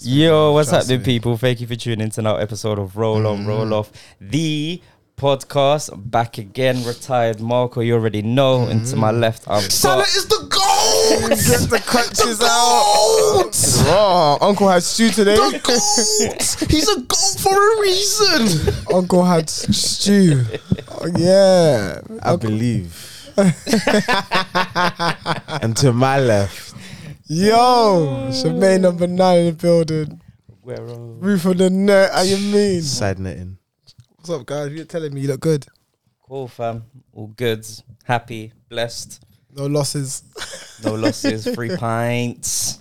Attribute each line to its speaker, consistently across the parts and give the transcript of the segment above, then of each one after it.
Speaker 1: Yo, what's
Speaker 2: Trust
Speaker 1: happening,
Speaker 2: me.
Speaker 1: people? Thank you for tuning in to another episode of Roll On, Roll
Speaker 3: Mm.
Speaker 1: Off, the podcast. Back again, retired Marco, you already know. And to
Speaker 3: Mm.
Speaker 1: my left, I'm
Speaker 2: Salah is the gold.
Speaker 4: Get the crutches out.
Speaker 2: gold.
Speaker 4: Raw. Uncle had stew today.
Speaker 2: The gold. He's a gold for a reason.
Speaker 4: Uncle had stew. Oh, yeah.
Speaker 3: I believe. and to my left,
Speaker 4: Yo, Shemaine number nine in the building.
Speaker 1: Where are
Speaker 4: Roof on the net. How you mean?
Speaker 3: side netting.
Speaker 4: What's up, guys? You're telling me you look good.
Speaker 1: Cool, fam. All good, happy, blessed,
Speaker 4: No losses.
Speaker 1: no losses, free pints.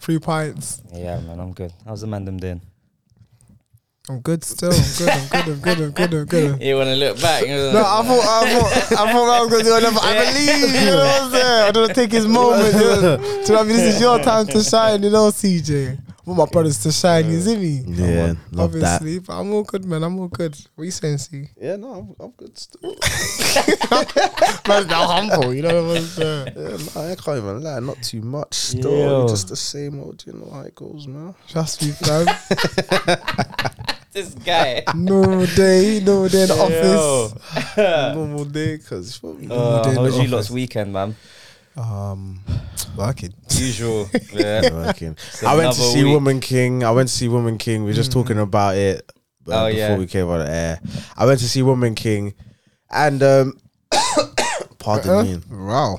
Speaker 4: Three pints.
Speaker 1: Yeah, man, I'm good. How's the man them doing?
Speaker 4: I'm good still. I'm good. I'm good. I'm good. I'm good. I'm good.
Speaker 1: You want to look back?
Speaker 4: No, I thought I thought I thought I was gonna do another. I believe you know what I'm saying. I don't take his moment. You know? Do you know what I mean? This is your time to shine. You know, CJ. I want my brothers to shine. You see me?
Speaker 3: Yeah, love that.
Speaker 4: Obviously, but I'm all good, man. I'm all good. What you saying, C?
Speaker 3: Yeah, no, I'm, I'm good still.
Speaker 4: Man's now humble. You know what I'm saying?
Speaker 3: Yeah, no, I can't even lie, not too much
Speaker 1: Yeah.
Speaker 3: still. Just the same old, you know how it goes, man.
Speaker 4: Trust me, fam.
Speaker 1: this guy.
Speaker 4: Normal day, normal day in the
Speaker 1: Yo.
Speaker 4: office.
Speaker 3: Normal day, cause you feel me?
Speaker 1: Uh,
Speaker 4: Doing
Speaker 1: how
Speaker 4: the
Speaker 1: was you
Speaker 4: office.
Speaker 1: lot's weekend, man?
Speaker 3: um,
Speaker 4: Working.
Speaker 1: Usual. Yeah.
Speaker 3: working. I
Speaker 1: another
Speaker 3: went to see
Speaker 1: week. Mm.
Speaker 3: Woman King. I went to see Woman King. We were just talking about it uh,
Speaker 1: Oh,
Speaker 3: before
Speaker 1: yeah.
Speaker 3: we came on the air. I went to see Woman King, and um, pardon
Speaker 1: Uh-huh.
Speaker 3: me.
Speaker 4: Wow.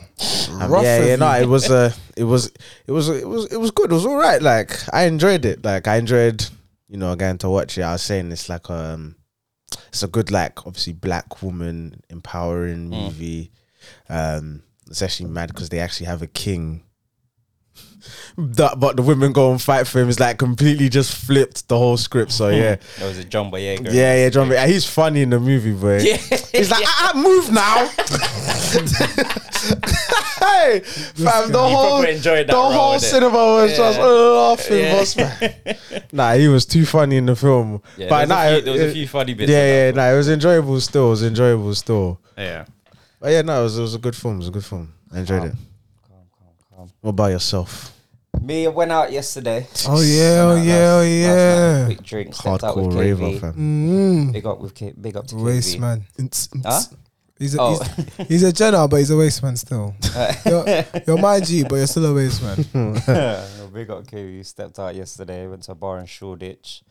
Speaker 3: Um,
Speaker 4: Rough
Speaker 3: yeah,
Speaker 4: of
Speaker 3: yeah, no,
Speaker 4: you.
Speaker 3: it was uh, it was it was it was it was good. It was all right. Like I enjoyed it. Like I enjoyed, you know, again to watch it. I was saying it's like um, it's a good like obviously black woman empowering movie. Um, it's actually mad because they actually have a king. That, but the women go and fight for him is like completely just flipped the whole script. So yeah,
Speaker 1: That was a John Boyega.
Speaker 3: yeah, yeah. John, he's funny in the movie, boy. He's like, ah, ah, move now. hey, fam, the whole
Speaker 1: probably enjoyed that
Speaker 3: the
Speaker 1: role,
Speaker 3: whole
Speaker 1: innit?
Speaker 3: cinema was just "Oh,
Speaker 1: Yeah.
Speaker 3: laughing,
Speaker 1: Yeah.
Speaker 3: boss man. Nah, he was too funny in the film.
Speaker 1: Yeah, there was
Speaker 3: but
Speaker 1: a
Speaker 3: nah,
Speaker 1: few- there was a
Speaker 3: it-
Speaker 1: few funny bits in
Speaker 3: Yeah,
Speaker 1: that
Speaker 3: yeah, nah, it was enjoyable. Still, it was enjoyable. Still,
Speaker 1: Yeah.
Speaker 3: but yeah, no, it was, it was a good film. It was a good film. I enjoyed it. What about yourself?
Speaker 1: Me, I went out yesterday.
Speaker 4: Oh yeah, oh yeah, oh yeah.
Speaker 1: Quick drink. stepped out with
Speaker 3: Hardcore raver,
Speaker 1: KV.
Speaker 3: fam.
Speaker 4: Mm.
Speaker 1: Big up with K- big up to
Speaker 4: Waste
Speaker 1: KV.
Speaker 4: man. Ntz, ntz.
Speaker 1: Huh?
Speaker 4: He's a
Speaker 1: Oh.
Speaker 4: he's, he's a general, but he's a waste man still. you're, you're my G, but you're still a waste man.
Speaker 1: No, big up KV. Stepped out yesterday. Went to a bar in Shoreditch.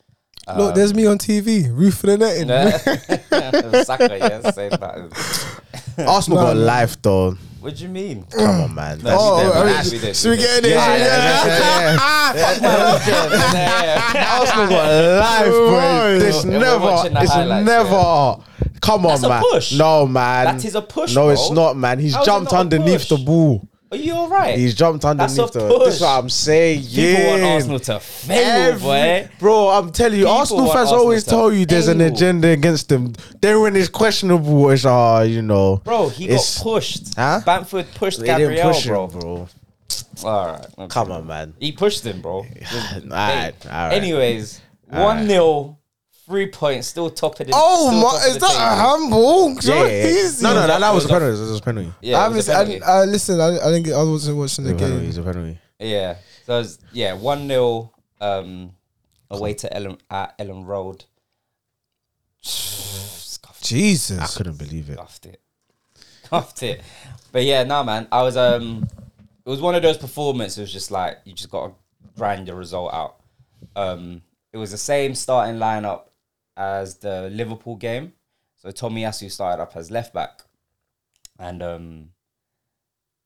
Speaker 4: Look, there's me on TV. Roof for the netting.
Speaker 1: Saka, yeah, say that.
Speaker 3: Arsenal got life though.
Speaker 1: What do you mean?
Speaker 3: Come on, man. That's-
Speaker 4: Oh,
Speaker 1: That's-
Speaker 4: I mean,
Speaker 1: that's- that's-
Speaker 4: should we get in it?
Speaker 1: Yeah,
Speaker 4: Should we
Speaker 1: yeah,
Speaker 4: get in it?
Speaker 3: Arsenal got
Speaker 4: Right.
Speaker 3: life, bro. It's
Speaker 1: Yeah, we're watching the
Speaker 3: never, it's
Speaker 1: highlights,
Speaker 3: never. Come on,
Speaker 1: a
Speaker 3: man.
Speaker 1: push.
Speaker 3: No, man.
Speaker 1: That is a push,
Speaker 3: No, it's
Speaker 1: bro.
Speaker 3: not, man. He's
Speaker 1: How is it
Speaker 3: jumped
Speaker 1: not a push?
Speaker 3: underneath the ball.
Speaker 1: Are you alright?
Speaker 3: He's jumped underneath
Speaker 1: That's a
Speaker 3: the.
Speaker 1: push.
Speaker 3: This is what I'm saying.
Speaker 1: People
Speaker 3: yeah.
Speaker 1: want Arsenal to fail,
Speaker 3: Every-
Speaker 1: boy.
Speaker 3: Bro, I'm telling you,
Speaker 1: People
Speaker 3: Arsenal
Speaker 1: want
Speaker 3: fans
Speaker 1: Arsenal
Speaker 3: always
Speaker 1: to
Speaker 3: tell you there's an
Speaker 1: fail.
Speaker 3: agenda against them. Then when it's questionable, it's ah, you know,
Speaker 1: Bro, he
Speaker 3: it's-
Speaker 1: got pushed.
Speaker 3: Huh?
Speaker 1: Bamford pushed
Speaker 3: They
Speaker 1: Gabriel,
Speaker 3: didn't push
Speaker 1: bro.
Speaker 3: him, bro.
Speaker 1: All right. okay.
Speaker 3: Come on, man.
Speaker 1: He pushed him, bro.
Speaker 3: alright, alright.
Speaker 1: Anyways, 1 0, three points, still top of the
Speaker 4: Oh
Speaker 1: still top
Speaker 4: my!
Speaker 1: of
Speaker 4: Is
Speaker 1: the
Speaker 4: that a
Speaker 1: table.
Speaker 4: humble?
Speaker 3: Yeah,
Speaker 4: You're
Speaker 3: yeah, yeah.
Speaker 4: easy.
Speaker 3: No, no, that, that was
Speaker 1: It was
Speaker 3: a
Speaker 1: a-
Speaker 3: penalty. That was a penalty.
Speaker 1: Yeah,
Speaker 4: I
Speaker 1: it was
Speaker 4: haven't.
Speaker 1: a
Speaker 4: I,
Speaker 1: penalty.
Speaker 4: I listen. I, I didn't get. I wasn't watching
Speaker 3: It
Speaker 4: the
Speaker 3: was a penalty. It
Speaker 4: game.
Speaker 3: was a penalty.
Speaker 1: Yeah. So it's, yeah, one 0 um away to Ellen at Ellen Road. Scuffed, Ah.
Speaker 3: I
Speaker 4: Jesus.
Speaker 3: couldn't believe it.
Speaker 1: scuffed it. Scuffed it. But yeah, no man. I was um it was one of those performances it was just like you just gotta grind the result out. Um it was the same starting lineup as the Liverpool game. So Tommy Asu started up as left back. And um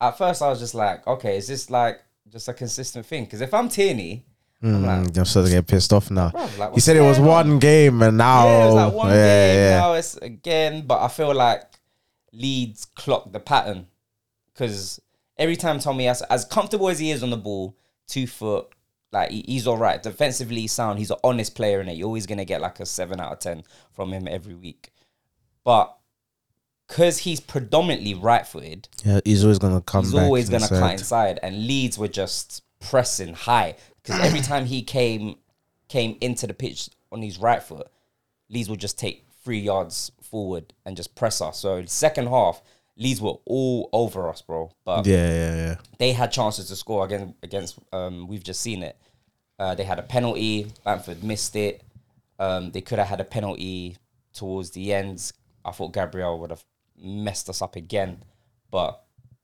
Speaker 1: at first I was just like, okay, is this like just a consistent thing? Because if I'm Tierney, I'm like,
Speaker 3: Mm, I'm starting to get pissed off now.
Speaker 1: Bruv, like,
Speaker 3: he
Speaker 1: what's
Speaker 3: said it was
Speaker 1: going
Speaker 3: one game, and now
Speaker 1: yeah, it was like one
Speaker 3: yeah,
Speaker 1: game.
Speaker 3: yeah.
Speaker 1: Now it's again, but I feel like Leeds clocked the pattern because every time Tommy has, as comfortable as he is on the ball, two foot, like he- he's all right. Defensively sound, he's an honest player in it. You're always gonna get like a seven out of ten from him every week, but because he's predominantly right-footed,
Speaker 3: Yeah, he's always gonna come.
Speaker 1: he's
Speaker 3: back uh,
Speaker 1: always going to
Speaker 3: inside.
Speaker 1: cut inside and leeds were just pressing high because every time he came came into the pitch on his right foot leeds would just take three yards forward and just press us so second half leeds were all over us bro but
Speaker 3: Yeah, yeah, yeah.
Speaker 1: they had chances to score again against um we've just seen it Uh, they had a penalty. Bamford missed it. Um, they could have had a penalty towards the end. I thought Gabriel would have messed us up again, but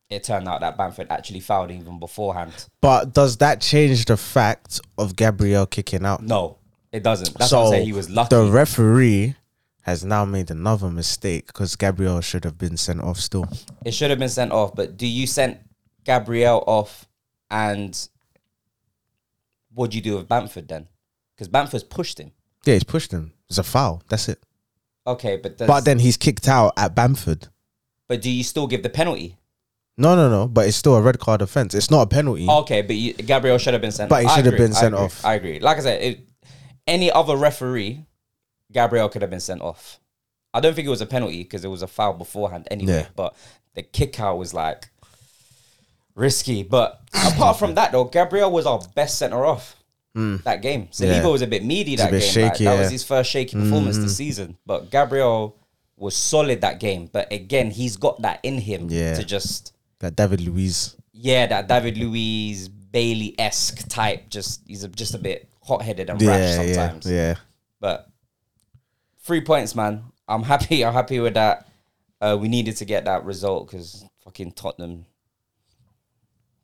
Speaker 1: it turned out that Bamford actually fouled even beforehand.
Speaker 3: But does that change the fact of Gabriel kicking out?
Speaker 1: No, it doesn't. That's
Speaker 3: so
Speaker 1: what I'm saying. He was lucky.
Speaker 3: The referee has now made another mistake because Gabriel should have been sent off still.
Speaker 1: it should have been sent off. But do you send Gabrielle off, and what do you do with Bamford then? Because Bamford's pushed him.
Speaker 3: Yeah, he's pushed him. It's a foul. That's it.
Speaker 1: Okay, but does,
Speaker 3: But
Speaker 1: but,
Speaker 3: then he's kicked out at Bamford.
Speaker 1: do you still give the penalty?
Speaker 3: No, no, no. But it's still a red card offense. It's not a penalty.
Speaker 1: Okay, but you, Gabrielle should have been sent.
Speaker 3: But he
Speaker 1: off. I
Speaker 3: should have
Speaker 1: agree,
Speaker 3: been
Speaker 1: I
Speaker 3: sent
Speaker 1: agree,
Speaker 3: off.
Speaker 1: I agree. Like I said, it, any other referee, Gabrielle could have been sent off. I don't think it was a penalty because it was a foul beforehand anyway.
Speaker 3: Yeah.
Speaker 1: But the kick out was like risky. But apart from that though, Gabriel was our best centre off that game. Saliba
Speaker 3: Hmm. Yeah.
Speaker 1: was a bit meaty that
Speaker 3: a bit
Speaker 1: game. like,
Speaker 3: shaky,
Speaker 1: that was
Speaker 3: yeah. Mm-hmm.
Speaker 1: his first shaky performance this season. But Gabriel was solid that game. But again, he's got that in him
Speaker 3: Yeah.
Speaker 1: to just
Speaker 3: Like David Luiz.
Speaker 1: yeah, that David Luiz Bailey esque type. Just he's a, just a bit hot headed and rash
Speaker 3: Yeah, yeah,
Speaker 1: sometimes.
Speaker 3: yeah.
Speaker 1: But three points, man. I'm happy. I'm happy with that. Uh, we needed to get that result because fucking Tottenham,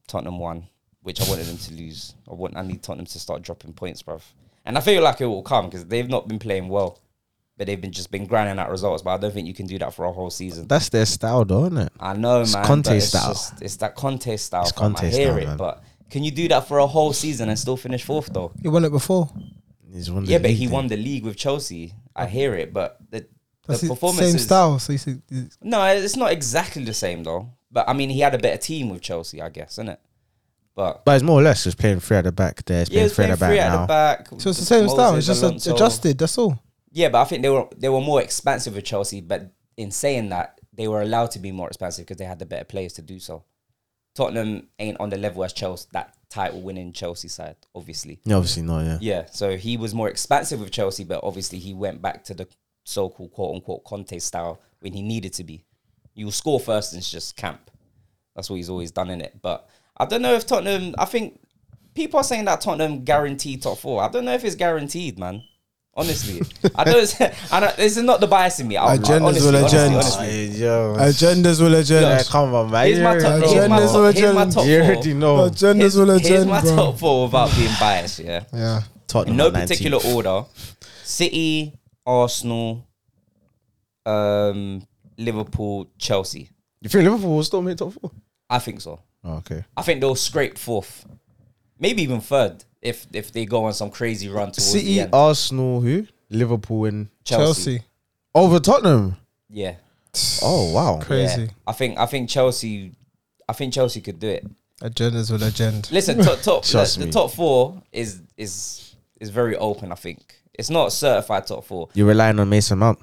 Speaker 1: Tottenham won, which I wanted them to lose. I want. I need Tottenham to start dropping points, bruv. And I feel like it will come because they've not been playing well, but they've been just been grinding out results. But I don't think you can do that for a whole season.
Speaker 3: That's their style, though, isn't it?
Speaker 1: I know, man.
Speaker 3: Conte
Speaker 1: but it's
Speaker 3: style.
Speaker 1: Just, it's that Conte style. It's
Speaker 3: Conte
Speaker 1: I hear
Speaker 3: style,
Speaker 1: it,
Speaker 3: man.
Speaker 1: but can you do that for a whole season and still finish fourth though?
Speaker 4: He won it before.
Speaker 3: He's won the
Speaker 1: yeah, but he
Speaker 3: league,
Speaker 1: won the league with Chelsea. I hear it, but the, the
Speaker 4: That's the
Speaker 1: performance
Speaker 4: same style. So you said
Speaker 1: No, it's not exactly the same though. But I mean, he had a better team with Chelsea, I guess, isn't it? But
Speaker 3: But it's more or less just playing three at the back there. It's
Speaker 1: yeah,
Speaker 3: playing
Speaker 1: it's
Speaker 3: three
Speaker 1: been
Speaker 3: at the back
Speaker 1: three at
Speaker 3: now.
Speaker 1: the back.
Speaker 4: so. It's the same style. It's just
Speaker 1: Alonso.
Speaker 4: adjusted. That's all.
Speaker 1: Yeah, but I think they were they were more expansive with Chelsea. But in saying that, they were allowed to be more expansive because they had the better players to do so. Tottenham ain't on the level as Chelsea, that title winning Chelsea side, obviously.
Speaker 3: Yeah, obviously not, yeah.
Speaker 1: Yeah, so he was more expansive with Chelsea, but obviously he went back to the so called quote unquote Conte style when he needed to be. You score first and it's just camp. That's what he's always done in it. But I don't know if Tottenham, I think people are saying that Tottenham guaranteed top four. I don't know if it's guaranteed, man. Honestly, I don't. I don't this is not the bias in me. I,
Speaker 4: Agendas
Speaker 1: I, honestly,
Speaker 4: will
Speaker 1: honestly,
Speaker 4: agenda.
Speaker 1: honestly.
Speaker 3: yo.
Speaker 4: Agendas will
Speaker 3: Yeah,
Speaker 4: agenda.
Speaker 3: come on, man.
Speaker 1: Here's my
Speaker 3: You
Speaker 1: top-
Speaker 3: already
Speaker 1: here's my
Speaker 3: know.
Speaker 1: top- here's my top
Speaker 3: You
Speaker 1: four.
Speaker 3: already know.
Speaker 4: Agendas
Speaker 1: Here's,
Speaker 4: will
Speaker 1: here's my
Speaker 4: agenda. bro.
Speaker 1: top four without being biased. Yeah.
Speaker 4: Yeah.
Speaker 3: Tottenham
Speaker 1: in no
Speaker 3: are 19th.
Speaker 1: particular order. City, Arsenal, um, Liverpool, Chelsea.
Speaker 3: You think Liverpool will still make top four?
Speaker 1: I think so.
Speaker 3: Oh, okay.
Speaker 1: I think they'll scrape fourth, maybe even third if if they go on some crazy run towards the
Speaker 3: City,
Speaker 1: end.
Speaker 3: Arsenal, who? Liverpool and
Speaker 4: Chelsea.
Speaker 3: over Tottenham.
Speaker 1: Yeah,
Speaker 3: Oh wow.
Speaker 4: Crazy.
Speaker 1: yeah. I think I think Chelsea. I think Chelsea could do it.
Speaker 4: Agendas will agenda.
Speaker 1: Listen, top top
Speaker 3: Trust
Speaker 1: the, the
Speaker 3: me.
Speaker 1: top four is is is very open. I think it's not certified top four.
Speaker 3: You're relying on Mason Mount.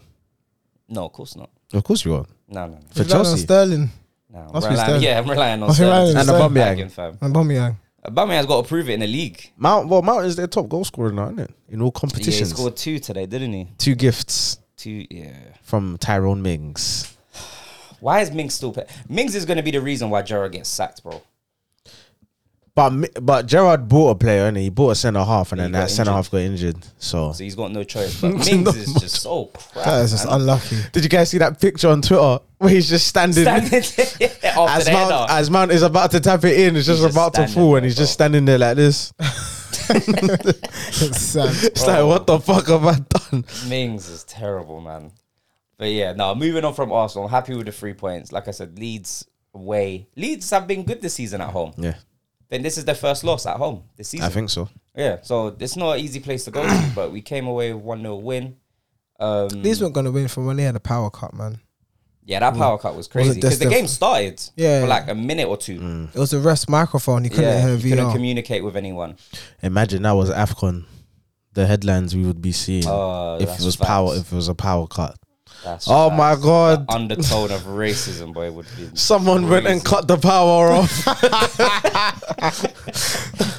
Speaker 1: No, of course not.
Speaker 3: Of course you are.
Speaker 1: No, no,
Speaker 4: Relying
Speaker 3: For
Speaker 4: on
Speaker 3: Chelsea.
Speaker 4: Sterling
Speaker 1: no. no. I'm
Speaker 4: Must be
Speaker 1: relying,
Speaker 4: Sterling.
Speaker 1: yeah, I'm relying on
Speaker 4: Must be
Speaker 1: Sterling.
Speaker 4: relying
Speaker 3: And
Speaker 4: on
Speaker 1: to
Speaker 4: Sterling.
Speaker 1: back
Speaker 3: Aubameyang.
Speaker 1: him, fam.
Speaker 4: and Aubameyang.
Speaker 1: Aubameyang's got to prove it in the league.
Speaker 3: Mount well Mount is their top goal scorer now, isn't it? In
Speaker 1: Yeah,
Speaker 3: all
Speaker 1: he
Speaker 3: competitions.
Speaker 1: scored two today, didn't he?
Speaker 3: Two gifts
Speaker 1: Two, yeah.
Speaker 3: from Tyrone Mings.
Speaker 1: Why is Mings still? Pay? Mings is going to be the reason why Jara gets sacked, bro.
Speaker 3: But Mi- but Gerard bought a player, and he bought a centre half, and
Speaker 1: He
Speaker 3: then
Speaker 1: got
Speaker 3: that centre
Speaker 1: injured.
Speaker 3: half got injured. So
Speaker 1: So he's got no choice. But Mings is just so crap.
Speaker 3: Ah,
Speaker 4: That is just
Speaker 1: man.
Speaker 4: unlucky.
Speaker 3: did you guys see that picture on Twitter where he's just standing?
Speaker 1: Standing there after
Speaker 3: As
Speaker 1: the
Speaker 3: Mount,
Speaker 1: header.
Speaker 3: as Mount is about to tap it in, it's just
Speaker 1: just
Speaker 3: about to
Speaker 1: standing
Speaker 3: fall,
Speaker 1: there,
Speaker 3: and he's just
Speaker 1: bro.
Speaker 3: standing there like this.
Speaker 4: It's sad.
Speaker 3: It's like, what the fuck have I done?
Speaker 1: Mings is terrible, man. But yeah, no. Moving on from Arsenal, happy with the three points. Like I said, Leeds away. Leeds have been good this season at home.
Speaker 3: Yeah,
Speaker 1: Then this is their first loss at home this season.
Speaker 3: I think so.
Speaker 1: yeah, so it's not an easy place to go to, but we came away with one 0 win. Um,
Speaker 4: These weren't gonna win from when they had a power cut, man.
Speaker 1: Yeah, that power cut was crazy because the
Speaker 4: destined
Speaker 1: game
Speaker 4: for-
Speaker 1: started
Speaker 4: Yeah.
Speaker 1: for like a minute or
Speaker 3: Mm.
Speaker 1: two.
Speaker 3: Hmm.
Speaker 4: It was a rest microphone. He couldn't
Speaker 1: Yeah,
Speaker 4: hear
Speaker 1: you couldn't
Speaker 4: VR.
Speaker 1: communicate with anyone.
Speaker 3: Imagine that was Afcon, the headlines we would be seeing
Speaker 1: Oh,
Speaker 3: if it
Speaker 1: that's
Speaker 3: was
Speaker 1: facts.
Speaker 3: power, if it was a power cut.
Speaker 1: That's
Speaker 3: Oh
Speaker 1: facts.
Speaker 3: my god!
Speaker 1: The undertone of racism, boy, would be
Speaker 3: Someone went and
Speaker 1: crazy.
Speaker 3: cut the power off.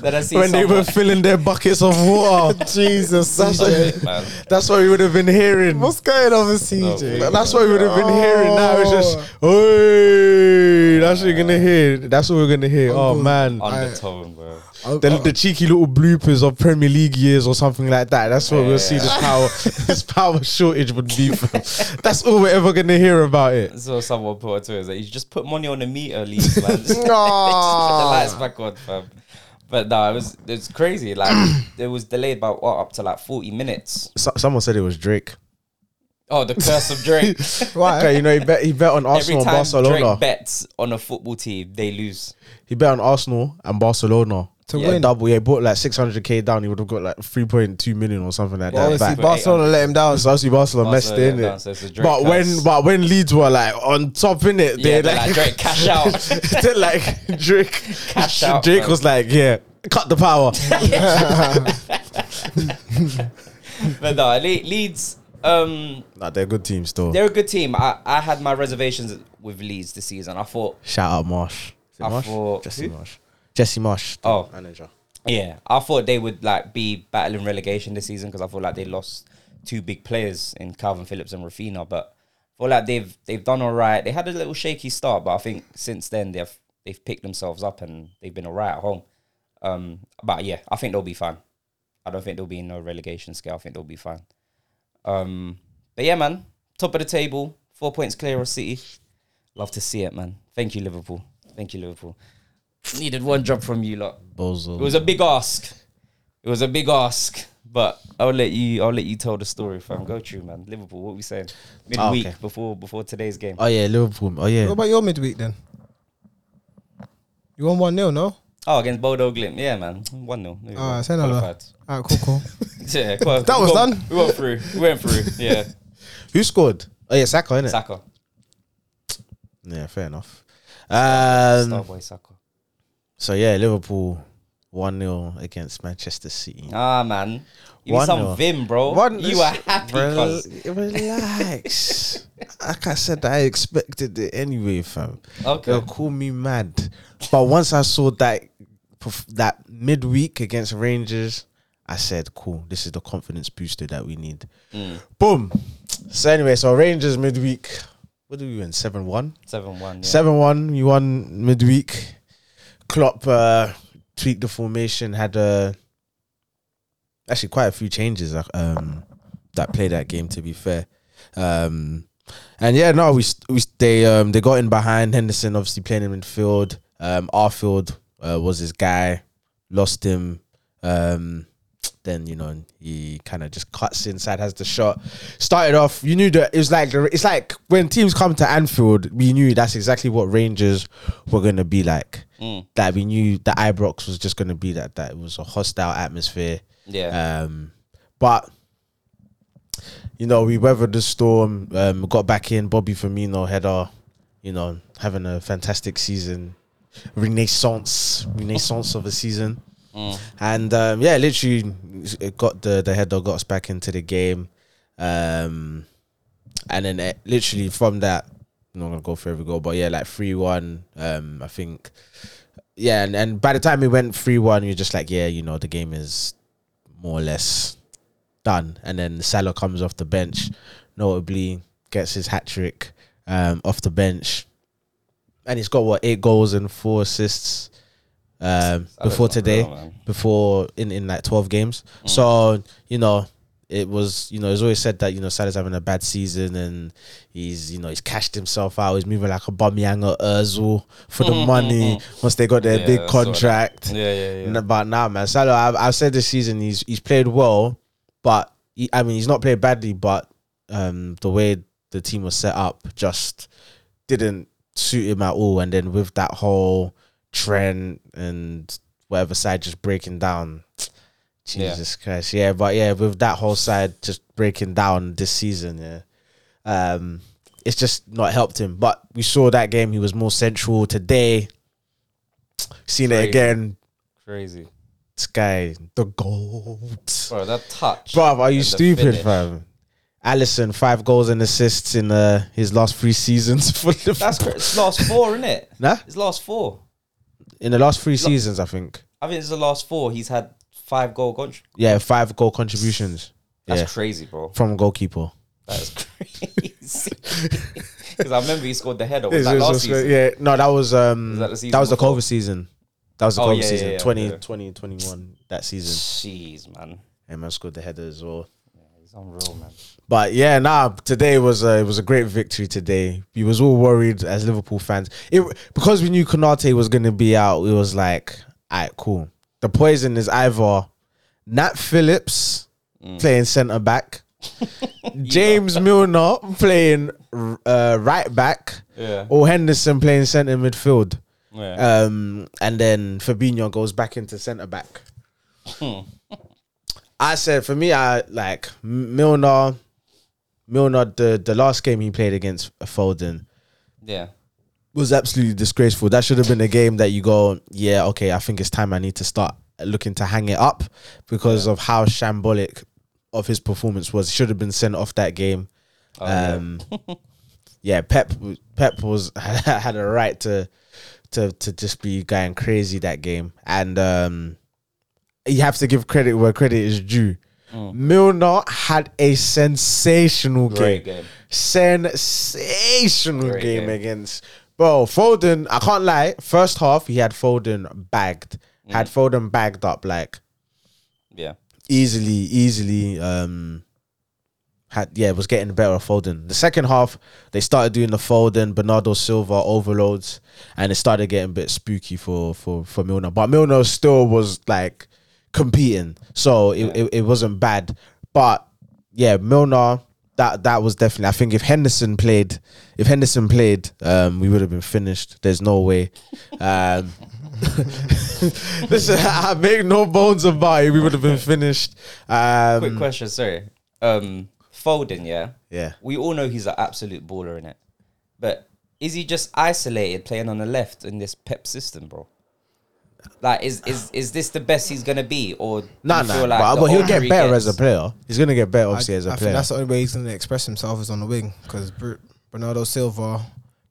Speaker 1: Then I see
Speaker 3: when they
Speaker 1: someone-
Speaker 3: were filling their buckets of water.
Speaker 4: Jesus,
Speaker 3: That's
Speaker 4: CJ.
Speaker 3: were-
Speaker 1: man.
Speaker 3: That's what we would have been hearing.
Speaker 4: What's going on with CJ?
Speaker 1: No,
Speaker 3: That's what we would have been hearing. Now it's just, hey, that's what you're gonna hear. That's what we're gonna hear. Oh
Speaker 4: good.
Speaker 3: man,
Speaker 1: Undertone, bro.
Speaker 3: the, the cheeky little bloopers of Premier League years or something like that. That's what we'll see. This power, this power shortage would be. From. That's all we're ever gonna hear about it.
Speaker 1: So someone put on Twitter that you just put money on the meter, lease, man. Just put the
Speaker 4: no.
Speaker 1: lights back on, fam. But no, it was it's crazy. Like it was delayed by what up to like forty minutes.
Speaker 3: So, someone said it was Drake.
Speaker 1: Oh, the curse of Drake.
Speaker 3: Why? you know he bet. He bet on
Speaker 1: Every
Speaker 3: Arsenal and
Speaker 1: time Drake
Speaker 3: Barcelona.
Speaker 1: bets on a football team, they lose.
Speaker 3: he bet on Arsenal and Barcelona.
Speaker 4: To
Speaker 3: Yeah,
Speaker 4: win.
Speaker 3: double, yeah, he bought like 600k down. He would have got like 3.2 million or something like that.
Speaker 4: Obviously,
Speaker 3: back.
Speaker 4: Barcelona let him down.
Speaker 3: So obviously Barcelona messed
Speaker 1: Barcelona,
Speaker 3: in
Speaker 1: yeah,
Speaker 3: it.
Speaker 1: so it's a Drake
Speaker 3: But when
Speaker 1: curse.
Speaker 3: but when Leeds were like on top in it,
Speaker 1: Yeah,
Speaker 3: they
Speaker 1: they're like,
Speaker 3: like,
Speaker 1: Drake, cash out.
Speaker 3: they're like Drake.
Speaker 1: Cash out,
Speaker 3: Drake
Speaker 1: bro.
Speaker 3: was like, yeah, cut the power.
Speaker 1: but no, Le- Leeds. Um,
Speaker 3: nah, they're a good team still.
Speaker 1: they're a good team. I, I had my reservations with Leeds this season. I thought
Speaker 3: Shout out Marsh. Is it
Speaker 1: I
Speaker 3: Marsh?
Speaker 1: thought-
Speaker 3: Jesse
Speaker 1: who?
Speaker 3: Marsh. Jesse Marsh. the
Speaker 1: Oh.
Speaker 3: manager.
Speaker 1: Yeah, I thought they would like be battling relegation this season because I feel like they lost two big players in Calvin Phillips and Rafina, but I feel like they've they've done all right. They had a little shaky start, but I think since then they've they've picked themselves up and they've been all right at home. Um, but yeah, I think they'll be fine. I don't think they'll be in no relegation scale. I think they'll be fine. Um, but yeah, man, top of the table, four points clear of City. Love to see it, man. Thank you, Liverpool. Thank you, Liverpool. Needed one drop from you lot. It
Speaker 3: Bozo.
Speaker 1: was a big ask. It was a big ask. But I'll let you. I'll let you tell the story, fam. Go through, man. Liverpool. What we saying?
Speaker 3: Oh,
Speaker 1: Midweek
Speaker 3: okay.
Speaker 1: before before today's game.
Speaker 3: oh yeah, Liverpool. Oh
Speaker 4: What
Speaker 3: yeah.
Speaker 4: about your midweek then? You won 1 0, no?
Speaker 1: Oh, against Bodo Glimp. Yeah, man. One 0
Speaker 4: Ah, say no, no. Alright, cool, cool.
Speaker 1: Yeah, qual-
Speaker 4: That was
Speaker 1: we got-
Speaker 4: done.
Speaker 1: We went through. We went through. Yeah,
Speaker 3: Who scored? Oh yeah, Saka, innit?
Speaker 1: Saka.
Speaker 3: Yeah, fair enough. Um,
Speaker 1: Starboy Saka.
Speaker 3: so yeah, Liverpool 1 0 against Manchester City.
Speaker 1: Ah, man. You need
Speaker 3: 1-0.
Speaker 1: some vim, bro.
Speaker 3: One-
Speaker 1: Oh, you were happy,
Speaker 3: Rel-
Speaker 1: cuz.
Speaker 3: relax. like I said, I expected it anyway, fam.
Speaker 1: Okay.
Speaker 3: They'll call me mad, but once I saw that perf- that midweek against Rangers, I said, "Cool, this is the confidence booster that we need."
Speaker 1: Hmm.
Speaker 3: Boom. So anyway, so Rangers midweek. What do we win? Seven one.
Speaker 1: Seven one. Yeah.
Speaker 3: Seven one. You won midweek. Klopp uh, tweaked the formation. Had uh, actually quite a few changes uh, um, that play that game. To be fair, um, and yeah, no, we st- we st- they um, they got in behind Henderson. Obviously playing in midfield. Um, Arfield uh, was his guy. Lost him. Um, then you know he kind of just cuts inside, has the shot. Started off, you knew that it was like it's like when teams come to Anfield, we knew that's exactly what Rangers were gonna be like. That we knew that Ibrox was just gonna be that. That it was a hostile atmosphere.
Speaker 1: Yeah.
Speaker 3: Um, but you know, we weathered the storm. Um, got back in Bobby Firmino header. You know, having a fantastic season, renaissance, renaissance of a season. And um, yeah, literally, it got the the header got us back into the game. Um, and then it, literally from that, I'm not gonna go for every goal, but yeah, like three one. Um, I think. Yeah, and, and by the time we went three one, you're just like, yeah, you know, the game is more or less done. And then Salah comes off the bench, notably gets his hat trick um, off the bench, and he's got what eight goals and four assists um, before
Speaker 1: not
Speaker 3: today,
Speaker 1: real, man.
Speaker 3: before in in like twelve games.
Speaker 1: Mm.
Speaker 3: So you know. It was, you know, it's always said that you know Salah's having a bad season and he's, you know, he's cashed himself out. He's moving like a Bamiyang or Özil for the money once they got their
Speaker 1: Mm-hmm. Yeah, I
Speaker 3: big
Speaker 1: saw that.
Speaker 3: contract.
Speaker 1: yeah, yeah, yeah.
Speaker 3: N- But nah, man, Salah. I've, I've said this season he's he's played well, but he, I mean he's not played badly, but um, the way the team was set up just didn't suit him at all. And then with that whole trend and whatever side just breaking down,
Speaker 1: Yeah.
Speaker 3: Jesus Christ, yeah. But yeah, with that whole side just breaking down this season, yeah um, it's just not helped him. But we saw that game; he was more central today. Seen it
Speaker 1: Crazy.
Speaker 3: again.
Speaker 1: Crazy,
Speaker 3: This guy, the gold,
Speaker 1: bro. That touch,
Speaker 3: bro. Are you
Speaker 1: and the
Speaker 3: stupid,
Speaker 1: finish.
Speaker 3: fam? Allison, five goals and assists in uh, his last three seasons for Liverpool.
Speaker 1: That's cra- it's last four, isn't it?
Speaker 3: Nah?
Speaker 1: It's last four.
Speaker 3: in the last three seasons, I think.
Speaker 1: I think it's the last four. He's had five goal contr-
Speaker 3: Yeah, five goal contributions.
Speaker 1: That's
Speaker 3: yeah,
Speaker 1: crazy, bro.
Speaker 3: from goalkeeper.
Speaker 1: That is crazy. Because I remember he scored the header. Was
Speaker 3: It's-
Speaker 1: that
Speaker 3: it's-
Speaker 1: last
Speaker 3: it's-
Speaker 1: season?
Speaker 3: Yeah, no, that was um,
Speaker 1: Was that
Speaker 3: that,
Speaker 1: the season
Speaker 3: was the
Speaker 1: before?
Speaker 3: COVID season. That was the
Speaker 1: Oh,
Speaker 3: COVID
Speaker 1: yeah, yeah,
Speaker 3: season,
Speaker 1: yeah,
Speaker 3: 20,
Speaker 1: yeah.
Speaker 3: 20, 21, that season.
Speaker 1: Jeez, man.
Speaker 3: And man scored the header as well.
Speaker 1: He's unreal, man.
Speaker 3: But yeah, nah, today was a, it was a great victory today. We was all worried as Liverpool fans. It because we knew Konate was gonna be out, it was like, alright, cool. The poison is either Nat Phillips playing centre back, James Milner playing uh, right back,
Speaker 1: Yeah.
Speaker 3: or Henderson playing centre midfield.
Speaker 1: Yeah.
Speaker 3: Um, and then Fabinho goes back into centre back. I said for me, I like M- Milner. Milner, the the last game he played against Foden
Speaker 1: yeah.
Speaker 3: was absolutely disgraceful. That should have been a game that you go, yeah, okay, I think it's time I need to start looking to hang it up because of how shambolic of his performance was. Should have been sent off that game.
Speaker 1: Oh,
Speaker 3: um, yeah, Pep Pep was had a right to to to just be going crazy that game, and um, you have to give credit where credit is due.
Speaker 1: Mm.
Speaker 3: Milner had a sensational
Speaker 1: Great
Speaker 3: game,
Speaker 1: game.
Speaker 3: sensational
Speaker 1: Great
Speaker 3: game,
Speaker 1: game.
Speaker 3: against bro Foden. I can't lie. First half, he had Foden bagged, had
Speaker 1: Mm.
Speaker 3: Foden bagged up like
Speaker 1: Yeah.
Speaker 3: easily, easily um had yeah, was getting better at folding. The second half, they started doing the folding, Bernardo Silva overloads, and it started getting a bit spooky for for for Milner. But Milner still was like competing. So it, it, it wasn't bad. But yeah, Milner that that was definitely I think if Henderson played if Henderson played, um, we would have been finished. There's no way. Um Listen, I make no bones about it. We would have been finished. Um,
Speaker 1: Quick question, sorry. Um, Foden, yeah.
Speaker 3: Yeah.
Speaker 1: We all know he's an absolute baller in it, but is he just isolated playing on the left in this Pep system, bro? Like, is is is this the best he's gonna be, or do
Speaker 3: No,
Speaker 1: you
Speaker 3: no,
Speaker 1: feel like
Speaker 3: but,
Speaker 1: the
Speaker 3: but he'll
Speaker 1: older
Speaker 3: get
Speaker 1: he
Speaker 3: better
Speaker 1: gets-
Speaker 3: as a player. He's gonna get better, obviously, as
Speaker 4: I
Speaker 3: a player.
Speaker 4: think that's the only way he's going to express himself is on the wing because Bernardo Silva,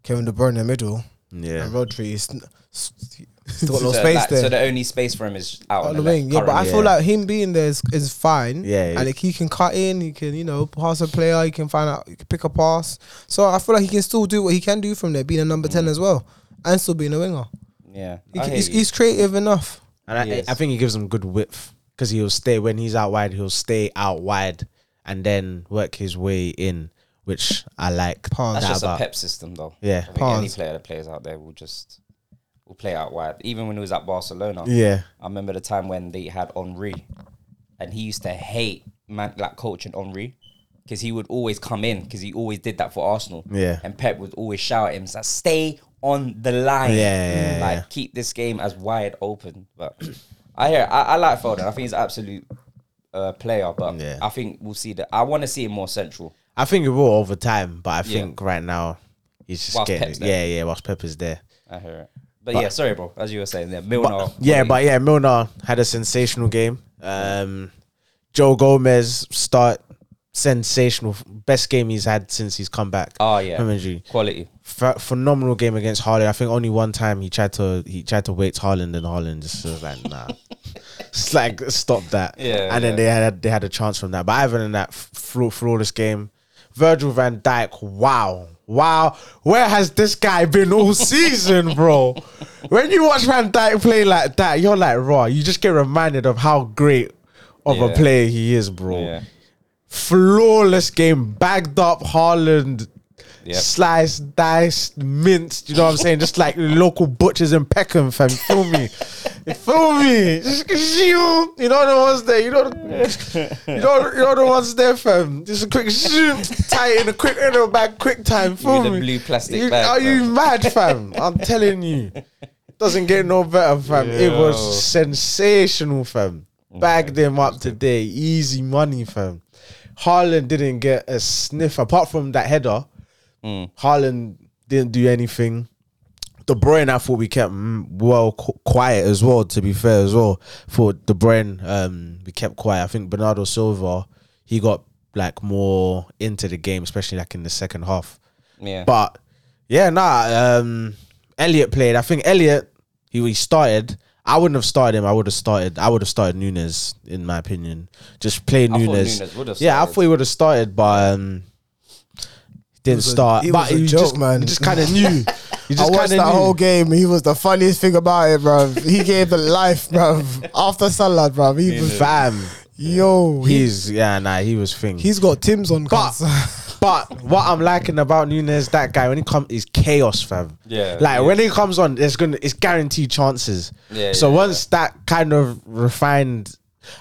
Speaker 4: Kevin De Bruyne in the middle,
Speaker 3: yeah,
Speaker 4: and Rodri is n- s- still got
Speaker 1: So,
Speaker 4: no space
Speaker 1: like,
Speaker 4: there.
Speaker 1: so the only space for him is out
Speaker 4: on the wing, yeah, but I
Speaker 1: currently.
Speaker 4: feel
Speaker 3: yeah.
Speaker 4: like him being there is, is fine.
Speaker 3: Yeah, yeah.
Speaker 4: and like he can cut in, he can you know pass a player, he can find out, he can pick a pass. So I feel like he can still do what he can do from there, being a number ten as well, and still being a winger.
Speaker 1: yeah.
Speaker 4: He
Speaker 1: I
Speaker 4: can,
Speaker 1: hear
Speaker 4: he's,
Speaker 1: you.
Speaker 4: he's creative enough.
Speaker 3: and I,
Speaker 1: Yes.
Speaker 3: I think he gives him good width because he'll stay when he's out wide. He'll stay out wide and then work his way in, which I like.
Speaker 4: Pause.
Speaker 3: that
Speaker 1: That's just
Speaker 3: about-
Speaker 1: a Pep system, though.
Speaker 3: Yeah.
Speaker 1: I think any
Speaker 4: Pause.
Speaker 1: player that plays out there will just will play out wide. Even when he was at Barcelona,
Speaker 3: Yeah,
Speaker 1: I remember the time when they had Henri, and he used to hate man like coaching Henri because he would always come in because he always did that for Arsenal.
Speaker 3: Yeah.
Speaker 1: and Pep would always shout at him, "So stay on the line,
Speaker 3: Yeah, yeah, yeah,
Speaker 1: like
Speaker 3: yeah.
Speaker 1: keep this game as wide open." But I hear, I, I like Foden. I think he's an absolute uh, player, but
Speaker 3: Yeah.
Speaker 1: I think we'll see that. I want to see him more central.
Speaker 3: I think it will over time, but I think right now he's just
Speaker 1: Whilst
Speaker 3: getting.
Speaker 1: Pep's
Speaker 3: it.
Speaker 1: there.
Speaker 3: yeah, yeah. Whilst Pepper's there.
Speaker 1: I hear it. But, yeah, sorry, bro. As you were saying, there, Milner.
Speaker 3: Yeah,
Speaker 1: what
Speaker 3: but yeah, Milner had a sensational game. Um, Joe Gomez start sensational, best game he's had since he's come back.
Speaker 1: Oh, yeah.
Speaker 3: from injury.
Speaker 1: he- quality.
Speaker 3: Ph- phenomenal game against Haaland. I think only one time he tried to he tried to wait Haaland and Haaland just was like nah. it's like stop that.
Speaker 1: Yeah,
Speaker 3: And then
Speaker 1: yeah.
Speaker 3: they had they had a chance from that. But other than that, f- fla- flawless game. Virgil Van Dyke. Wow, wow. Where has this guy been all season, bro? When you watch Van Dyke play like that, you're like raw. You just get reminded of how great of a
Speaker 1: Yeah.
Speaker 3: player he is, bro
Speaker 1: Yeah.
Speaker 3: flawless game, bagged up Haaland,
Speaker 1: Yep.
Speaker 3: sliced, diced, minced. You know what I'm saying? Just like local butchers in Peckham, fam. Feel me? Feel me? Just 'cause You you know the ones there. You know the, you know you know the ones there, fam. Just a quick zoom, tie it in a quick in a bag, quick time. Feel
Speaker 1: the
Speaker 3: me?
Speaker 1: blue plastic
Speaker 3: You-
Speaker 1: bag,
Speaker 3: Are you
Speaker 1: fam.
Speaker 3: mad, fam? I'm telling you, doesn't get no better, fam. It
Speaker 1: Yo.
Speaker 3: was sensational, fam. Bagged them up today, easy money, fam. Haaland didn't get a sniff apart from that header. Haaland didn't do anything. De Bruyne, I thought we kept mm, well qu- quiet as well. To be fair, as well, for De Bruyne, um, we kept quiet. I think Bernardo Silva, he got like more into the game, especially like in the second half.
Speaker 1: Yeah.
Speaker 3: But yeah, nah. Um, Elliot played. I think Elliot he, he started. I wouldn't have started him. I would have started. I would have started Nunes, in my opinion. Just play
Speaker 1: thought
Speaker 3: Nunes.
Speaker 1: Nunes would have
Speaker 3: yeah, I
Speaker 1: started.
Speaker 3: thought he would have started, but um, didn't
Speaker 4: was a-
Speaker 3: start.
Speaker 4: he
Speaker 3: but
Speaker 4: was a
Speaker 3: you
Speaker 4: joke,
Speaker 3: just,
Speaker 4: man.
Speaker 3: You just kind of knew.
Speaker 4: I
Speaker 3: You just
Speaker 4: watched
Speaker 3: kind
Speaker 4: that
Speaker 3: of
Speaker 4: whole
Speaker 3: knew.
Speaker 4: game. He was the funniest thing about it, bro. He gave the life, bro. After Salah, bro. He was
Speaker 3: Fam,
Speaker 4: yo. He,
Speaker 3: he's yeah, nah, he was thing.
Speaker 4: he's got Tim's on.
Speaker 3: But but what I'm liking about Nunes, that guy when he comes is chaos, fam.
Speaker 1: Yeah,
Speaker 3: Like
Speaker 1: yeah.
Speaker 3: when he comes on, it's gonna it's guaranteed chances.
Speaker 1: Yeah,
Speaker 3: So
Speaker 1: yeah,
Speaker 3: once that kind of refined,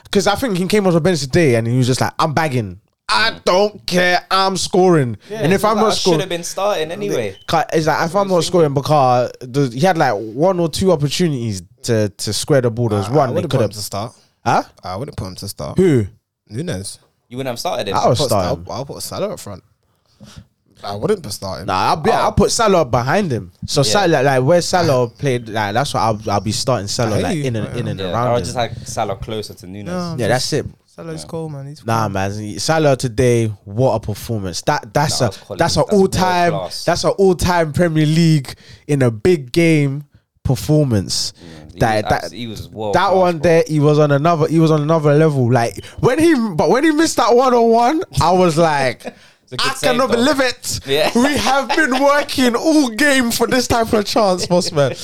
Speaker 3: because I think he came off the bench today and he was just like, I'm bagging. I don't care. I'm scoring. and if I'm not
Speaker 1: should
Speaker 3: scoring,
Speaker 1: have been starting anyway.
Speaker 3: Ca- It's like if I'm not scoring, because the, he had like one or two opportunities to to square the ball. There's one
Speaker 4: I
Speaker 3: they
Speaker 4: wouldn't
Speaker 3: could
Speaker 4: put him
Speaker 3: have.
Speaker 4: to start.
Speaker 3: Huh?
Speaker 4: I wouldn't put him to start.
Speaker 3: Who?
Speaker 4: Who knows?
Speaker 1: You wouldn't have started him.
Speaker 3: I was
Speaker 4: Put Sal-
Speaker 3: starting.
Speaker 4: I'll put Salah up front. I wouldn't put starting.
Speaker 3: Nah, I'll, be, I'll put Salah behind him. So Salah, like where Salah played, like that's what I'll, I'll be starting Salah
Speaker 4: hear
Speaker 3: like
Speaker 4: you.
Speaker 3: in and in and
Speaker 1: yeah, I
Speaker 3: around.
Speaker 1: would
Speaker 3: Him.
Speaker 1: just had Salah closer to Nunes.
Speaker 4: No.
Speaker 3: yeah, that's it.
Speaker 4: Salah's cool, man. He's
Speaker 3: Nah, man, Salah today, what a performance! That that's
Speaker 1: That was
Speaker 3: a
Speaker 1: quality.
Speaker 3: that's an
Speaker 1: That's
Speaker 3: all time
Speaker 1: world class.
Speaker 3: that's an all time Premier League in a big game performance.
Speaker 1: He
Speaker 3: That
Speaker 1: was
Speaker 3: that
Speaker 1: abs- he was world
Speaker 3: that
Speaker 1: class,
Speaker 3: one
Speaker 1: bro.
Speaker 3: there, he was on another he was on another level. Like when he but when he missed that one on one, I was like.
Speaker 1: a good
Speaker 3: I
Speaker 1: save,
Speaker 3: cannot
Speaker 1: though.
Speaker 3: believe it.
Speaker 1: Yeah.
Speaker 3: We have been working all game for this type of chance, Bossman.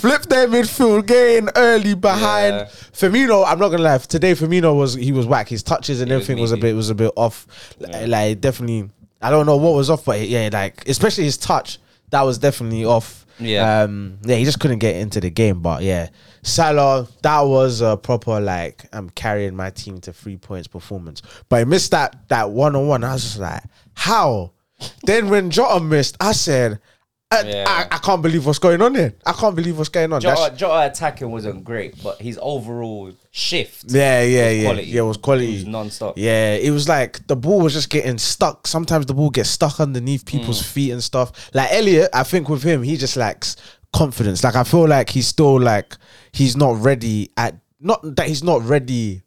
Speaker 3: Flip their midfield, gain early behind.
Speaker 1: Yeah.
Speaker 3: Firmino, I'm not gonna lie. Today, Firmino was he was whack. His touches and
Speaker 1: He was
Speaker 3: everything was, a
Speaker 1: meaty.
Speaker 3: bit was a bit off. Like, like, definitely, I don't know what was off, but yeah, like especially his touch that was definitely off.
Speaker 1: Yeah.
Speaker 3: um, yeah, he just couldn't get into the game. But yeah, Salah, that was a proper like I'm carrying my team to three points performance. But he missed that that one on one. I was just like, how? then when Jota missed, I said. I,
Speaker 1: Yeah.
Speaker 3: I, I can't believe what's going on here. I can't believe what's going on. That's-
Speaker 1: Jota, Jota attacking wasn't great, but his overall shift.
Speaker 3: yeah, yeah, yeah.
Speaker 1: quality.
Speaker 3: Yeah, it was quality.
Speaker 1: It was non-stop.
Speaker 3: Yeah, it was like the ball was just getting stuck. Sometimes the ball gets stuck underneath
Speaker 1: Mm.
Speaker 3: people's feet and stuff. Like Elliot, I think with him, he just lacks confidence. Like I feel like he's still like he's not ready at not that he's not ready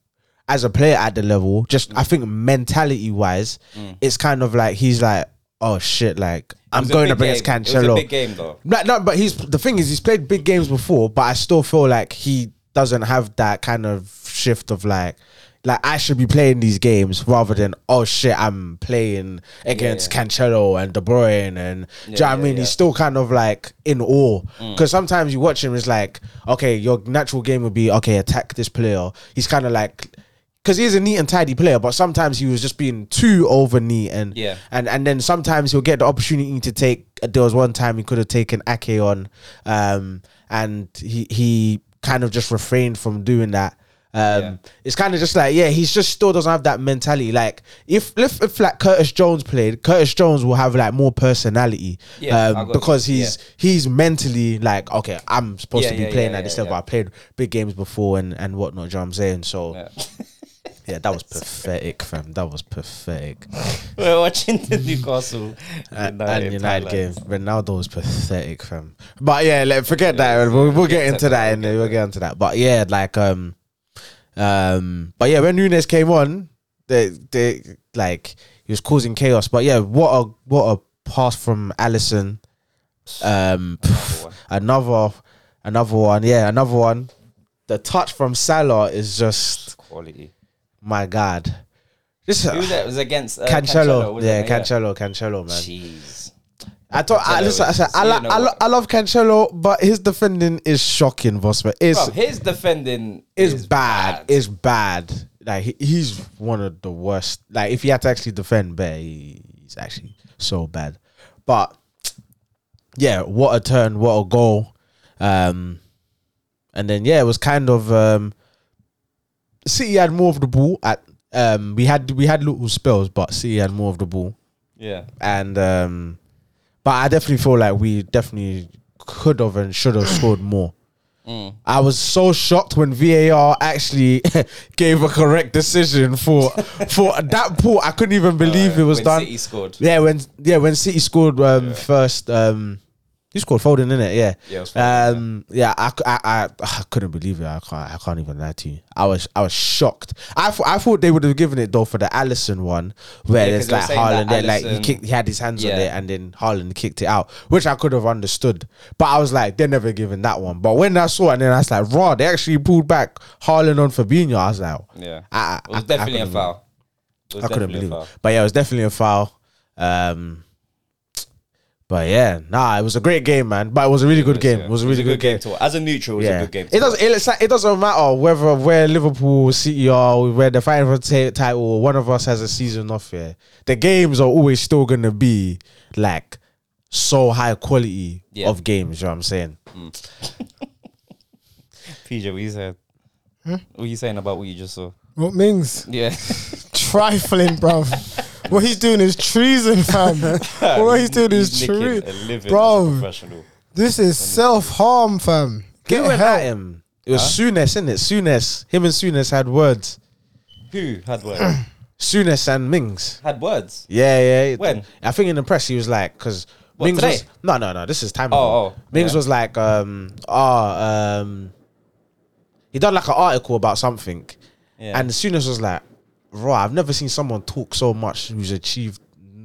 Speaker 3: as a player at the level. Just I think mentality wise, it's kind of like he's like, oh shit, like I'm
Speaker 1: Mm. was a
Speaker 3: going
Speaker 1: big
Speaker 3: up against
Speaker 1: game.
Speaker 3: Cancelo.
Speaker 1: It was a big game though.
Speaker 3: Like, no, but he's the thing is he's played big games before, but I still feel like he doesn't have that kind of shift of like, like I should be playing these games rather than oh shit I'm playing against Cancelo and De Bruyne and do you know what I
Speaker 1: yeah,
Speaker 3: mean?
Speaker 1: yeah.
Speaker 3: He's still kind of like in awe
Speaker 1: Mm.
Speaker 3: because sometimes you watch him, it's like okay, your natural game would be okay attack this player. He's kind of like. Because he's a neat and tidy player, but sometimes he was just being too over neat and
Speaker 1: Yeah.
Speaker 3: and and then sometimes he'll get the opportunity to take. There was one time he could have taken Ake on, um, and he he kind of just refrained from doing that. Um,
Speaker 1: Yeah.
Speaker 3: It's kind of just like yeah, he's just still doesn't have that mentality. Like if if, if like Curtis Jones played, Curtis Jones will have like more personality.
Speaker 1: Yeah, I
Speaker 3: um,
Speaker 1: got
Speaker 3: because
Speaker 1: you.
Speaker 3: he's he's mentally like okay, I'm supposed
Speaker 1: Yeah,
Speaker 3: to be
Speaker 1: yeah,
Speaker 3: playing
Speaker 1: yeah,
Speaker 3: at this
Speaker 1: yeah,
Speaker 3: level.
Speaker 1: yeah.
Speaker 3: I played big games before and and whatnot. Do you know what I'm saying? So yeah,
Speaker 1: Yeah.
Speaker 3: that was pathetic, fam. That was pathetic.
Speaker 1: We're watching the Newcastle
Speaker 3: and uh,
Speaker 1: United
Speaker 3: United
Speaker 1: highlights.
Speaker 3: game. Ronaldo was pathetic, fam. But yeah, like, forget that. We'll, we'll get into that, and we'll get into that. But yeah, like um, um, but yeah, when Nunes came on, they they like he was causing chaos. But yeah, what a what a pass from Allison. Um,
Speaker 1: one.
Speaker 3: another another one. Yeah, another one. The touch from Salah is just
Speaker 1: Quality.
Speaker 3: my god. This
Speaker 1: Who was that? It was against uh,
Speaker 3: Cancelo,
Speaker 1: wasn't
Speaker 3: yeah,
Speaker 1: it?
Speaker 3: Cancelo, Cancelo, man.
Speaker 1: Jeez.
Speaker 3: I thought I
Speaker 1: Cancelo
Speaker 3: listen. I said
Speaker 1: is-
Speaker 3: I,
Speaker 1: you
Speaker 3: like
Speaker 1: know
Speaker 3: I, lo-
Speaker 1: what?
Speaker 3: I love Cancelo, but his defending is shocking, Vosper. It's
Speaker 1: Bro, his defending
Speaker 3: it's
Speaker 1: is
Speaker 3: bad. It's bad. Like he, he's one of the worst. Like if he had to actually defend, Bear, he- he's actually so bad. But yeah, what a turn, what a goal. Um, and then yeah, it was kind of um, City had more of the ball. At um, we had we had little spells, but City had more of the ball
Speaker 1: Yeah.
Speaker 3: and um but I definitely feel like we definitely could have and should have scored more.
Speaker 1: Mm.
Speaker 3: I was so shocked when VAR actually gave a correct decision for for that ball. I couldn't even believe
Speaker 1: Uh,
Speaker 3: it was
Speaker 1: when
Speaker 3: done.
Speaker 1: City scored.
Speaker 3: Yeah, when yeah when City scored um, first um He scored Foden in it, yeah.
Speaker 1: Yeah, it was Foden,
Speaker 3: um, yeah. I, c- I- I- I couldn't believe it. I can't, I can't even lie to you. I was, I was shocked. I, th- I thought they would have given it though for the Allison one, where
Speaker 1: Yeah,
Speaker 3: it's
Speaker 1: 'cause they were
Speaker 3: like
Speaker 1: saying that
Speaker 3: Haaland, they like he
Speaker 1: Alisson-
Speaker 3: kicked, he had his hands on
Speaker 1: Yeah.
Speaker 3: it, and then Haaland kicked it out, which I could have understood. But I was like, they're never giving that one. But when I saw, it, and then I was like, raw, they actually pulled back Haaland on Fabinho. I was like,
Speaker 1: Yeah.
Speaker 3: I,
Speaker 1: It was definitely a
Speaker 3: couldn't-
Speaker 1: foul. It was
Speaker 3: I couldn't
Speaker 1: definitely a
Speaker 3: believe
Speaker 1: foul.
Speaker 3: it. But yeah, it was definitely a foul. Um, but yeah, nah, it was a great game, man. But it was a really good game.
Speaker 1: Yeah.
Speaker 3: It was a really good game.
Speaker 1: to watch. As a neutral, it was
Speaker 3: Yeah,
Speaker 1: a good game. to
Speaker 3: it doesn't. It, it doesn't matter whether where Liverpool, City are, where they're fighting for the ta- title, or one of us has a season off here. The games are always still gonna be like so high quality
Speaker 1: Yeah.
Speaker 3: of games. You know what I'm saying?
Speaker 1: PJ, what you said? What you saying about what you just saw?
Speaker 4: What Mings?
Speaker 1: Yeah.
Speaker 4: Trifling, bruv. what he's doing is treason, fam. what he's doing is
Speaker 1: making
Speaker 4: treason.
Speaker 1: a living
Speaker 4: Bro.
Speaker 1: as a professional.
Speaker 4: This is self harm, fam. Get
Speaker 3: Who went
Speaker 4: help.
Speaker 3: at him? It was Souness, innit? Souness. Him and Souness had words.
Speaker 1: Who had words?
Speaker 3: Souness and Mings.
Speaker 1: had words.
Speaker 3: Yeah, yeah. It-
Speaker 1: When?
Speaker 3: I think in the press he was like, because
Speaker 1: What,
Speaker 3: Mings
Speaker 1: today?
Speaker 3: was no, no, no. This is time.
Speaker 1: Oh,
Speaker 3: ago.
Speaker 1: oh,
Speaker 3: Mings
Speaker 1: yeah.
Speaker 3: was like, um, ah, um, he done like an article about something,
Speaker 1: Yeah.
Speaker 3: and Souness was like, right, I've never seen someone talk so much who's achieved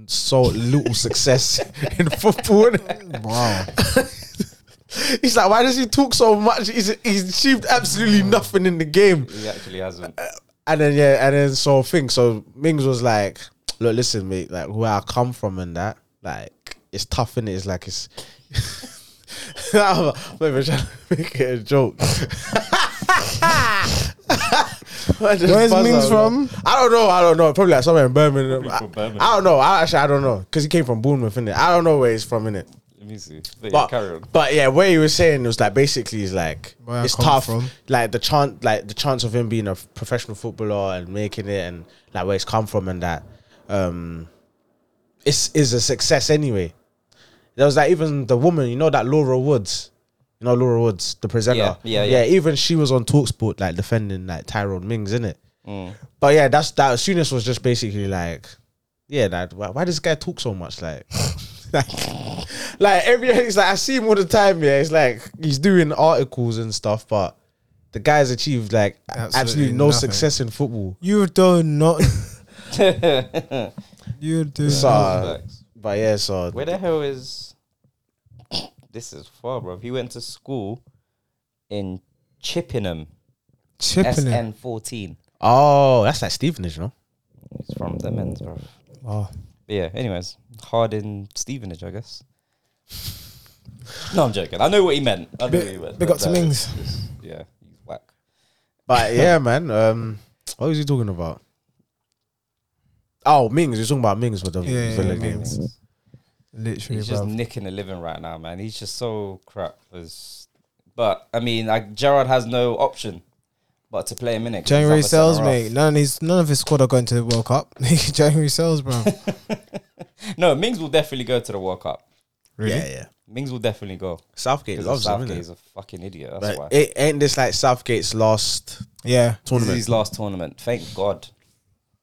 Speaker 3: so little success in football.
Speaker 4: Wow.
Speaker 3: He's like, why does he talk so much? He's, he's achieved absolutely nothing in the game.
Speaker 1: He actually hasn't.
Speaker 3: And then yeah, and then so thing. So Mings was like, "Look, listen, mate. Like where I come from and that, like it's tough in it. It's like it's." I'm not even trying to make it a joke.
Speaker 4: Where's Mings from?
Speaker 3: I don't know. I don't know. Probably like somewhere in Birmingham. I,
Speaker 1: from Birmingham.
Speaker 3: I don't know. I actually I don't know because he came from Bournemouth, innit? I don't know where he's from, innit?
Speaker 1: Let me see. But, yeah,
Speaker 3: But
Speaker 1: carry on.
Speaker 3: but yeah, what he was saying was like basically is like
Speaker 4: Where I
Speaker 3: it's
Speaker 4: come
Speaker 3: tough.
Speaker 4: from.
Speaker 3: Like the chance, like the chance of him being a professional footballer and making it, and like where he's come from and that, um, it's is a success anyway. There was like even the woman, you know, that Laura Woods, you know Laura Woods, the presenter.
Speaker 1: Yeah, yeah, yeah.
Speaker 3: even she was on Talksport, like defending like Tyrone Mings, innit?
Speaker 1: Mm.
Speaker 3: But yeah, that's that. Soonest was just basically like, yeah, that. Why, why does this guy talk so much? Like, like, like every it's like I see him all the time. Yeah, it's like he's doing articles and stuff, but the guy's achieved like absolutely,
Speaker 4: Absolutely
Speaker 3: no
Speaker 4: nothing.
Speaker 3: success in football.
Speaker 4: You don't know. you do.
Speaker 3: So,
Speaker 4: not.
Speaker 1: Facts.
Speaker 3: but yeah, so
Speaker 1: Where the hell is this is far, bro. He went to school in Chippenham,
Speaker 4: chipping it.
Speaker 1: SN14.
Speaker 3: oh, that's like Stevenage, no?
Speaker 1: He's from the men's, bro.
Speaker 4: Wow.
Speaker 1: But yeah, anyways, Harden Stevenage, I guess. no, I'm joking. I know what he meant. I know
Speaker 4: Big-
Speaker 1: what he meant.
Speaker 4: big
Speaker 1: but
Speaker 4: up to
Speaker 1: that-
Speaker 4: Mings.
Speaker 1: this- Yeah, he's whack.
Speaker 3: But yeah, man. Um, what was he talking about? Oh, Mings. He was talking about Mings with the
Speaker 4: Yeah, yeah,
Speaker 3: Villa game.
Speaker 4: Mings. Literally,
Speaker 1: He's just
Speaker 4: bruv.
Speaker 1: nicking a living right now, man. He's just so crap. As, but I mean, like Gerard has no option but to play him in it. 'cause he's
Speaker 4: January
Speaker 1: other centre
Speaker 4: sales,
Speaker 1: half.
Speaker 4: mate. None of his, none of his squad are going to the World Cup. January sales, bro.
Speaker 1: No, Mings will definitely go to the World Cup.
Speaker 3: Yeah, yeah.
Speaker 1: Mings will definitely go.
Speaker 3: Southgate
Speaker 1: Because
Speaker 3: loves him,
Speaker 1: Southgate is
Speaker 3: innit?
Speaker 1: a fucking idiot. That's why.
Speaker 3: But it ain't this like Southgate's last
Speaker 4: Yeah.
Speaker 1: This is
Speaker 3: tournament.
Speaker 1: his last tournament. Thank God.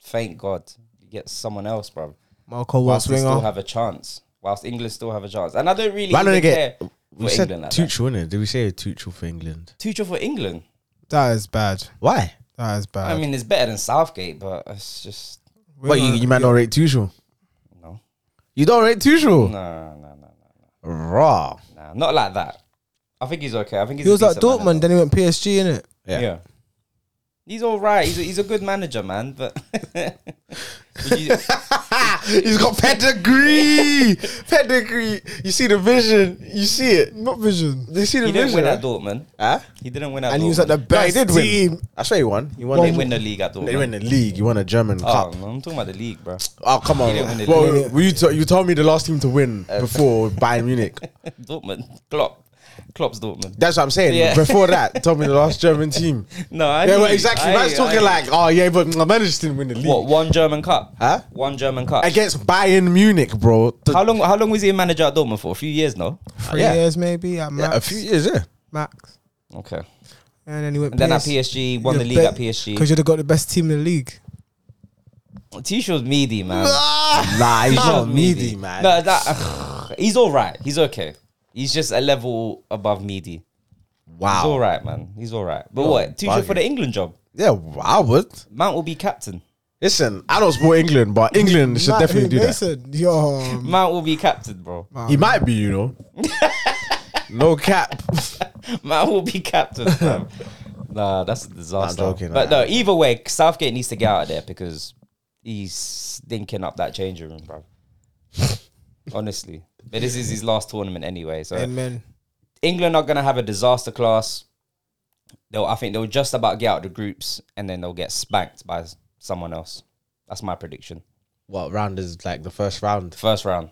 Speaker 1: Thank God. You get someone else, bro.
Speaker 4: Marco
Speaker 1: Whilst
Speaker 4: Whilst
Speaker 1: they still
Speaker 4: winger.
Speaker 1: have a chance. Whilst England still have a chance. And I don't really
Speaker 3: Why don't
Speaker 1: even
Speaker 3: they get?
Speaker 1: care
Speaker 3: We
Speaker 1: for
Speaker 3: said
Speaker 1: England. Like that.
Speaker 3: Tuchel, innit? Did we say Tuchel for England?
Speaker 1: Tuchel for England.
Speaker 4: That is bad.
Speaker 3: Why?
Speaker 4: That is bad.
Speaker 1: I mean, it's better than Southgate, but it's just.
Speaker 4: We're
Speaker 3: But you,
Speaker 4: not-
Speaker 3: you might not rate Tuchel.
Speaker 1: No.
Speaker 3: You don't rate
Speaker 1: No, no,
Speaker 3: Tuchel.
Speaker 1: no, no.
Speaker 3: Raw.
Speaker 1: Nah, not like that. I think he's okay. I Uh, think he's a
Speaker 4: he was like
Speaker 1: decent
Speaker 4: Dortmund,
Speaker 1: manager.
Speaker 4: then he went PSG in it.
Speaker 3: Yeah.
Speaker 1: yeah. He's all right. He's a, he's a good manager, man. But Would you-
Speaker 3: He's got pedigree. pedigree. You see the vision. You see it.
Speaker 4: Not vision.
Speaker 3: You see the
Speaker 1: he didn't
Speaker 3: vision.
Speaker 1: win at
Speaker 3: Right?
Speaker 1: Dortmund.
Speaker 3: Huh?
Speaker 1: He didn't win at
Speaker 4: And he was
Speaker 1: Dortmund.
Speaker 4: at the
Speaker 3: No, he
Speaker 4: best
Speaker 3: did
Speaker 4: team.
Speaker 3: win. I swear he won. He won.
Speaker 1: They
Speaker 3: the-
Speaker 1: win the league at Dortmund.
Speaker 3: They won the league. He won a German
Speaker 1: Oh,
Speaker 3: cup.
Speaker 1: no, I'm talking about the league, bro.
Speaker 3: Oh come on!
Speaker 1: didn't win the
Speaker 3: Well,
Speaker 1: league.
Speaker 3: well, you t- you told me the last team to win before Bayern Munich.
Speaker 1: Dortmund, Klopp, Klopp's Dortmund.
Speaker 3: That's what I'm saying.
Speaker 1: Yeah.
Speaker 3: Before that, told me the last German team.
Speaker 1: No, I
Speaker 3: yeah,
Speaker 1: hear
Speaker 3: well,
Speaker 1: you.
Speaker 3: exactly.
Speaker 1: I hear
Speaker 3: Man's
Speaker 1: you,
Speaker 3: talking
Speaker 1: I
Speaker 3: like, oh yeah, but man just didn't win the league
Speaker 1: hear you. what one German cup?
Speaker 3: Huh?
Speaker 1: One German cup.
Speaker 3: against Bayern Munich, bro. The-
Speaker 1: How long? How long was he a manager at Dortmund for? A few years, no.
Speaker 4: Three
Speaker 3: Yeah.
Speaker 4: years maybe at
Speaker 3: yeah,
Speaker 4: max.
Speaker 3: a few years, yeah.
Speaker 4: max.
Speaker 1: Okay.
Speaker 4: And then he went
Speaker 1: And then at
Speaker 4: PSG.
Speaker 1: PSG, won the league at
Speaker 4: Because
Speaker 1: PSG.
Speaker 4: you'd have got the best team in the league.
Speaker 1: Tuchel's meaty, man.
Speaker 3: Nah, he's
Speaker 1: Tuchel's
Speaker 3: not Ah, meaty, man.
Speaker 1: No, that, he's all right. He's okay. He's just a level above Meaty. He's all
Speaker 3: Wow.
Speaker 1: right, man. He's all right. But
Speaker 3: You're
Speaker 1: what? Too short for
Speaker 3: bugging.
Speaker 1: the England job.
Speaker 3: Yeah, wow, I would.
Speaker 1: Mount will be captain.
Speaker 3: Listen, I don't support England, but England should
Speaker 4: Matt-
Speaker 3: definitely do that.
Speaker 4: Mason, Yo,
Speaker 1: Mount will be captain, bro.
Speaker 3: He might be, you know. no cap.
Speaker 1: Man will be captain. fam. nah, that's a disaster.
Speaker 3: Nah, joking,
Speaker 1: but
Speaker 3: nah.
Speaker 1: no, either way, Southgate needs to get out of there because he's stinking up that changing room, bro. Honestly, but this is his last tournament anyway. So
Speaker 4: amen.
Speaker 1: England are gonna have a disaster class. They'll, I think they'll just about get out of the groups and then they'll get spanked by s- someone else. That's my prediction.
Speaker 3: What round is like the first round?
Speaker 1: First round,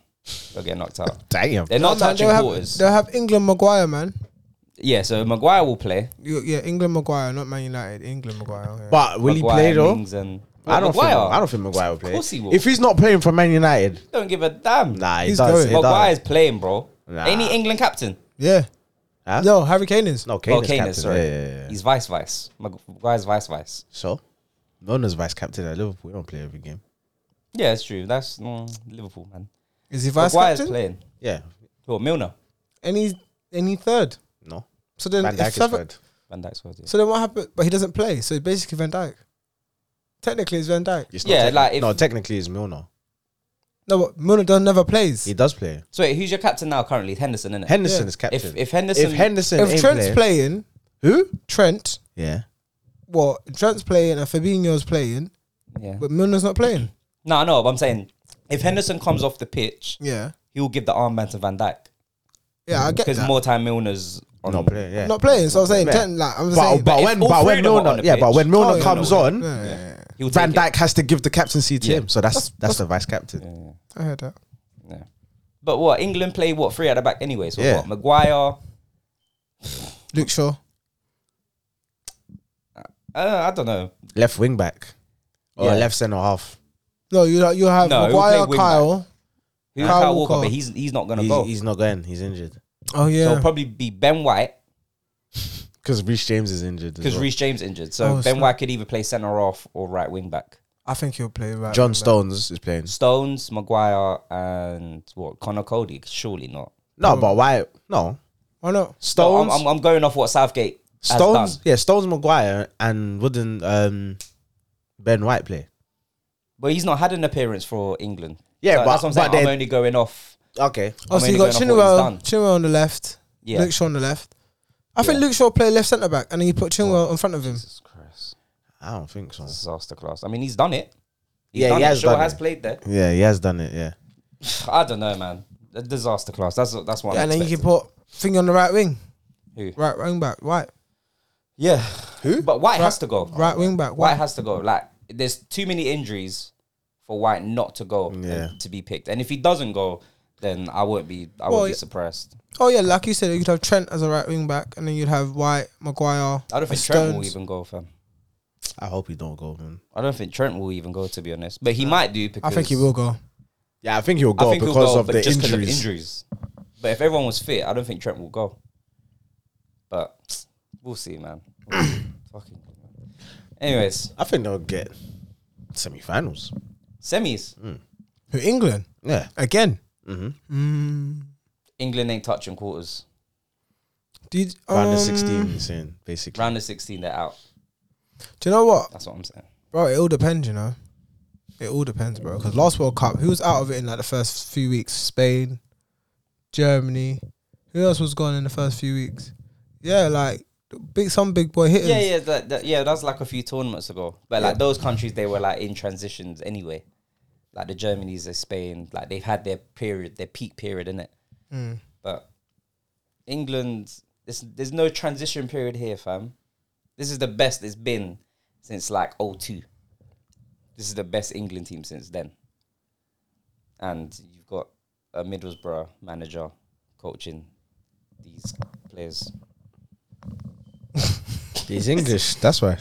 Speaker 1: they'll get knocked out.
Speaker 3: Damn.
Speaker 1: They're not
Speaker 4: No, man,
Speaker 1: touching
Speaker 4: they'll
Speaker 1: quarters.
Speaker 4: Have, they'll have England Maguire, man.
Speaker 1: yeah, so Maguire will play.
Speaker 4: You- Yeah, England Maguire, not Man United. England Maguire. yeah.
Speaker 3: But will
Speaker 1: Maguire,
Speaker 3: he play though?
Speaker 1: Mings And,
Speaker 3: I don't
Speaker 1: Maguire.
Speaker 3: think I don't think Maguire will play.
Speaker 1: course he will.
Speaker 3: If he's not playing for Man United,
Speaker 1: Don't give a damn.
Speaker 3: nah, he
Speaker 4: He's
Speaker 3: does.
Speaker 4: going.
Speaker 3: He does.
Speaker 1: Maguire's playing, bro.
Speaker 3: Nah.
Speaker 1: Any England captain?
Speaker 4: yeah.
Speaker 3: Huh?
Speaker 4: No, Harry Kane is.
Speaker 3: No, Kane
Speaker 1: Well,
Speaker 3: is
Speaker 1: Kane
Speaker 3: captain.
Speaker 1: is, sorry.
Speaker 3: Yeah, yeah, yeah.
Speaker 1: He's vice vice. Maguire's vice vice.
Speaker 3: So, known as vice captain at Liverpool, we don't play every game.
Speaker 1: Yeah, it's true. That's mm, Liverpool, man.
Speaker 4: Is he vice
Speaker 1: Maguire's
Speaker 4: captain?
Speaker 1: playing.
Speaker 3: Yeah,
Speaker 1: Well, Milner.
Speaker 4: And he's and he third.
Speaker 3: no.
Speaker 4: So then,
Speaker 3: Van
Speaker 4: if
Speaker 3: Dijk is
Speaker 4: Southgate-
Speaker 3: third.
Speaker 1: Van Dijk's worth it.
Speaker 4: so then what happened? But he doesn't play. So it's basically Van Dijk. Technically, it's Van Dijk.
Speaker 3: It's
Speaker 1: Yeah,
Speaker 3: techni-
Speaker 1: like if-
Speaker 3: no, technically it's Milner.
Speaker 4: No, but Milner does never plays.
Speaker 3: He does play.
Speaker 1: So wait, who's your captain now currently? Henderson, isn't it?
Speaker 3: Henderson
Speaker 4: Yeah.
Speaker 3: is captain.
Speaker 1: if
Speaker 3: If,
Speaker 1: if Henderson,
Speaker 3: Henderson,
Speaker 4: If
Speaker 3: ain't
Speaker 4: Trent's
Speaker 3: playing-
Speaker 4: playing,
Speaker 3: who?
Speaker 4: Trent,
Speaker 3: Yeah,
Speaker 4: well, Trent's playing and Fabinho's playing,
Speaker 1: yeah.
Speaker 4: but Milner's not playing.
Speaker 1: No, no, but I'm saying if Henderson comes off the pitch,
Speaker 4: Yeah.
Speaker 1: he will give the armband to Van Dijk
Speaker 4: Yeah, I get
Speaker 1: because
Speaker 4: that.
Speaker 1: more time Milner's on.
Speaker 3: not playing. Yeah,
Speaker 4: Not playing. So I'm saying,
Speaker 3: Yeah.
Speaker 4: ten, like, I'm
Speaker 3: but,
Speaker 4: saying,
Speaker 3: but
Speaker 1: if
Speaker 3: when
Speaker 1: all
Speaker 3: but
Speaker 1: three
Speaker 3: when
Speaker 1: of them are
Speaker 3: Milner,
Speaker 1: on the
Speaker 3: yeah, but
Speaker 1: pitch-
Speaker 3: when Milner
Speaker 4: Oh, yeah,
Speaker 3: comes
Speaker 1: no,
Speaker 3: on,
Speaker 4: Yeah, yeah, yeah.
Speaker 1: He'll
Speaker 3: Van
Speaker 1: take it.
Speaker 3: Dijk has to give the captaincy to
Speaker 1: Yeah.
Speaker 3: him. So that's that's the vice captain.
Speaker 1: Yeah, yeah,
Speaker 4: I heard that.
Speaker 1: yeah. But what England play what three at the back anyway? So
Speaker 3: Yeah.
Speaker 1: what? Maguire.
Speaker 4: Luke Shaw.
Speaker 1: Uh, I don't know.
Speaker 3: Left wing back or
Speaker 1: Yeah.
Speaker 3: left centre half.
Speaker 4: No, you you have
Speaker 1: No, he'll
Speaker 4: Maguire,
Speaker 1: play wing
Speaker 4: Kyle.
Speaker 1: Who's
Speaker 4: Kyle
Speaker 1: Kyle, Walker?
Speaker 4: Walker.
Speaker 1: But he's he's not gonna
Speaker 3: He's,
Speaker 1: go.
Speaker 3: he's not going. He's injured
Speaker 4: Oh
Speaker 1: So
Speaker 4: yeah.
Speaker 1: it'll probably be Ben White
Speaker 3: because Reece James is injured. as
Speaker 1: because
Speaker 3: well.
Speaker 1: Reece James injured. So
Speaker 4: Oh,
Speaker 1: Ben
Speaker 4: snap.
Speaker 1: White could either play centre off or right wing back.
Speaker 4: I think he'll play right.
Speaker 3: John
Speaker 4: wing back.
Speaker 3: Stones is playing.
Speaker 1: Stones, Maguire, and what Connor Cody? Surely not.
Speaker 3: No, but why? No,
Speaker 4: Why not?
Speaker 1: No,
Speaker 3: Stones.
Speaker 1: I'm, I'm, I'm going off what Southgate has
Speaker 3: Stones,
Speaker 1: done.
Speaker 3: yeah, Stones, Maguire, and wouldn't um, Ben White play?
Speaker 1: but he's not had an appearance for England.
Speaker 3: Yeah,
Speaker 1: So
Speaker 3: but-
Speaker 1: that's what I'm saying.
Speaker 3: but
Speaker 1: I'm
Speaker 3: they-
Speaker 1: only going off.
Speaker 3: Okay,
Speaker 4: Oh,
Speaker 1: I'm
Speaker 4: so you
Speaker 1: only
Speaker 4: got
Speaker 1: going off what he's
Speaker 4: Chinwell,
Speaker 1: done.
Speaker 4: Chinwell on the left,
Speaker 1: Yeah.
Speaker 4: Luke Shaw on the left. I think Luke Shaw play left centre back, and then you put Chinwell in front of him.
Speaker 1: Jesus Christ,
Speaker 3: I don't think so.
Speaker 1: disaster class. I mean, he's done it. He's
Speaker 3: Yeah,
Speaker 1: done
Speaker 3: he
Speaker 1: it.
Speaker 3: has
Speaker 1: Shaw
Speaker 3: done
Speaker 1: has
Speaker 3: it.
Speaker 1: played there.
Speaker 3: Yeah, he has done it. Yeah,
Speaker 1: I don't know, man. A disaster class. That's that's what. I'm
Speaker 4: and then you
Speaker 1: expecting.
Speaker 4: can put Thing on the right wing,
Speaker 1: Who?
Speaker 4: right wing back, right,
Speaker 1: Yeah. Who? But White has to go.
Speaker 4: right wing back,
Speaker 1: White
Speaker 4: right.
Speaker 1: has to go. Like, there's too many injuries for White not to go and
Speaker 3: Yeah.
Speaker 1: to be picked. And if he doesn't go, then I won't be. I
Speaker 4: Well,
Speaker 1: won't be
Speaker 4: yeah.
Speaker 1: surprised.
Speaker 4: Oh yeah, like you said, you could have Trent as a right wing back, and then you'd have White, Maguire.
Speaker 1: I don't think
Speaker 4: and
Speaker 1: Trent will
Speaker 4: Stones.
Speaker 1: even go, fam.
Speaker 3: I hope he don't go, man.
Speaker 1: I don't think Trent will even go, to be honest. But he might do
Speaker 4: I
Speaker 1: because
Speaker 4: think he will go.
Speaker 3: Yeah, I think he'll
Speaker 1: I
Speaker 3: go
Speaker 1: think
Speaker 3: because
Speaker 1: he'll go,
Speaker 3: of
Speaker 1: but
Speaker 3: the
Speaker 1: just 'cause
Speaker 3: injuries.
Speaker 1: of injuries. But if everyone was fit, I don't think Trent will go. But we'll see, man. We'll see. Fucking. Anyways,
Speaker 3: I think they'll get semi-finals.
Speaker 1: semis.
Speaker 4: Who England
Speaker 3: Yeah,
Speaker 4: again?
Speaker 1: Mm-hmm.
Speaker 4: Mm,
Speaker 1: England ain't touching quarters.
Speaker 4: Do you,
Speaker 3: round
Speaker 4: um,
Speaker 3: of sixteen, he's saying basically.
Speaker 1: Round of 16, they're out.
Speaker 4: Do you know what?
Speaker 1: That's what I'm saying.
Speaker 4: Bro, it all depends, you know. It all depends, bro. Because last World Cup, who was out of it in like the first few weeks? Spain, Germany. Who else was gone in the first few weeks? Yeah, like big some big boy hitters.
Speaker 1: Yeah, yeah, that, that, yeah. That's like a few tournaments ago. But like those countries, they were like in transitions anyway. Like the Germanys, the Spain, like they've had their period, their peak period, in it. But England, there's there's no transition period here, fam. This is the best it's been since like 02. This is the best England team since then. And you've got a Middlesbrough manager coaching these players.
Speaker 3: He's English, that's why.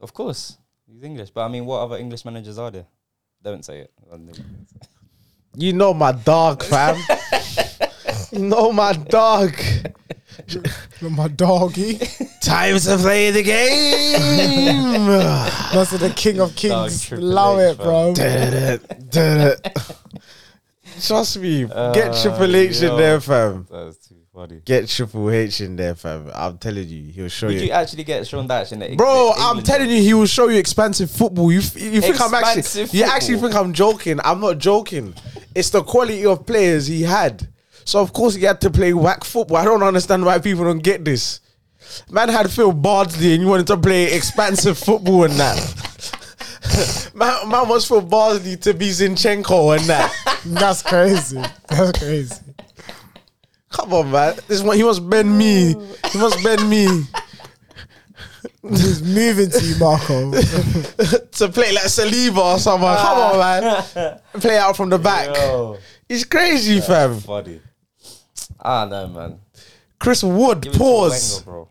Speaker 1: Of course, he's English. But I mean, what other English managers are there? Don't say it. I don't think-
Speaker 3: You know my dog, fam. you know my dog.
Speaker 4: Look, my doggy.
Speaker 3: Time to play the game.
Speaker 4: That's the king of
Speaker 1: Dog,
Speaker 4: kings.
Speaker 1: Triple
Speaker 4: Allow
Speaker 1: H,
Speaker 4: it, bro.
Speaker 3: Trust me, get Triple H in
Speaker 1: yo. Uh,
Speaker 3: there, fam.
Speaker 1: That's too Funny.
Speaker 3: Get Triple H in there, fam. I'm telling you, he'll show
Speaker 1: Would
Speaker 3: you.
Speaker 1: you actually get Sean Dyche in the
Speaker 3: Bro,
Speaker 1: the
Speaker 3: I'm
Speaker 1: England
Speaker 3: telling you, he will show you expansive football. You, f- you think I'm actually,
Speaker 1: Expansive
Speaker 3: you actually
Speaker 1: football.
Speaker 3: think I'm joking? I'm not joking. It's the quality of players he had. So of course he had to play whack football. I don't understand why people don't get this. Man had Phil Bardsley and you wanted to play expansive football and that. man, man wants Phil Bardsley to be Zinchenko and that.
Speaker 4: That's crazy. That's crazy.
Speaker 3: Come on, man. This one he wants Ben me. He wants Ben me.
Speaker 4: Just moving to you, Marco.
Speaker 3: to play like Saliba or someone. Come on, man. play out from the back.
Speaker 1: Yo,
Speaker 3: It's crazy, fam.
Speaker 1: funny. I don't know, man.
Speaker 3: Chris Wood,
Speaker 1: Give It
Speaker 3: pause.
Speaker 1: to Wenger, bro.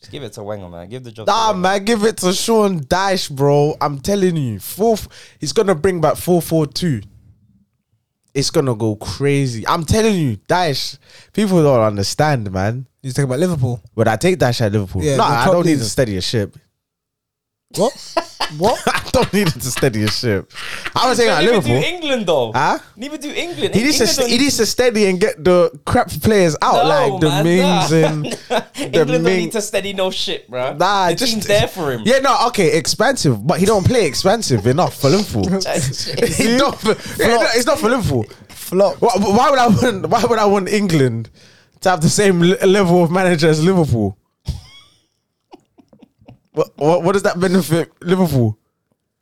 Speaker 1: Just give it to Wenger, man. Give the job.
Speaker 3: Nah,
Speaker 1: to Wenger.
Speaker 3: man, give it to Sean Dyche, bro. I'm telling you, four. He's gonna bring back four four two. It's gonna go crazy. I'm telling you, Dash. People don't understand, man.
Speaker 4: You talking about Liverpool?
Speaker 3: Would I take Dash at Liverpool?
Speaker 4: Yeah,
Speaker 3: no,
Speaker 4: the
Speaker 3: I
Speaker 4: top
Speaker 3: don't need
Speaker 4: league.
Speaker 3: to steady a ship.
Speaker 4: What? what?
Speaker 3: I don't need to steady a ship. I was saying at
Speaker 1: Neither
Speaker 3: Liverpool.
Speaker 1: do England though.
Speaker 3: Huh?
Speaker 1: Neither do England.
Speaker 3: He needs, to,
Speaker 1: England
Speaker 3: st-
Speaker 1: don't
Speaker 3: he needs to steady and get the crap players out,
Speaker 1: No,
Speaker 3: like the
Speaker 1: man,
Speaker 3: Mings
Speaker 1: nah.
Speaker 3: and
Speaker 1: England don't
Speaker 3: Ming-
Speaker 1: need to steady no shit, bro.
Speaker 3: nah.
Speaker 1: the
Speaker 3: just
Speaker 1: team's there for him.
Speaker 3: Yeah, no, okay, expensive, but he don't play expensive enough for Liverpool. He don't- yeah, no, it's not for Liverpool.
Speaker 4: Flop.
Speaker 3: Why, why would I want? Why would I want England to have the same le- level of manager as Liverpool? what, what, what does that benefit Liverpool?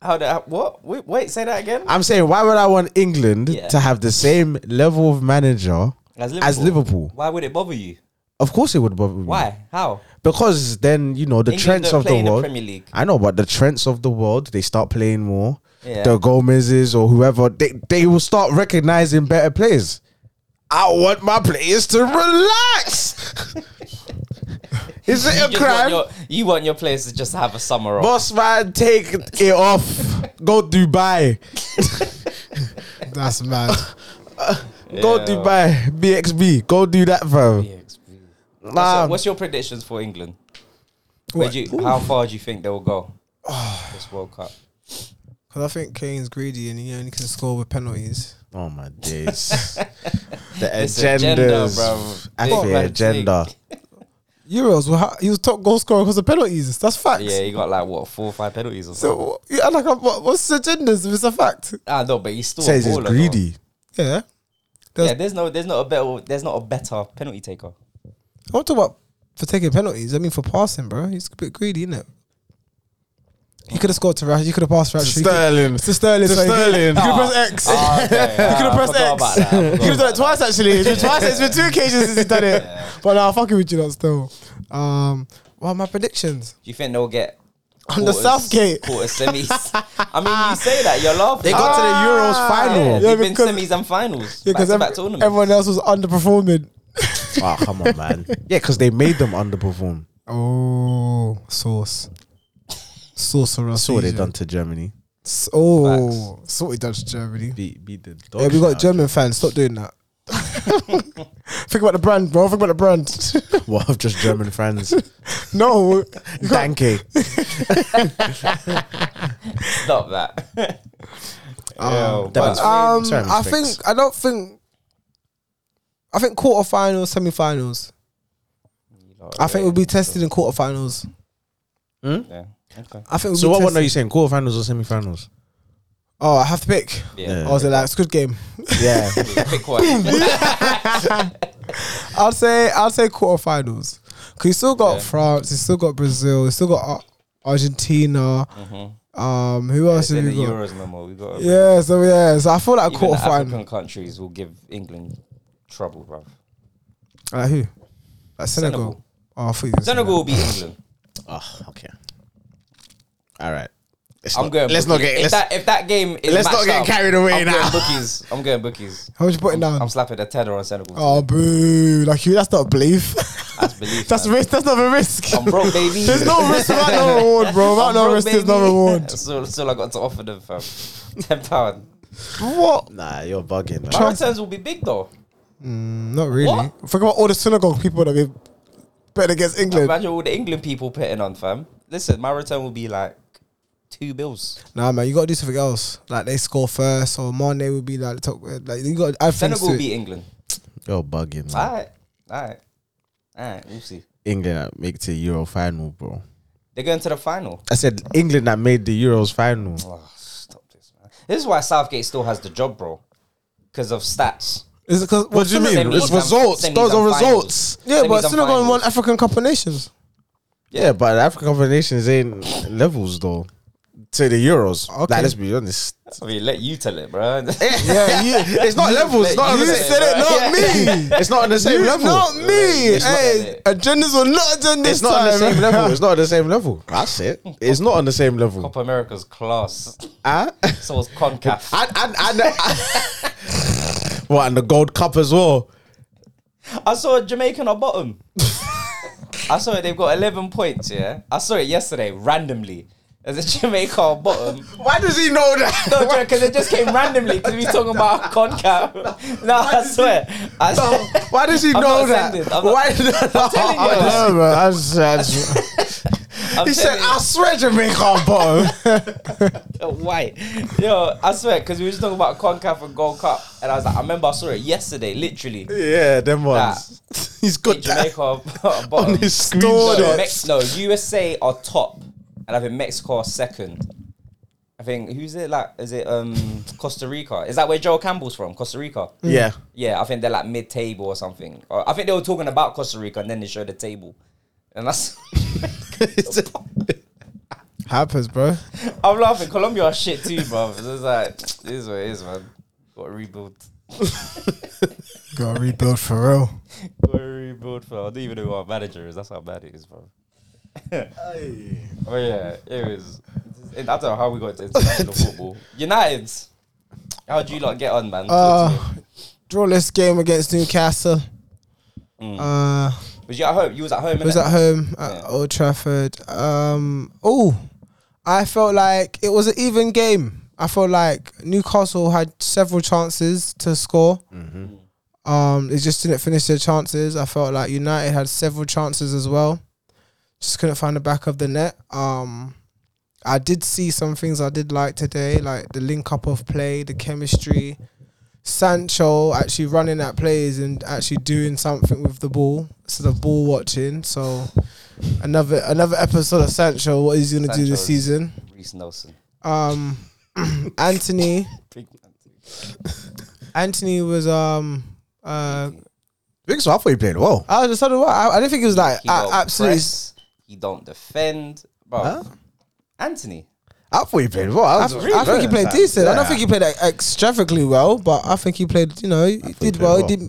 Speaker 1: How the what? Wait, wait, say that again.
Speaker 3: I'm saying, why would I want England
Speaker 1: Yeah.
Speaker 3: to have the same level of manager
Speaker 1: As
Speaker 3: as Liverpool?
Speaker 1: Why would it bother you?
Speaker 3: Of course, it would bother me.
Speaker 1: Why? How?
Speaker 3: Because then you know Mm. the
Speaker 1: England
Speaker 3: trends
Speaker 1: don't
Speaker 3: of
Speaker 1: play
Speaker 3: the
Speaker 1: in the
Speaker 3: world.
Speaker 1: Premier League.
Speaker 3: I know, but the trends of the world, they start playing more.
Speaker 1: Yeah.
Speaker 3: The Gomez's or whoever, they, they will start recognizing better players. I want my players to relax. Is
Speaker 1: You
Speaker 3: it a
Speaker 1: just want
Speaker 3: crime?
Speaker 1: your, you want your players to just have a summer off.
Speaker 3: Boss man, take it off. Go Dubai.
Speaker 4: That's mad.
Speaker 3: Go
Speaker 1: Yeah.
Speaker 3: Dubai. BXB. Go do that, fam.
Speaker 1: EXP.
Speaker 3: Nah.
Speaker 1: So what's your predictions for England? Where do you, how far do you think they will go this World Cup?
Speaker 4: Because I think Kane's greedy and he only can score with penalties.
Speaker 3: Oh my days. the
Speaker 1: This agenda,
Speaker 3: agendas.
Speaker 1: bro.
Speaker 3: I
Speaker 1: Big
Speaker 3: feel
Speaker 1: red
Speaker 3: agenda.
Speaker 4: Euros, well, how- he was top goal scorer because of penalties. That's facts.
Speaker 1: Yeah, he got like what four or five penalties or something.
Speaker 4: So, yeah, like, what, what's the agendas if it's a fact?
Speaker 1: Ah, no, but he's still
Speaker 3: Says
Speaker 1: a
Speaker 3: he's
Speaker 1: baller, though.
Speaker 3: greedy.
Speaker 4: Yeah.
Speaker 1: Yeah, there's no, there's not a better, there's not a better penalty taker.
Speaker 4: I want to talk about for taking penalties. I mean, for passing, bro. He's a bit greedy, isn't it? He could have scored to Rashford. You could have passed to Rashford. you could-
Speaker 3: Sterling.
Speaker 4: To Sterling.
Speaker 3: To
Speaker 4: sorry.
Speaker 3: Sterling.
Speaker 4: You could
Speaker 1: Ah.
Speaker 4: have pressed X.
Speaker 1: Ah, okay.
Speaker 4: You could
Speaker 1: Ah, I
Speaker 4: have pressed
Speaker 1: forgot about that.
Speaker 4: X.
Speaker 1: I forgot
Speaker 4: You could have done
Speaker 1: about
Speaker 4: it twice actually. It's been twice. It's been two occasions since he's done it. But now, I'm fucking with you lot still. Um, what are my predictions?
Speaker 1: Do you think they'll get
Speaker 4: On the
Speaker 1: quarters-
Speaker 4: Southgate.
Speaker 1: quarter semis? I mean, you say that you're laughing.
Speaker 3: They got to the Euros
Speaker 1: yeah,
Speaker 3: final.
Speaker 4: Ah, Yeah,
Speaker 1: they've been
Speaker 4: because-
Speaker 1: semis and finals.
Speaker 4: Yeah,
Speaker 1: back
Speaker 4: because
Speaker 1: to
Speaker 4: every-
Speaker 1: back tournaments.
Speaker 4: everyone else was underperforming.
Speaker 3: Wow, Ah, come on, man. Yeah, because they made them underperform.
Speaker 4: Oh, sauce. Sauce for us.
Speaker 3: That's what they done to Germany.
Speaker 4: Oh, so we done to Germany.
Speaker 3: Beat, beat the
Speaker 4: Yeah, we got German fans. Stop doing that. Think about the brand, bro. Think about the brand.
Speaker 3: Well, I've just German friends.
Speaker 4: no, you can't-
Speaker 3: Danke.
Speaker 1: Stop that. Yo, but-
Speaker 3: that was-
Speaker 4: um,
Speaker 3: Sorry,
Speaker 4: I
Speaker 3: Mr.
Speaker 4: think
Speaker 3: Fix.
Speaker 4: I don't think. I think quarterfinals, semi-finals. I think we'll be tested in quarterfinals.
Speaker 1: Yeah. Okay.
Speaker 4: I think. We'll
Speaker 3: So
Speaker 4: be
Speaker 3: what one
Speaker 4: tested-
Speaker 3: are you saying? Quarterfinals or semi-finals?
Speaker 4: Oh, I have to pick.
Speaker 1: Yeah.
Speaker 4: I was like, it's good game.
Speaker 3: Yeah.
Speaker 1: Pick one.
Speaker 4: I'll say I'll say quarterfinals. Cause you still got
Speaker 1: Yeah.
Speaker 4: France, you still got Brazil, you still got Ar- Argentina. Um, who else
Speaker 1: It's Mm-hmm. in
Speaker 4: have
Speaker 1: the
Speaker 4: you got?
Speaker 1: Euros no more. We got
Speaker 4: Yeah, so yeah, so I feel like
Speaker 1: even the African
Speaker 4: quarterfinal.
Speaker 1: countries will give England trouble, bro.
Speaker 4: Like who? Like Senegal.
Speaker 1: Senegal.
Speaker 4: Oh, I thought you were
Speaker 1: Senegal will be England.
Speaker 3: oh, okay. All right. Let's
Speaker 1: I'm
Speaker 3: not-
Speaker 1: going. bookies.
Speaker 3: Let's not get.
Speaker 1: If
Speaker 3: Let's,
Speaker 1: that if that game is
Speaker 3: let's not
Speaker 1: matched
Speaker 3: get
Speaker 1: up,
Speaker 3: carried away
Speaker 1: I'm
Speaker 3: now.
Speaker 1: Going bookies. I'm going bookies.
Speaker 4: How much you putting down?
Speaker 1: I'm slapping a tether on Senegal.
Speaker 4: oh, boo! Like you, that's not belief.
Speaker 1: That's belief.
Speaker 4: that's
Speaker 1: man.
Speaker 4: risk. That's not a risk.
Speaker 1: I'm broke, baby.
Speaker 4: There's no risk without no reward, bro. Without
Speaker 1: I'm
Speaker 4: no
Speaker 1: broke,
Speaker 4: risk, there's
Speaker 1: baby.
Speaker 4: no reward.
Speaker 1: That's all, that's all I got to offer them, fam. Ten pound.
Speaker 4: What?
Speaker 3: nah, you're bugging. Man.
Speaker 1: My returns will be big though.
Speaker 4: Not really.
Speaker 1: What?
Speaker 4: Think about all the synagogue people that we bet against England.
Speaker 1: Imagine all the England people putting on, fam. Listen, my return will be like two bills.
Speaker 4: Nah, man, you gotta do something else. Like they score first, or Mane will be uh, like, top, like you got. I think
Speaker 1: Senegal will beat England. Ah.
Speaker 3: You're bugging. Man.
Speaker 1: All right. All right. All right. We'll see.
Speaker 3: England that make the Euro final, bro.
Speaker 1: They're going to the final.
Speaker 3: I said England that made the Euros final.
Speaker 1: Oh, stop this, man. This is why Southgate still has the job, bro. Because of stats.
Speaker 4: Is it because
Speaker 3: What do you
Speaker 1: Semis
Speaker 3: mean?
Speaker 1: and
Speaker 3: It's
Speaker 1: finals.
Speaker 3: results.
Speaker 1: Semis
Speaker 3: Those
Speaker 1: and
Speaker 3: are
Speaker 1: finals.
Speaker 3: results.
Speaker 4: Yeah,
Speaker 1: Semis
Speaker 4: but
Speaker 1: and
Speaker 4: Senegal won
Speaker 1: finals.
Speaker 4: African Cup of Nations.
Speaker 3: Yeah, but African Cup of Nations ain't levels though. To the Euros. Okay.
Speaker 4: Okay.
Speaker 3: Like, let's be honest.
Speaker 1: I mean, let you tell it, bro.
Speaker 3: Yeah, you, it's not levels. It's not on
Speaker 1: You
Speaker 3: the same,
Speaker 1: said it,
Speaker 4: not me.
Speaker 3: It's not on the same
Speaker 4: You-
Speaker 3: level.
Speaker 4: Not me.
Speaker 1: It's not
Speaker 4: hey, agendas were not agendas.
Speaker 3: It's not on the same level. It's not on the same level. That's it. It's not on the same level.
Speaker 1: Copa America's class.
Speaker 3: Ah, and,
Speaker 1: So was CONCAF.
Speaker 3: and, and, uh, what and the Gold Cup as well.
Speaker 1: I saw a Jamaican at bottom. I saw it. They've got 11 points, yeah? I saw it yesterday, randomly. There's a Jamaica at bottom.
Speaker 3: Why does he know that?
Speaker 1: No, because it just came randomly because we talking about CONCAF. No, I swear. I swear.
Speaker 3: Why does he
Speaker 1: I'm
Speaker 3: know
Speaker 1: not
Speaker 3: that?
Speaker 1: offended. I'm not-
Speaker 3: Why? I'm
Speaker 1: telling you. I'm
Speaker 3: he said,
Speaker 1: telling
Speaker 3: "I swear, Jamaica on bottom."
Speaker 1: you, why? Yo, I swear, because we were just talking about CONCAF and Gold Cup. And I was like, I remember I saw it yesterday, literally.
Speaker 3: yeah, them ones. He's got that
Speaker 1: Jamaica at bottom.
Speaker 3: on his
Speaker 1: No,
Speaker 3: screenshot.
Speaker 1: Mex- no, USA are top, and I think Mexico are second. I think who's it like? Is it um Costa Rica? Is that where Joel Campbell's from? Costa Rica.
Speaker 3: Yeah,
Speaker 1: Yeah, I think they're like mid table or something. Or I think they were talking about Costa Rica and then they showed the table, and that's
Speaker 4: Happens, bro.
Speaker 1: I'm laughing. Colombia are shit too, bro. It's just like this is what it is, man. Got to rebuild.
Speaker 4: Gotta rebuild for real.
Speaker 1: Got to rebuild for. I don't even know who our manager is. That's how bad it is, bro. Oh yeah, it was. I don't know how we got to international football. United, how do you lot get on, man? Talk to
Speaker 4: Uh, draw this game against Newcastle.
Speaker 1: Mm.
Speaker 4: Uh,
Speaker 1: me. was you at home? You was at home.
Speaker 4: it was
Speaker 1: innit?
Speaker 4: at home at
Speaker 1: Yeah.
Speaker 4: Old Trafford. Um, oh, I felt like it was an even game. I felt like Newcastle had several chances to score. Um, they just didn't finish their chances. I felt like United had several chances as well. Just couldn't find the back of the net. Um, I did see some things I did like today, like the link up of play, the chemistry. Sancho actually running at plays and actually doing something with the ball. So the ball watching. So another another episode of Sancho. What he's gonna do
Speaker 1: Sancho's-
Speaker 4: this season?
Speaker 1: Reece Nelson.
Speaker 4: Um, Anthony.
Speaker 1: Big man.
Speaker 4: Anthony was um uh.
Speaker 3: Big so I thought he played well.
Speaker 4: I was just wondering why I, I didn't think it was like
Speaker 1: He
Speaker 4: uh,
Speaker 1: don't
Speaker 4: absolutely.
Speaker 1: press, He don't defend, bro.
Speaker 3: Huh?
Speaker 1: Anthony.
Speaker 3: I thought he played well. I,
Speaker 4: I,
Speaker 3: was
Speaker 4: I think he played
Speaker 3: Yeah.
Speaker 4: decent. I don't think he played like, extravagantly well, but I think he played. You know, he
Speaker 3: he
Speaker 4: did
Speaker 3: played
Speaker 4: well.
Speaker 3: well.
Speaker 4: He did.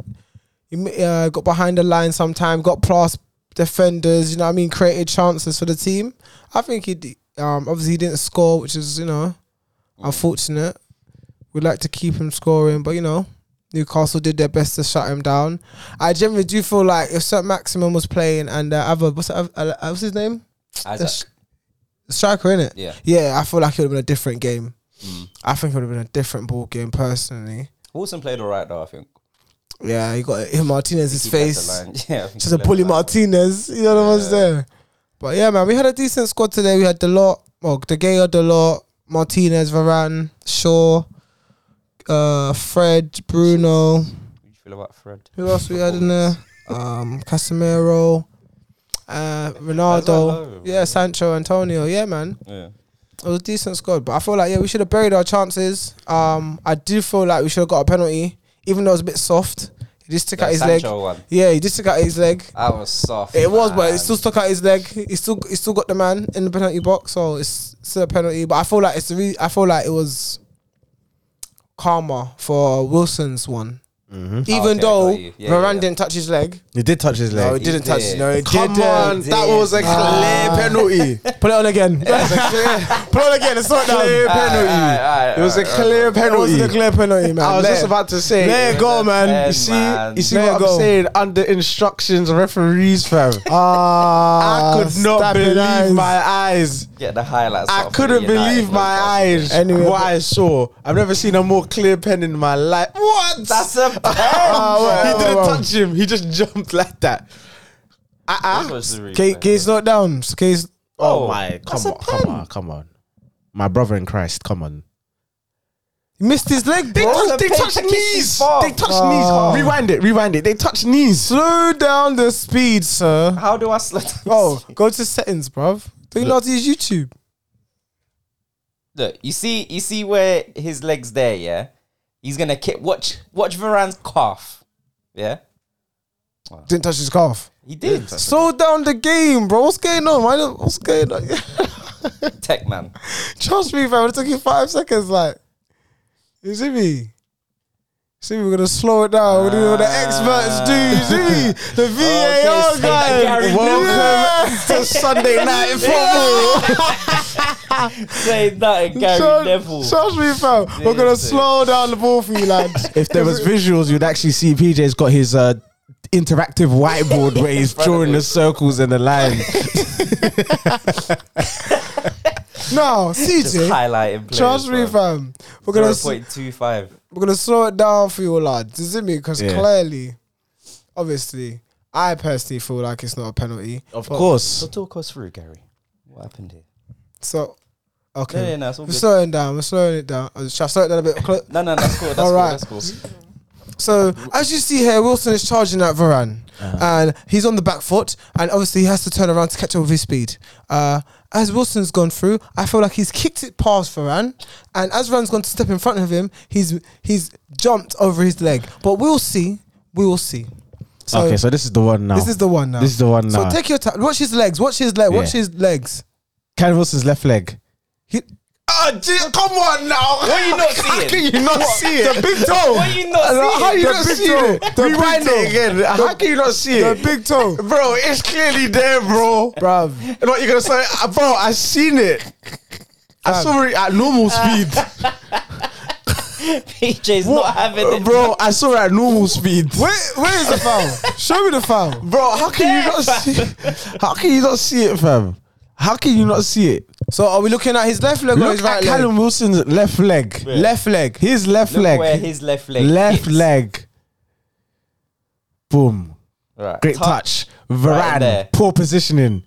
Speaker 4: He ma- uh, got behind the line sometime. Got past defenders. You know, what I mean, created chances for the team. I think he. d- Um, obviously he didn't score, which is you know, unfortunate. We'd like to keep him scoring, but you know, Newcastle did their best to shut him down. I generally do feel like if St. Maximum was playing and uh, other what's, that, uh, what's his name?
Speaker 1: Isaac.
Speaker 4: the sh- striker in it.
Speaker 1: Yeah.
Speaker 4: yeah. I feel like it would have been a different game. I think it would have been a different ball game personally.
Speaker 1: Wilson played all right, though, I think.
Speaker 4: Yeah, you got him Martinez's
Speaker 1: He led the
Speaker 4: face.
Speaker 1: line. Yeah. I think he
Speaker 4: Just a
Speaker 1: led the
Speaker 4: bully
Speaker 1: line.
Speaker 4: Martinez. You know what I was there. But yeah, man, we had a decent squad today. We had the lot, well, De Gea, the lot, Martinez, Varane, Shaw, uh, Fred, Bruno.
Speaker 1: What do you feel about Fred?
Speaker 4: Who else we had in there? Um, Casemiro, uh,
Speaker 1: Ronaldo,
Speaker 4: Ronaldo. Yeah, Sancho, Antonio. Yeah, man.
Speaker 1: Yeah.
Speaker 4: It was a decent squad, but I feel like yeah, we should have buried our chances. Um, I do feel like we should have got a penalty, even though it was a bit soft. He just took out
Speaker 1: That
Speaker 4: his
Speaker 1: Sancho
Speaker 4: leg.
Speaker 1: one.
Speaker 4: Yeah, he just took out his leg.
Speaker 1: That was soft.
Speaker 4: It was, but
Speaker 1: man.
Speaker 4: it still stuck out his leg. He still, he still got the man in the penalty box, so it's still a penalty. But I feel like it's the. Re- I feel like it was calmer for Wilson's one,
Speaker 1: Oh, okay,
Speaker 4: even
Speaker 1: got
Speaker 4: though
Speaker 1: you. Yeah,
Speaker 4: Varane
Speaker 1: yeah.
Speaker 4: didn't touch his leg.
Speaker 3: He did touch his leg.
Speaker 4: No, he
Speaker 1: He
Speaker 4: didn't touch.
Speaker 1: did.
Speaker 4: No, he
Speaker 3: Come
Speaker 4: didn't.
Speaker 3: on, that
Speaker 1: did.
Speaker 3: was a clear
Speaker 4: Ah.
Speaker 3: penalty.
Speaker 4: Put it on again. Put it on again. It's not
Speaker 3: clear
Speaker 4: down.
Speaker 3: penalty.
Speaker 1: aye, aye,
Speaker 3: ah, it was a
Speaker 1: aye,
Speaker 3: clear Ah,
Speaker 4: It
Speaker 3: penalty.
Speaker 4: wasn't a clear penalty, man.
Speaker 3: I was
Speaker 4: Let
Speaker 3: just
Speaker 4: it-
Speaker 3: about to say.
Speaker 4: Let it go, man.
Speaker 1: You
Speaker 3: You
Speaker 1: see-
Speaker 3: see,
Speaker 1: man.
Speaker 3: you see
Speaker 4: Let
Speaker 3: what
Speaker 4: it
Speaker 3: I'm
Speaker 4: go.
Speaker 3: saying? Under instructions, referees, fam.
Speaker 4: Ah,
Speaker 3: I could not
Speaker 4: stab your
Speaker 3: believe
Speaker 4: eyes.
Speaker 3: my eyes.
Speaker 1: Get the highlights.
Speaker 3: I
Speaker 1: up for
Speaker 3: couldn't
Speaker 1: the United
Speaker 3: believe my
Speaker 1: Newcastle.
Speaker 3: eyes.
Speaker 4: Anyway,
Speaker 3: what
Speaker 4: but-
Speaker 3: I saw. I've never seen a more clear pen in my life. What? Oh,
Speaker 1: That's a
Speaker 3: Ah, he
Speaker 4: well,
Speaker 3: didn't
Speaker 4: well.
Speaker 3: touch him. He just jumped like that. Uh-uh.
Speaker 4: Kate, Kate's not down. So Kate's
Speaker 1: Oh,
Speaker 3: my!
Speaker 1: that's
Speaker 3: Come
Speaker 1: a
Speaker 3: on! Come on! Come on! My brother in Christ! Come on!
Speaker 4: Missed his leg,
Speaker 3: They,
Speaker 4: bro.
Speaker 3: touch,
Speaker 1: the
Speaker 3: they
Speaker 1: pitch
Speaker 3: touch
Speaker 1: kicks
Speaker 3: knees.
Speaker 1: is far.
Speaker 3: They touch
Speaker 4: Oh.
Speaker 3: knees. Rewind it. Rewind it. They touch knees.
Speaker 4: Slow down the speed, sir.
Speaker 1: How do I slow down?
Speaker 4: Oh, go to settings, bruv. Do you know how to use YouTube?
Speaker 1: Look, you see, you see where his legs there. Yeah, he's gonna kick. Watch, watch Varane's calf. Yeah,
Speaker 4: Didn't touch his calf.
Speaker 1: he did.
Speaker 4: Slow down the game, bro. What's going on? Why not, what's going on?
Speaker 1: Tech man.
Speaker 4: Trust me, fam. It took you five seconds. Like, you see me? See, me, we're gonna slow it down. We're doing what the experts do. You see me? The VAR
Speaker 1: so that
Speaker 4: guy.
Speaker 1: Gary
Speaker 4: Welcome to Sunday night football.
Speaker 1: Say that, Gary Neville.
Speaker 4: Trust, trust me, fam. We're gonna
Speaker 1: Seriously.
Speaker 4: slow down the ball for you, lads.
Speaker 3: If there was visuals, you'd actually see PJ's got his uh, interactive whiteboard where he's
Speaker 1: front of
Speaker 3: drawing
Speaker 1: him.
Speaker 3: the circles and the lines.
Speaker 4: No,
Speaker 1: Just
Speaker 4: CJ.
Speaker 1: highlighting players.
Speaker 4: Trust me, fam. We're
Speaker 1: Zero
Speaker 4: gonna s-
Speaker 1: point two five.
Speaker 4: we're gonna slow it down for you, lads. You see me? Because
Speaker 3: Yeah.
Speaker 4: clearly, obviously, I personally feel like it's not a penalty.
Speaker 3: Of
Speaker 4: But-
Speaker 3: course.
Speaker 1: talk us through, Gary. What happened here?
Speaker 4: So, okay.
Speaker 1: No, no, no, it's all
Speaker 4: We're
Speaker 1: good.
Speaker 4: slowing down. We're slowing it down. Uh, Shall I slow it down a bit? Clo-
Speaker 1: No, no, that's cool. That's
Speaker 4: All
Speaker 1: cool.
Speaker 4: right.
Speaker 1: That's cool.
Speaker 4: So as you see here, Wilson is charging at Varane,
Speaker 3: Uh-huh.
Speaker 4: and he's on the back foot, and obviously he has to turn around to catch up with his speed. Uh, as Wilson's gone through, I feel like he's kicked it past Varane, and as Varane's gone to step in front of him, he's he's jumped over his leg. But we'll see, we will see. So,
Speaker 3: okay, so this is the one now.
Speaker 4: this is the one now.
Speaker 3: This is the one now.
Speaker 4: so take your time. Watch his legs. Watch his leg. Watch
Speaker 3: Yeah.
Speaker 4: his legs.
Speaker 3: Ken Wilson's left leg.
Speaker 4: He,
Speaker 3: Oh, come on now.
Speaker 1: What are you not seeing?
Speaker 3: you not see it? The big toe.
Speaker 1: What are you not seeing?
Speaker 3: How you
Speaker 4: The
Speaker 3: not
Speaker 4: big
Speaker 3: see
Speaker 4: toe.
Speaker 3: it?
Speaker 4: The big
Speaker 3: Rewind
Speaker 4: toe.
Speaker 3: it again. How can you not see
Speaker 4: the
Speaker 3: it?
Speaker 4: big toe,
Speaker 3: Bro, it's clearly there, bro.
Speaker 4: bruv.
Speaker 3: And what you're gonna say, uh, bro? I seen it. I saw it at normal
Speaker 4: Uh,
Speaker 3: speed,
Speaker 1: PJ's not having it.
Speaker 3: bro. I saw it at normal speed,
Speaker 4: Where where is the foul? Show me the foul.
Speaker 3: bro. How can you not see? How can you not see it, fam? How can you not see it?
Speaker 4: So are we looking at his left leg or
Speaker 3: Look
Speaker 4: his
Speaker 3: at
Speaker 4: right leg?
Speaker 3: Callum Wilson's left leg.
Speaker 4: Left leg.
Speaker 3: His left
Speaker 1: Look
Speaker 3: leg.
Speaker 1: where his left leg.
Speaker 3: left
Speaker 1: hits.
Speaker 3: leg. Boom.
Speaker 1: Right.
Speaker 3: Great
Speaker 1: Tou-
Speaker 3: touch.
Speaker 1: Right in
Speaker 3: Varane.
Speaker 1: there.
Speaker 3: poor positioning.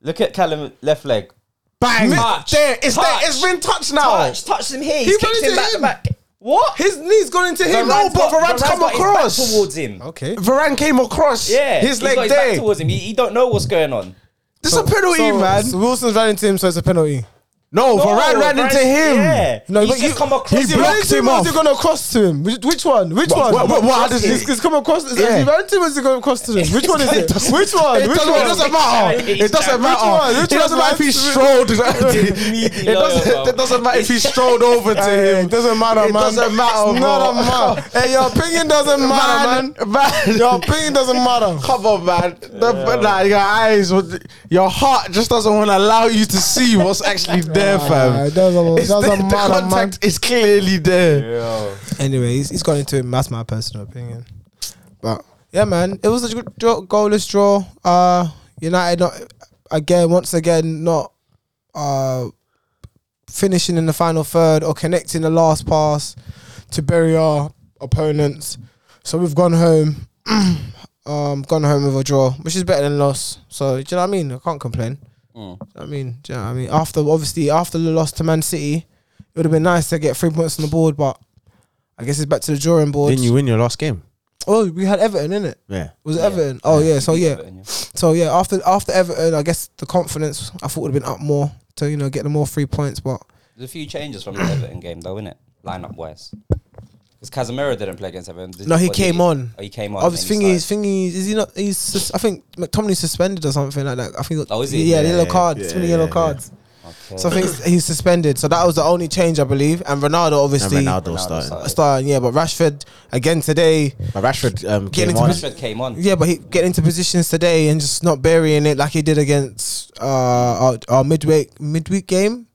Speaker 1: Look at Callum left leg.
Speaker 3: Bang.
Speaker 1: Touch.
Speaker 3: There. It's
Speaker 1: Touch.
Speaker 3: there. It's been touched now.
Speaker 1: Touch, touch him here. He's
Speaker 4: He
Speaker 1: kicked
Speaker 4: went
Speaker 1: him
Speaker 4: into
Speaker 1: back to
Speaker 4: him.
Speaker 1: back. What?
Speaker 4: His knee's gone into him.
Speaker 3: No,
Speaker 1: Varane's
Speaker 3: but
Speaker 1: got-
Speaker 3: Varane's come
Speaker 1: got his back
Speaker 3: across.
Speaker 1: towards him.
Speaker 4: Okay.
Speaker 3: Varane came across.
Speaker 1: Yeah, he's
Speaker 3: His
Speaker 1: got
Speaker 3: leg
Speaker 1: his back
Speaker 3: there.
Speaker 1: towards him. You, you don't know what's going on.
Speaker 3: This is a penalty,
Speaker 4: So,
Speaker 3: man.
Speaker 4: so Wilson's running to him, so it's a penalty.
Speaker 3: no,
Speaker 1: No,
Speaker 3: Varane ran
Speaker 1: Varane's-
Speaker 3: into him.
Speaker 1: Yeah,
Speaker 4: No,
Speaker 1: he's
Speaker 4: but
Speaker 1: just
Speaker 4: you-
Speaker 1: come across.
Speaker 3: he
Speaker 1: him.
Speaker 3: blocked
Speaker 4: Running to him
Speaker 3: him
Speaker 4: or
Speaker 3: off.
Speaker 4: Is he gone across to him? Which, which one? Which one?
Speaker 3: what- what- what- how does he-
Speaker 4: he's, he's come across. Is
Speaker 3: Yeah.
Speaker 4: he running to him or is he going across to him? Which one is it? Which one?
Speaker 3: It
Speaker 4: Which
Speaker 3: doesn't,
Speaker 4: one?
Speaker 3: it doesn't matter.
Speaker 1: He's
Speaker 3: It doesn't
Speaker 1: like,
Speaker 4: which one?
Speaker 3: matter.
Speaker 4: Which
Speaker 3: It doesn't
Speaker 4: one
Speaker 3: matter if he
Speaker 4: lands-
Speaker 3: strolled. it
Speaker 1: loyal,
Speaker 3: doesn't. It doesn't matter if he strolled over to
Speaker 4: Hey,
Speaker 3: him.
Speaker 4: It doesn't matter, man.
Speaker 3: It doesn't matter,
Speaker 4: It
Speaker 3: bro.
Speaker 4: doesn't matter. Hey, your opinion doesn't matter, man.
Speaker 3: man.
Speaker 4: Your opinion doesn't matter.
Speaker 3: Come on, man. The, nah, your eyes, would- your heart just doesn't want to allow you to see what's actually there,
Speaker 4: Nah,
Speaker 3: fam.
Speaker 4: it doesn't,
Speaker 3: It's
Speaker 4: it
Speaker 3: the,
Speaker 4: doesn't
Speaker 3: the
Speaker 4: matter,
Speaker 3: contact is clearly there.
Speaker 1: Yo.
Speaker 4: man. Anyway, he's, he's gone into him. That's my personal opinion. But yeah, man, it was a good draw, goalless draw. Uh, United not again, once again, not uh finishing in the final third or connecting the last pass to bury our opponents. So we've gone home, um, gone home with a draw, which is better than loss. So do you know what I mean? I can't complain.
Speaker 1: Mm.
Speaker 4: I mean, do you know what I mean? After obviously after the loss to Man City, it would have been nice to get three points on the board, but I guess it's back to the drawing board.
Speaker 3: win your last game?
Speaker 4: Oh, we had Everton in it.
Speaker 3: Yeah.
Speaker 4: Was it
Speaker 1: Yeah.
Speaker 4: Everton? Oh yeah. So yeah.
Speaker 1: Everton, yeah.
Speaker 4: So yeah. After after Everton, I guess the confidence I thought would have been up more to you know get them more three points, but
Speaker 1: There's a few changes from the Everton game though, innit? Lineup wise. Because Casemiro didn't play against Everton. did-
Speaker 4: No, he
Speaker 1: or did
Speaker 4: came on.
Speaker 1: Oh, he came on.
Speaker 4: obviously
Speaker 1: and
Speaker 4: thingy
Speaker 1: he
Speaker 4: is thingy is he not? He's sus- I think McTominay's suspended or something like that. I think.
Speaker 1: Oh, is he?
Speaker 4: Yeah,
Speaker 1: Yeah,
Speaker 4: yellow
Speaker 3: yeah,
Speaker 4: card.
Speaker 3: yeah,
Speaker 4: Too many yellow
Speaker 3: yeah,
Speaker 4: cards.
Speaker 1: started. Okay.
Speaker 4: So I think he's suspended. So that was the only change I believe. And Ronaldo obviously
Speaker 1: Ronaldo started.
Speaker 4: starting. Yeah, but Rashford again today.
Speaker 3: But Rashford um,
Speaker 4: Getting into
Speaker 1: Rashford came on.
Speaker 4: Yeah, but he getting into positions today and just not burying it like he did against uh, our, our midweek midweek game.